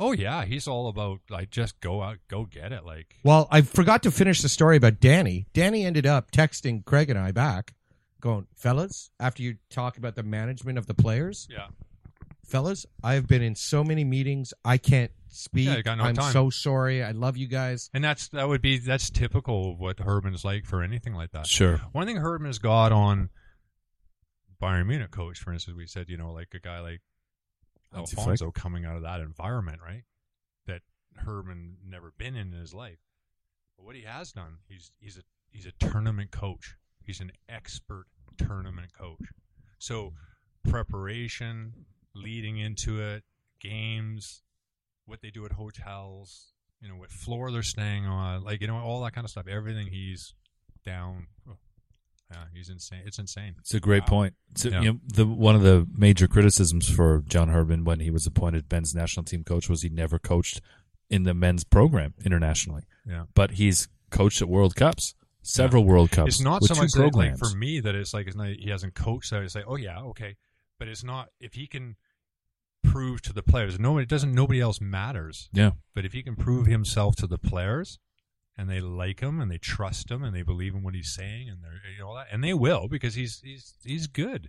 Speaker 5: Oh yeah, he's all about like just go out, go get it. Like
Speaker 6: Well, I forgot to finish the story about Danny. Danny ended up texting Craig and I back, going, "Fellas, after you talk about the management of the players,
Speaker 5: yeah,
Speaker 6: fellas, I've been in so many meetings, I can't speak.
Speaker 5: Yeah, you got no
Speaker 6: I'm
Speaker 5: time."
Speaker 6: so sorry. I love you guys.
Speaker 5: and that's that would be that's typical of what Herdman's like for anything like that.
Speaker 4: Sure.
Speaker 5: One thing Herdman's got on Bayern Munich coach, for instance, we said you know like a guy like
Speaker 4: Hansi Flick.
Speaker 5: Alfonso coming out of that environment, right? That Herdman never been in in his life. But what he has done, he's he's a he's a tournament coach. He's an expert tournament coach. So preparation, leading into it, games, what they do at hotels, you know, what floor they're staying on, like you know, all that kind of stuff. Everything he's down. oh, Yeah, he's insane. It's insane.
Speaker 4: It's a great
Speaker 5: Wow.
Speaker 4: point. So,
Speaker 5: Yeah.
Speaker 4: you know, the, one of the major criticisms for John Herman when he was appointed men's national team coach was he never coached in the men's program internationally.
Speaker 5: Yeah.
Speaker 4: But he's coached at World Cups, several World Cups.
Speaker 5: It's not
Speaker 4: with
Speaker 5: so
Speaker 4: two
Speaker 5: much that, like
Speaker 4: programs.
Speaker 5: for me that it's like it's not, he hasn't coached that. It's like oh yeah okay, but it's not if he can prove to the players. No, it doesn't. Nobody else matters.
Speaker 4: Yeah.
Speaker 5: But if he can prove himself to the players, and they like him, and they trust him, and they believe in what he's saying, and they're you know, all that, and they will because he's he's he's good.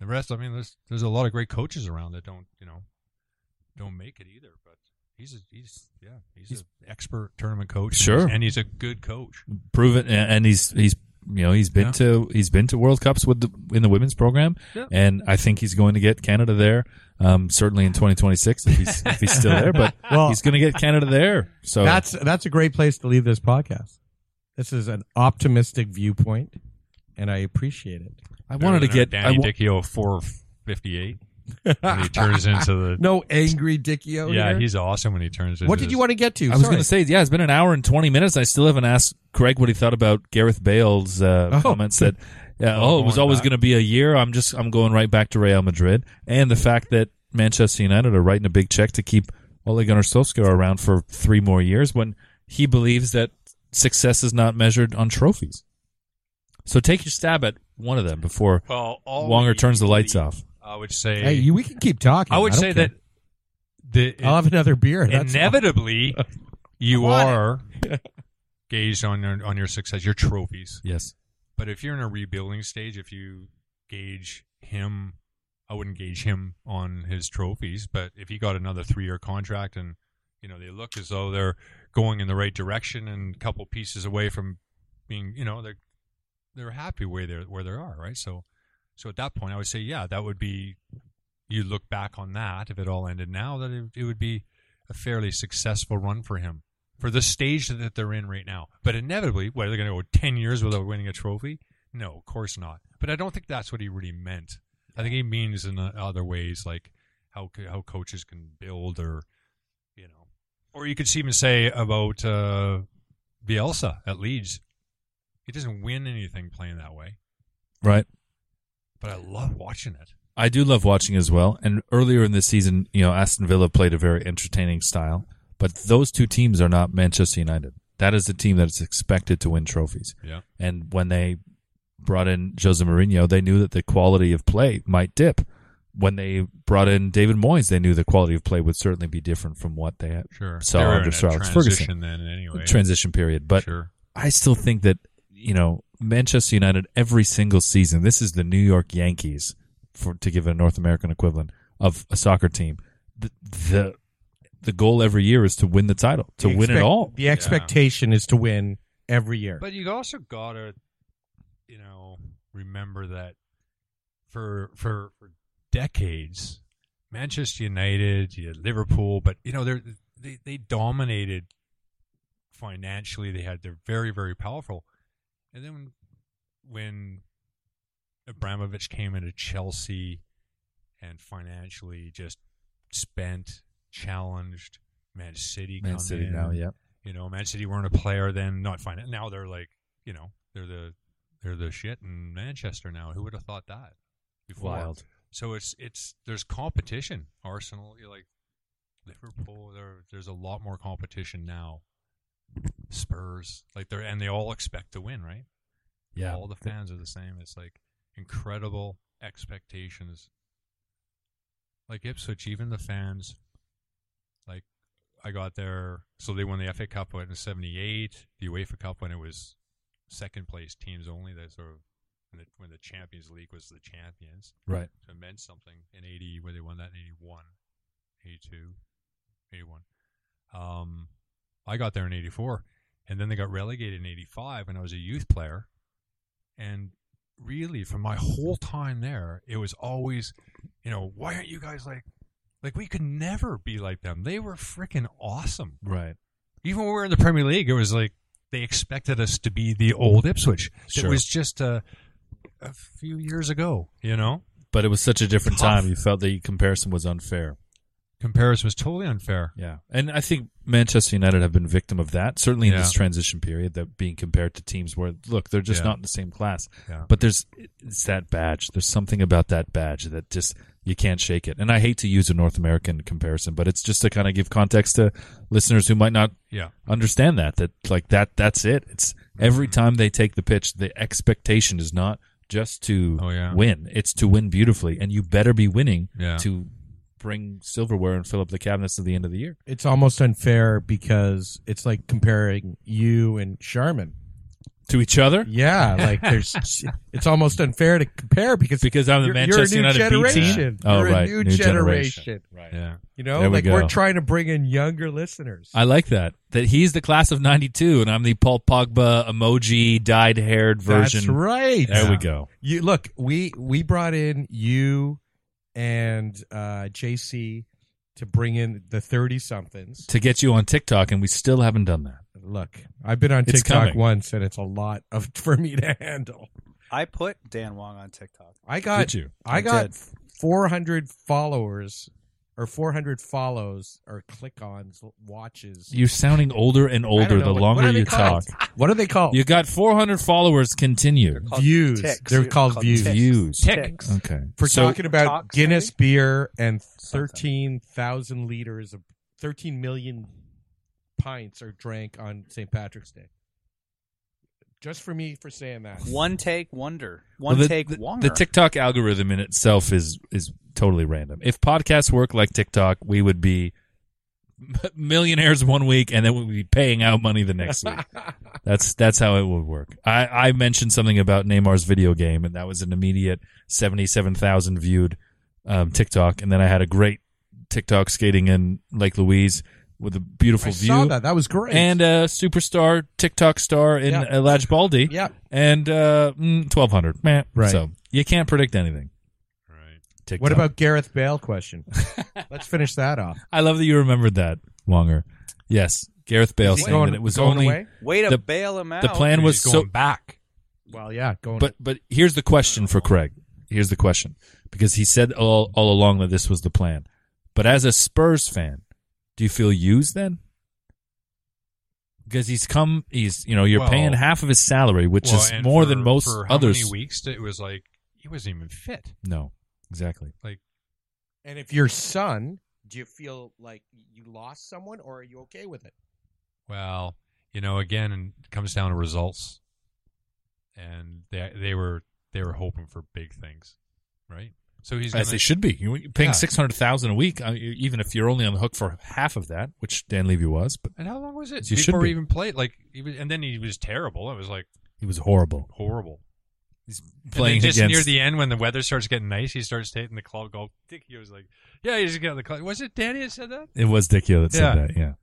Speaker 5: The rest, I mean, there's there's a lot of great coaches around that don't you know don't make it either. But he's a, he's yeah he's,
Speaker 4: He's-
Speaker 5: an expert tournament coach.
Speaker 4: Sure.
Speaker 5: and he's a good coach.
Speaker 4: proven, and and he's he's you know he's been
Speaker 5: Yeah.
Speaker 4: to he's been to World Cups with the in the women's program,
Speaker 5: Yeah.
Speaker 4: and I think he's going to get Canada there. Um, certainly in 2026 if he's if he's still there, but
Speaker 6: Well-
Speaker 4: he's going to get Canada there. So
Speaker 6: That's that's a great place to leave this podcast. This is an optimistic viewpoint, and I appreciate it.
Speaker 4: I wanted to
Speaker 5: Better than
Speaker 4: get
Speaker 5: our
Speaker 4: I
Speaker 5: Danny
Speaker 4: wa-
Speaker 5: Dicchio four fifty eight. when he turns into the
Speaker 6: No angry Dickio.
Speaker 5: yeah,
Speaker 6: here.
Speaker 5: he's awesome when he turns. into
Speaker 6: What did
Speaker 5: this-
Speaker 6: you want to get to?
Speaker 4: I was
Speaker 6: Sorry.
Speaker 4: going to say, yeah, it's been an hour and 20 minutes. I still haven't asked Craig what he thought about Gareth Bale's uh,
Speaker 6: Oh.
Speaker 4: comments that, yeah,
Speaker 5: Oh,
Speaker 4: oh, it was
Speaker 5: going
Speaker 4: always
Speaker 5: back.
Speaker 4: going to be a year. I'm just, I'm going right back to Real Madrid. And the fact that Manchester United are writing a big check to keep Ole Gunnar Solskjaer around for three more years when he believes that success is not measured on trophies. So take your stab at one of them before
Speaker 5: Well, all
Speaker 4: Longer
Speaker 5: the-
Speaker 4: turns the lights
Speaker 5: the-
Speaker 4: off.
Speaker 5: I would say.
Speaker 6: Hey, you, we can keep talking.
Speaker 5: I would
Speaker 6: don't
Speaker 5: say
Speaker 6: care.
Speaker 5: that the
Speaker 6: I'll have another beer. That's all.
Speaker 5: inevitably you
Speaker 3: I'm on it.
Speaker 5: are gauged on your on your success, your trophies.
Speaker 4: Yes.
Speaker 5: But if you're in a rebuilding stage, if you gauge him, I wouldn't gauge him on his trophies. But if he got another three-year contract and you know they look as though they're going in the right direction and a couple pieces away from being, you know, they're they're happy where they where they are, right? So, so at that point, I would say, yeah, that would be. You look back on that if it all ended now, that it, it would be a fairly successful run for him for the stage that they're in right now. But inevitably, what are they going to go ten years without winning a trophy? No, of course not. But I don't think that's what he really meant. I think he means in uh, other ways, like how co- how coaches can build, or you know, or you could even say about uh, Bielsa at Leeds. He doesn't win anything playing that way,
Speaker 4: Right.
Speaker 5: but I love watching it.
Speaker 4: I do love watching as well. And earlier in the season, you know, Aston Villa played a very entertaining style, but those two teams are not Manchester United. That is the team that is expected to win trophies.
Speaker 5: Yeah.
Speaker 4: And when they brought in Jose Mourinho, they knew that the quality of play might dip. When they brought in David Moyes, they knew the quality of play would certainly be different from what they had
Speaker 5: Sure.
Speaker 4: saw
Speaker 5: They were
Speaker 4: under
Speaker 5: in a
Speaker 4: Sir Alex
Speaker 5: transition
Speaker 4: uh, Ferguson.
Speaker 5: then anyway.
Speaker 4: Transition period. But
Speaker 5: sure.
Speaker 4: I still think that, you know, Manchester United every single season, this is the New York Yankees for to give a North American equivalent of a soccer team. The the, the goal every year is to win the title, to
Speaker 6: The
Speaker 4: win it
Speaker 6: expect-
Speaker 4: all.
Speaker 6: The expectation is to win every year.
Speaker 5: But you also gotta, you know, remember that for for for decades, Manchester United, you had Liverpool, but you know they're, they they dominated financially. They had they're very very powerful, and then when Abramovich came into Chelsea and financially just spent, challenged. Man City,
Speaker 4: Man
Speaker 5: come
Speaker 4: City
Speaker 5: in.
Speaker 4: now, yeah.
Speaker 5: You know, Man City weren't a player then, not fine. Now they're like, you know, they're the they're the shit in Manchester now. Who would have thought that? Before?
Speaker 4: Wild.
Speaker 5: So it's it's there's competition. Arsenal, you're like Liverpool. There there's a lot more competition now. Spurs, like they're and they all expect to win, right?
Speaker 4: Yeah.
Speaker 5: all the fans are the same. It's like incredible expectations. Like Ipswich, even the fans, like I got there, so they won the FA Cup when it was '78, the UEFA Cup when it was second place teams only. That sort of when the, when the Champions League was the champions.
Speaker 4: Right.
Speaker 5: So it meant something in '80 where they won that in '81, '82, '81. Um, I got there in '84, and then they got relegated in '85 when I was a youth player. And really, for my whole time there, it was always, you know, why aren't you guys like, like we could never be like them. They were freaking awesome.
Speaker 4: Right.
Speaker 5: Even when we were in the Premier League, it was like they expected us to be the old Ipswich.
Speaker 4: Sure.
Speaker 5: It was just a, a few years ago, you know.
Speaker 4: But it was such a different
Speaker 5: Tough.
Speaker 4: time. You felt the comparison was unfair.
Speaker 5: Comparison was totally unfair.
Speaker 4: Yeah. And I think Manchester United have been victim of that, certainly in this
Speaker 5: Yeah.
Speaker 4: transition period, that being compared to teams where, look, they're just
Speaker 5: Yeah.
Speaker 4: not in the same class.
Speaker 5: Yeah.
Speaker 4: But there's, it's that badge. There's something about that badge that just, you can't shake it. And I hate to use a North American comparison, but it's just to kind of give context to listeners who might not
Speaker 5: Yeah.
Speaker 4: understand that, that like that, that's it. It's every
Speaker 5: Mm-hmm.
Speaker 4: time they take the pitch, the expectation is not just to
Speaker 5: Oh, yeah.
Speaker 4: win, it's to win beautifully. And you better be winning
Speaker 5: Yeah.
Speaker 4: to bring silverware and fill up the cabinets at the end of the year.
Speaker 6: it's almost unfair because it's like comparing you and Charmin.
Speaker 4: To each other?
Speaker 6: Yeah, like there's. it's almost unfair to compare because
Speaker 4: Because I'm the
Speaker 6: you're,
Speaker 4: Manchester
Speaker 6: you're a new
Speaker 4: United B team?
Speaker 6: generation.
Speaker 4: Oh,
Speaker 6: you're
Speaker 4: right.
Speaker 6: a new,
Speaker 4: New generation.
Speaker 6: generation.
Speaker 4: Right.
Speaker 5: Yeah.
Speaker 6: You know,
Speaker 4: There we
Speaker 6: like we
Speaker 4: go.
Speaker 6: are trying to bring in younger listeners.
Speaker 4: I like that. That he's the class of 92 and I'm the Paul Pogba emoji dyed haired version.
Speaker 6: That's right.
Speaker 4: There we go.
Speaker 6: You look, we we brought in you and uh JC to bring in the 30 somethings.
Speaker 4: To get you on TikTok and we still haven't done that.
Speaker 6: Look, I've been on
Speaker 4: It's
Speaker 6: TikTok
Speaker 4: coming.
Speaker 6: once and it's a lot of for me to handle.
Speaker 7: I put Dan Wong on TikTok.
Speaker 6: I got
Speaker 4: Did you?
Speaker 6: I
Speaker 7: I
Speaker 6: got
Speaker 7: did.
Speaker 6: 400 followers or 400 follows or click-ons watches.
Speaker 4: You're sounding older and
Speaker 6: I don't
Speaker 4: older
Speaker 6: know,
Speaker 4: the
Speaker 6: what-
Speaker 4: longer
Speaker 6: what are they
Speaker 4: you talk.
Speaker 6: called? What are they called?
Speaker 4: You got 400 followers continue.
Speaker 7: called
Speaker 6: views.
Speaker 7: ticks.
Speaker 6: They're called views.
Speaker 7: ticks.
Speaker 4: Views.
Speaker 7: Ticks.
Speaker 4: Okay.
Speaker 6: for
Speaker 4: So-
Speaker 6: talking about
Speaker 7: Talks,
Speaker 6: Guinness
Speaker 7: maybe?
Speaker 6: beer and
Speaker 7: Something.
Speaker 6: 13,000 liters of 13 million pints are drank on St. Patrick's Day. Just for me for saying that.
Speaker 7: One take wonder.
Speaker 4: Well,
Speaker 7: One take Wonger.
Speaker 4: The TikTok algorithm in itself is is totally random. If podcasts work like TikTok, we would be m- millionaires one week and then we'd be paying out money the next week. that's that's how it would work. I, I mentioned something about Neymar's video game and that was an immediate seventy seven thousand viewed um, TikTok and then I had a great TikTok skating in Lake Louise with a beautiful
Speaker 6: I
Speaker 4: view
Speaker 6: saw that. That was great.
Speaker 4: and uh, a superstar TikTok star in
Speaker 6: Yeah.
Speaker 4: uh, Laj Baldi.
Speaker 6: Yeah.
Speaker 4: And uh, mm, 1200. Meh.
Speaker 6: Right.
Speaker 4: So you can't predict anything.
Speaker 5: Right.
Speaker 4: TikTok.
Speaker 6: what about Gareth Bale question? Let's finish that off.
Speaker 4: I love that you remembered that, Wonger. Yes. Gareth Bale
Speaker 6: Is he
Speaker 4: saying
Speaker 6: going-
Speaker 4: that it was
Speaker 6: going
Speaker 4: only.
Speaker 6: away?
Speaker 7: Way to
Speaker 4: the-
Speaker 7: bail him out.
Speaker 4: The plan was
Speaker 5: He's
Speaker 4: so.
Speaker 5: going back.
Speaker 6: Well, yeah, going
Speaker 4: But but here's the question for Craig. Here's the question because he said all all along that this was the plan. But as a Spurs fan, do you feel used then? Because he's come, he's you know you're
Speaker 5: Well-
Speaker 4: paying half of his salary, which
Speaker 5: Well,
Speaker 4: is
Speaker 5: and
Speaker 4: more
Speaker 5: for-
Speaker 4: than most
Speaker 5: for how
Speaker 4: others.
Speaker 5: Many weeks it was like he wasn't even fit.
Speaker 4: No, Exactly.
Speaker 6: And if your son, do you feel like you lost someone, or are you okay with it?
Speaker 5: Well, you know, again, and it comes down to results, and they they were they were hoping for big things, right? So he's
Speaker 4: As
Speaker 5: gonna-
Speaker 4: they should be. You're paying
Speaker 5: Yeah.
Speaker 4: six hundred thousand a week, uh, even if you're only on the hook for half of that, which Dan Levy was, but
Speaker 5: And how long was it
Speaker 4: You should
Speaker 5: before he
Speaker 4: be.
Speaker 5: even played? Like, he was, and then he was terrible. It was like
Speaker 4: he was horrible.
Speaker 5: horrible.
Speaker 4: He's
Speaker 5: and
Speaker 4: playing
Speaker 5: then just
Speaker 4: against
Speaker 5: near the end when the weather starts getting nice, he starts hitting the club goal. Dickie was like, "Yeah, he's getting the club." Was it Danny that said that?
Speaker 4: It was Dickio that said
Speaker 5: Yeah.
Speaker 4: that. Yeah.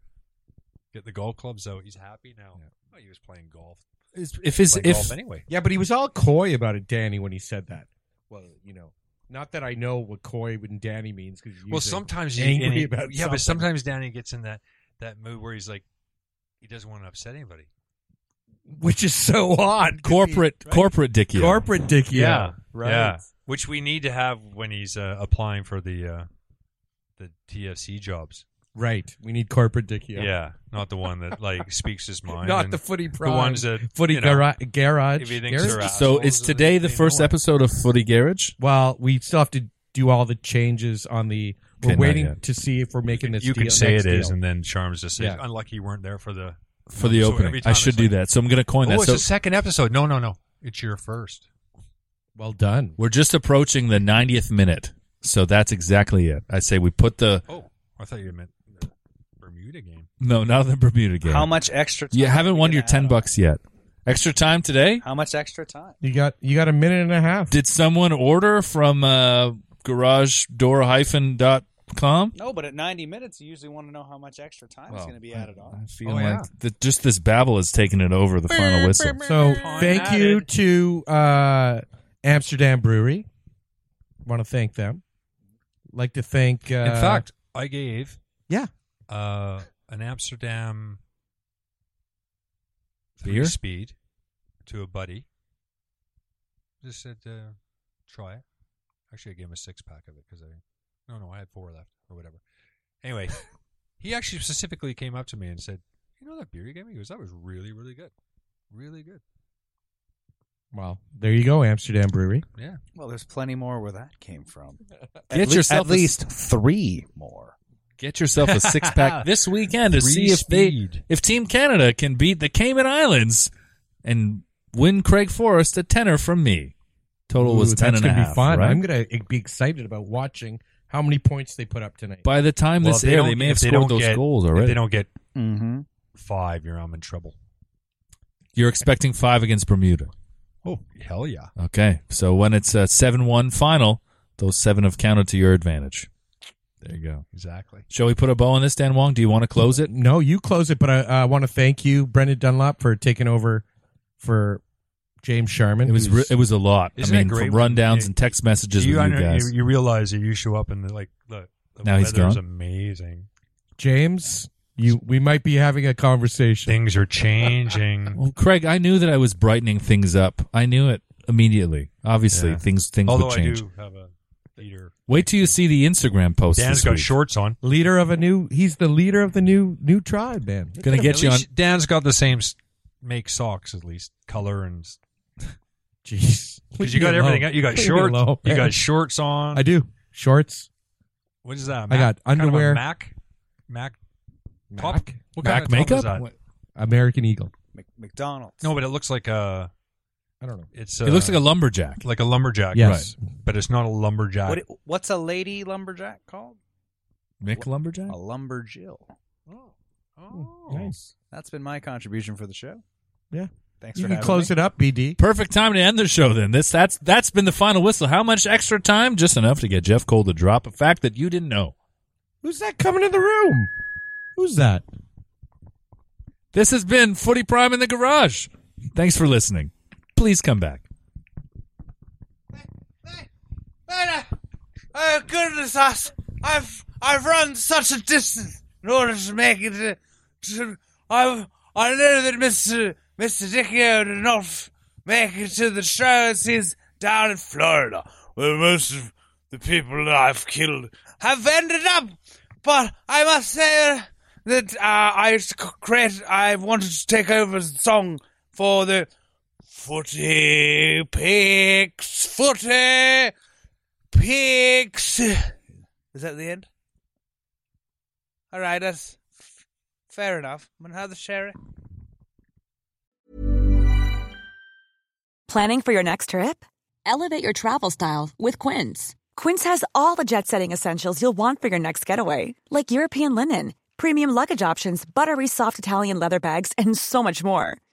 Speaker 5: Get the golf clubs out. He's happy now. Oh, he was playing golf.
Speaker 4: If his
Speaker 5: Playing
Speaker 4: if
Speaker 5: golf anyway.
Speaker 6: Yeah, but he was all coy about it, Danny, when he said that. Well, you know, not that I know what coy and Danny means because
Speaker 5: Well, sometimes he,
Speaker 6: angry
Speaker 5: and he-
Speaker 6: about
Speaker 5: yeah,
Speaker 6: something.
Speaker 5: but sometimes Danny gets in that that mood where he's like, he doesn't want to upset anybody.
Speaker 6: which is so odd. 'cause
Speaker 4: corporate
Speaker 6: he-
Speaker 4: corporate Dickio,
Speaker 6: corporate dick. right.
Speaker 5: Yeah, which we need to have when he's uh, applying for the uh, the TFC jobs.
Speaker 6: right. We need corporate dick.
Speaker 5: Yeah. not the one that like speaks his mind.
Speaker 6: not
Speaker 5: and
Speaker 6: the footy.
Speaker 5: the
Speaker 6: Prime.
Speaker 5: ones that
Speaker 6: footy
Speaker 5: you know,
Speaker 6: gara- garage.
Speaker 5: if he thinks
Speaker 6: garage?
Speaker 5: they're assholes,
Speaker 4: So is today the
Speaker 5: they know
Speaker 4: first
Speaker 5: it.
Speaker 4: episode of Footy Garage?
Speaker 6: Well, we still have to do all the changes on the. We're
Speaker 4: Okay, not
Speaker 6: waiting
Speaker 4: yet.
Speaker 6: to see if we're making this.
Speaker 5: You
Speaker 6: deal,
Speaker 5: can say
Speaker 6: next
Speaker 5: it is,
Speaker 6: deal.
Speaker 5: and then Charms just says,
Speaker 6: Yeah.
Speaker 5: "Unlucky you weren't there for the."
Speaker 4: for the
Speaker 5: Oh, So
Speaker 4: opening.
Speaker 5: every time
Speaker 4: I should
Speaker 5: it's
Speaker 4: do
Speaker 5: like-
Speaker 4: that. So I'm going to coin
Speaker 5: oh,
Speaker 4: that.
Speaker 5: it's
Speaker 4: So
Speaker 5: the second episode. No, no, no. It's your first.
Speaker 6: well done.
Speaker 4: we're just approaching the 90th minute. So that's exactly it. I say we put the
Speaker 5: Oh, I thought you meant the Bermuda game.
Speaker 4: no, not the Bermuda game.
Speaker 7: How much extra? time
Speaker 4: You haven't
Speaker 7: are we
Speaker 4: won
Speaker 7: gonna
Speaker 4: your 10
Speaker 7: add on?
Speaker 4: bucks yet. Extra time today?
Speaker 7: How much extra time?
Speaker 6: You got you got a minute and a half.
Speaker 4: Did someone order from uh, garagedoor-com?
Speaker 7: No, but at 90 minutes, you usually want to know how much extra time is going to be added on.
Speaker 4: I feel
Speaker 5: Oh,
Speaker 4: like
Speaker 5: yeah.
Speaker 4: the, just this babble is taking it over the final whistle.
Speaker 6: So
Speaker 5: Pun
Speaker 6: thank you to uh, Amsterdam Brewery. Want to thank them. Like to thank. Uh,
Speaker 5: In fact, I gave
Speaker 6: yeah.
Speaker 5: uh, an Amsterdam three
Speaker 4: Beer?
Speaker 5: speed to a buddy. Just said, uh, try it. Actually, I gave him a six pack of it because I no, no, I had four left or whatever. Anyway, he actually specifically came up to me and said, "You know that beer you gave me? He goes, that was really, really good, really good."
Speaker 6: well, there you go, Amsterdam Brewery.
Speaker 5: Yeah,
Speaker 7: Well, there's plenty more where that came from.
Speaker 4: Get yourself a-
Speaker 7: three more.
Speaker 4: Get yourself a six pack this weekend to
Speaker 5: Three
Speaker 4: see if
Speaker 5: speed.
Speaker 4: they if Team Canada can beat the Cayman Islands and win Craig Forrest a tenner from me. Total was
Speaker 6: Ooh,
Speaker 4: ten
Speaker 6: that's
Speaker 4: and a
Speaker 6: gonna
Speaker 4: half.
Speaker 6: be fun.
Speaker 4: right?
Speaker 6: I'm gonna be excited about watching how many points they put up tonight.
Speaker 4: By the time
Speaker 5: Well,
Speaker 4: this
Speaker 5: if
Speaker 4: air,
Speaker 5: don't-
Speaker 4: they may have
Speaker 5: if
Speaker 4: scored
Speaker 5: don't
Speaker 4: those
Speaker 5: get-
Speaker 4: goals
Speaker 5: if
Speaker 4: already.
Speaker 5: They don't get
Speaker 7: Mm-hmm.
Speaker 5: five. You're I'm in trouble.
Speaker 4: You're expecting five against Bermuda.
Speaker 5: Oh hell yeah!
Speaker 4: Okay, so when it's a seven-one final, those seven have counted to your advantage. There you go.
Speaker 5: Exactly.
Speaker 4: Shall we put a bow on this, Dan Wong? Do you want to close it?
Speaker 6: no, you close it. But I, I want to thank you, Brendan Dunlop, for taking over for James Sharman.
Speaker 4: It was
Speaker 6: who's-
Speaker 4: re- it was a lot. I
Speaker 5: Isn't it
Speaker 4: mean,
Speaker 5: great
Speaker 4: from
Speaker 5: when
Speaker 4: rundowns
Speaker 5: you-
Speaker 4: and text messages
Speaker 5: you,
Speaker 4: with you
Speaker 5: under-
Speaker 4: guys.
Speaker 5: you- you realize that you show up and they're like, look, the
Speaker 4: Now he's
Speaker 5: weather's
Speaker 4: gone?
Speaker 5: amazing.
Speaker 6: James. You, we might be having a conversation.
Speaker 5: Things are changing.
Speaker 4: Well, Craig, I knew that I was brightening things up. I knew it immediately. Obviously,
Speaker 5: Yeah.
Speaker 4: things things
Speaker 5: Although
Speaker 4: would
Speaker 5: I
Speaker 4: change.
Speaker 5: do have a theater.
Speaker 4: Wait till you see the Instagram post.
Speaker 5: Dan's
Speaker 4: this
Speaker 5: got
Speaker 4: week.
Speaker 5: shorts on.
Speaker 6: Leader of a new, he's the leader of the new new tribe, man.
Speaker 4: Gonna get you on.
Speaker 5: Dan's got the same s- make socks at least color and
Speaker 6: Jeez,
Speaker 5: because you got everything. You got shorts. you got shorts on.
Speaker 6: I do shorts.
Speaker 5: What is that? a
Speaker 6: I got
Speaker 5: Mac- kind of a
Speaker 6: underwear.
Speaker 5: Mac. Mac. Top?
Speaker 6: Mac?
Speaker 5: What
Speaker 4: Mac
Speaker 5: kind of
Speaker 4: makeup?
Speaker 5: Top is that?
Speaker 6: American Eagle.
Speaker 7: Mc- McDonald's.
Speaker 5: No, but it looks like a.
Speaker 6: I don't know.
Speaker 5: It's.
Speaker 4: It looks like a lumberjack.
Speaker 5: uh, like a lumberjack.
Speaker 6: Yes.
Speaker 5: right. but it's not a lumberjack.
Speaker 7: What, what's a lady lumberjack called?
Speaker 4: Mick lumberjack.
Speaker 7: A lumberjill.
Speaker 5: oh,
Speaker 6: Nice.
Speaker 7: Hmm. That's been my contribution for the show.
Speaker 6: Yeah.
Speaker 7: Thanks
Speaker 6: You
Speaker 7: for
Speaker 6: can
Speaker 7: having
Speaker 6: close
Speaker 7: me.
Speaker 6: it up, BD.
Speaker 4: Perfect time to end the show then. This that's that's been the final whistle. How much extra time? Just enough to get Jeff Cole to drop a fact that you didn't know.
Speaker 6: Who's that coming in the room? Who's that?
Speaker 4: This has been Footy Prime in the Garage. Thanks for listening. Please come back.
Speaker 3: Man, I, oh goodness us! I've I've run such a distance in order to make it. To, to, I I know that Mister Mister Dickio did not f- make it to the show. as He's down in Florida, where most of the people that I've killed have ended up. But I must say that uh, I c- create. I wanted to take over the song for the footy picks, footy
Speaker 8: pigs. Is that the end? All right, that's f- fair enough. I'm gonna have the sherry.
Speaker 9: Planning for your next trip?
Speaker 10: Elevate your travel style with Quince.
Speaker 9: Quince has all the jet setting essentials you'll want for your next getaway, like European linen, premium luggage options, buttery soft Italian leather bags, and so much more.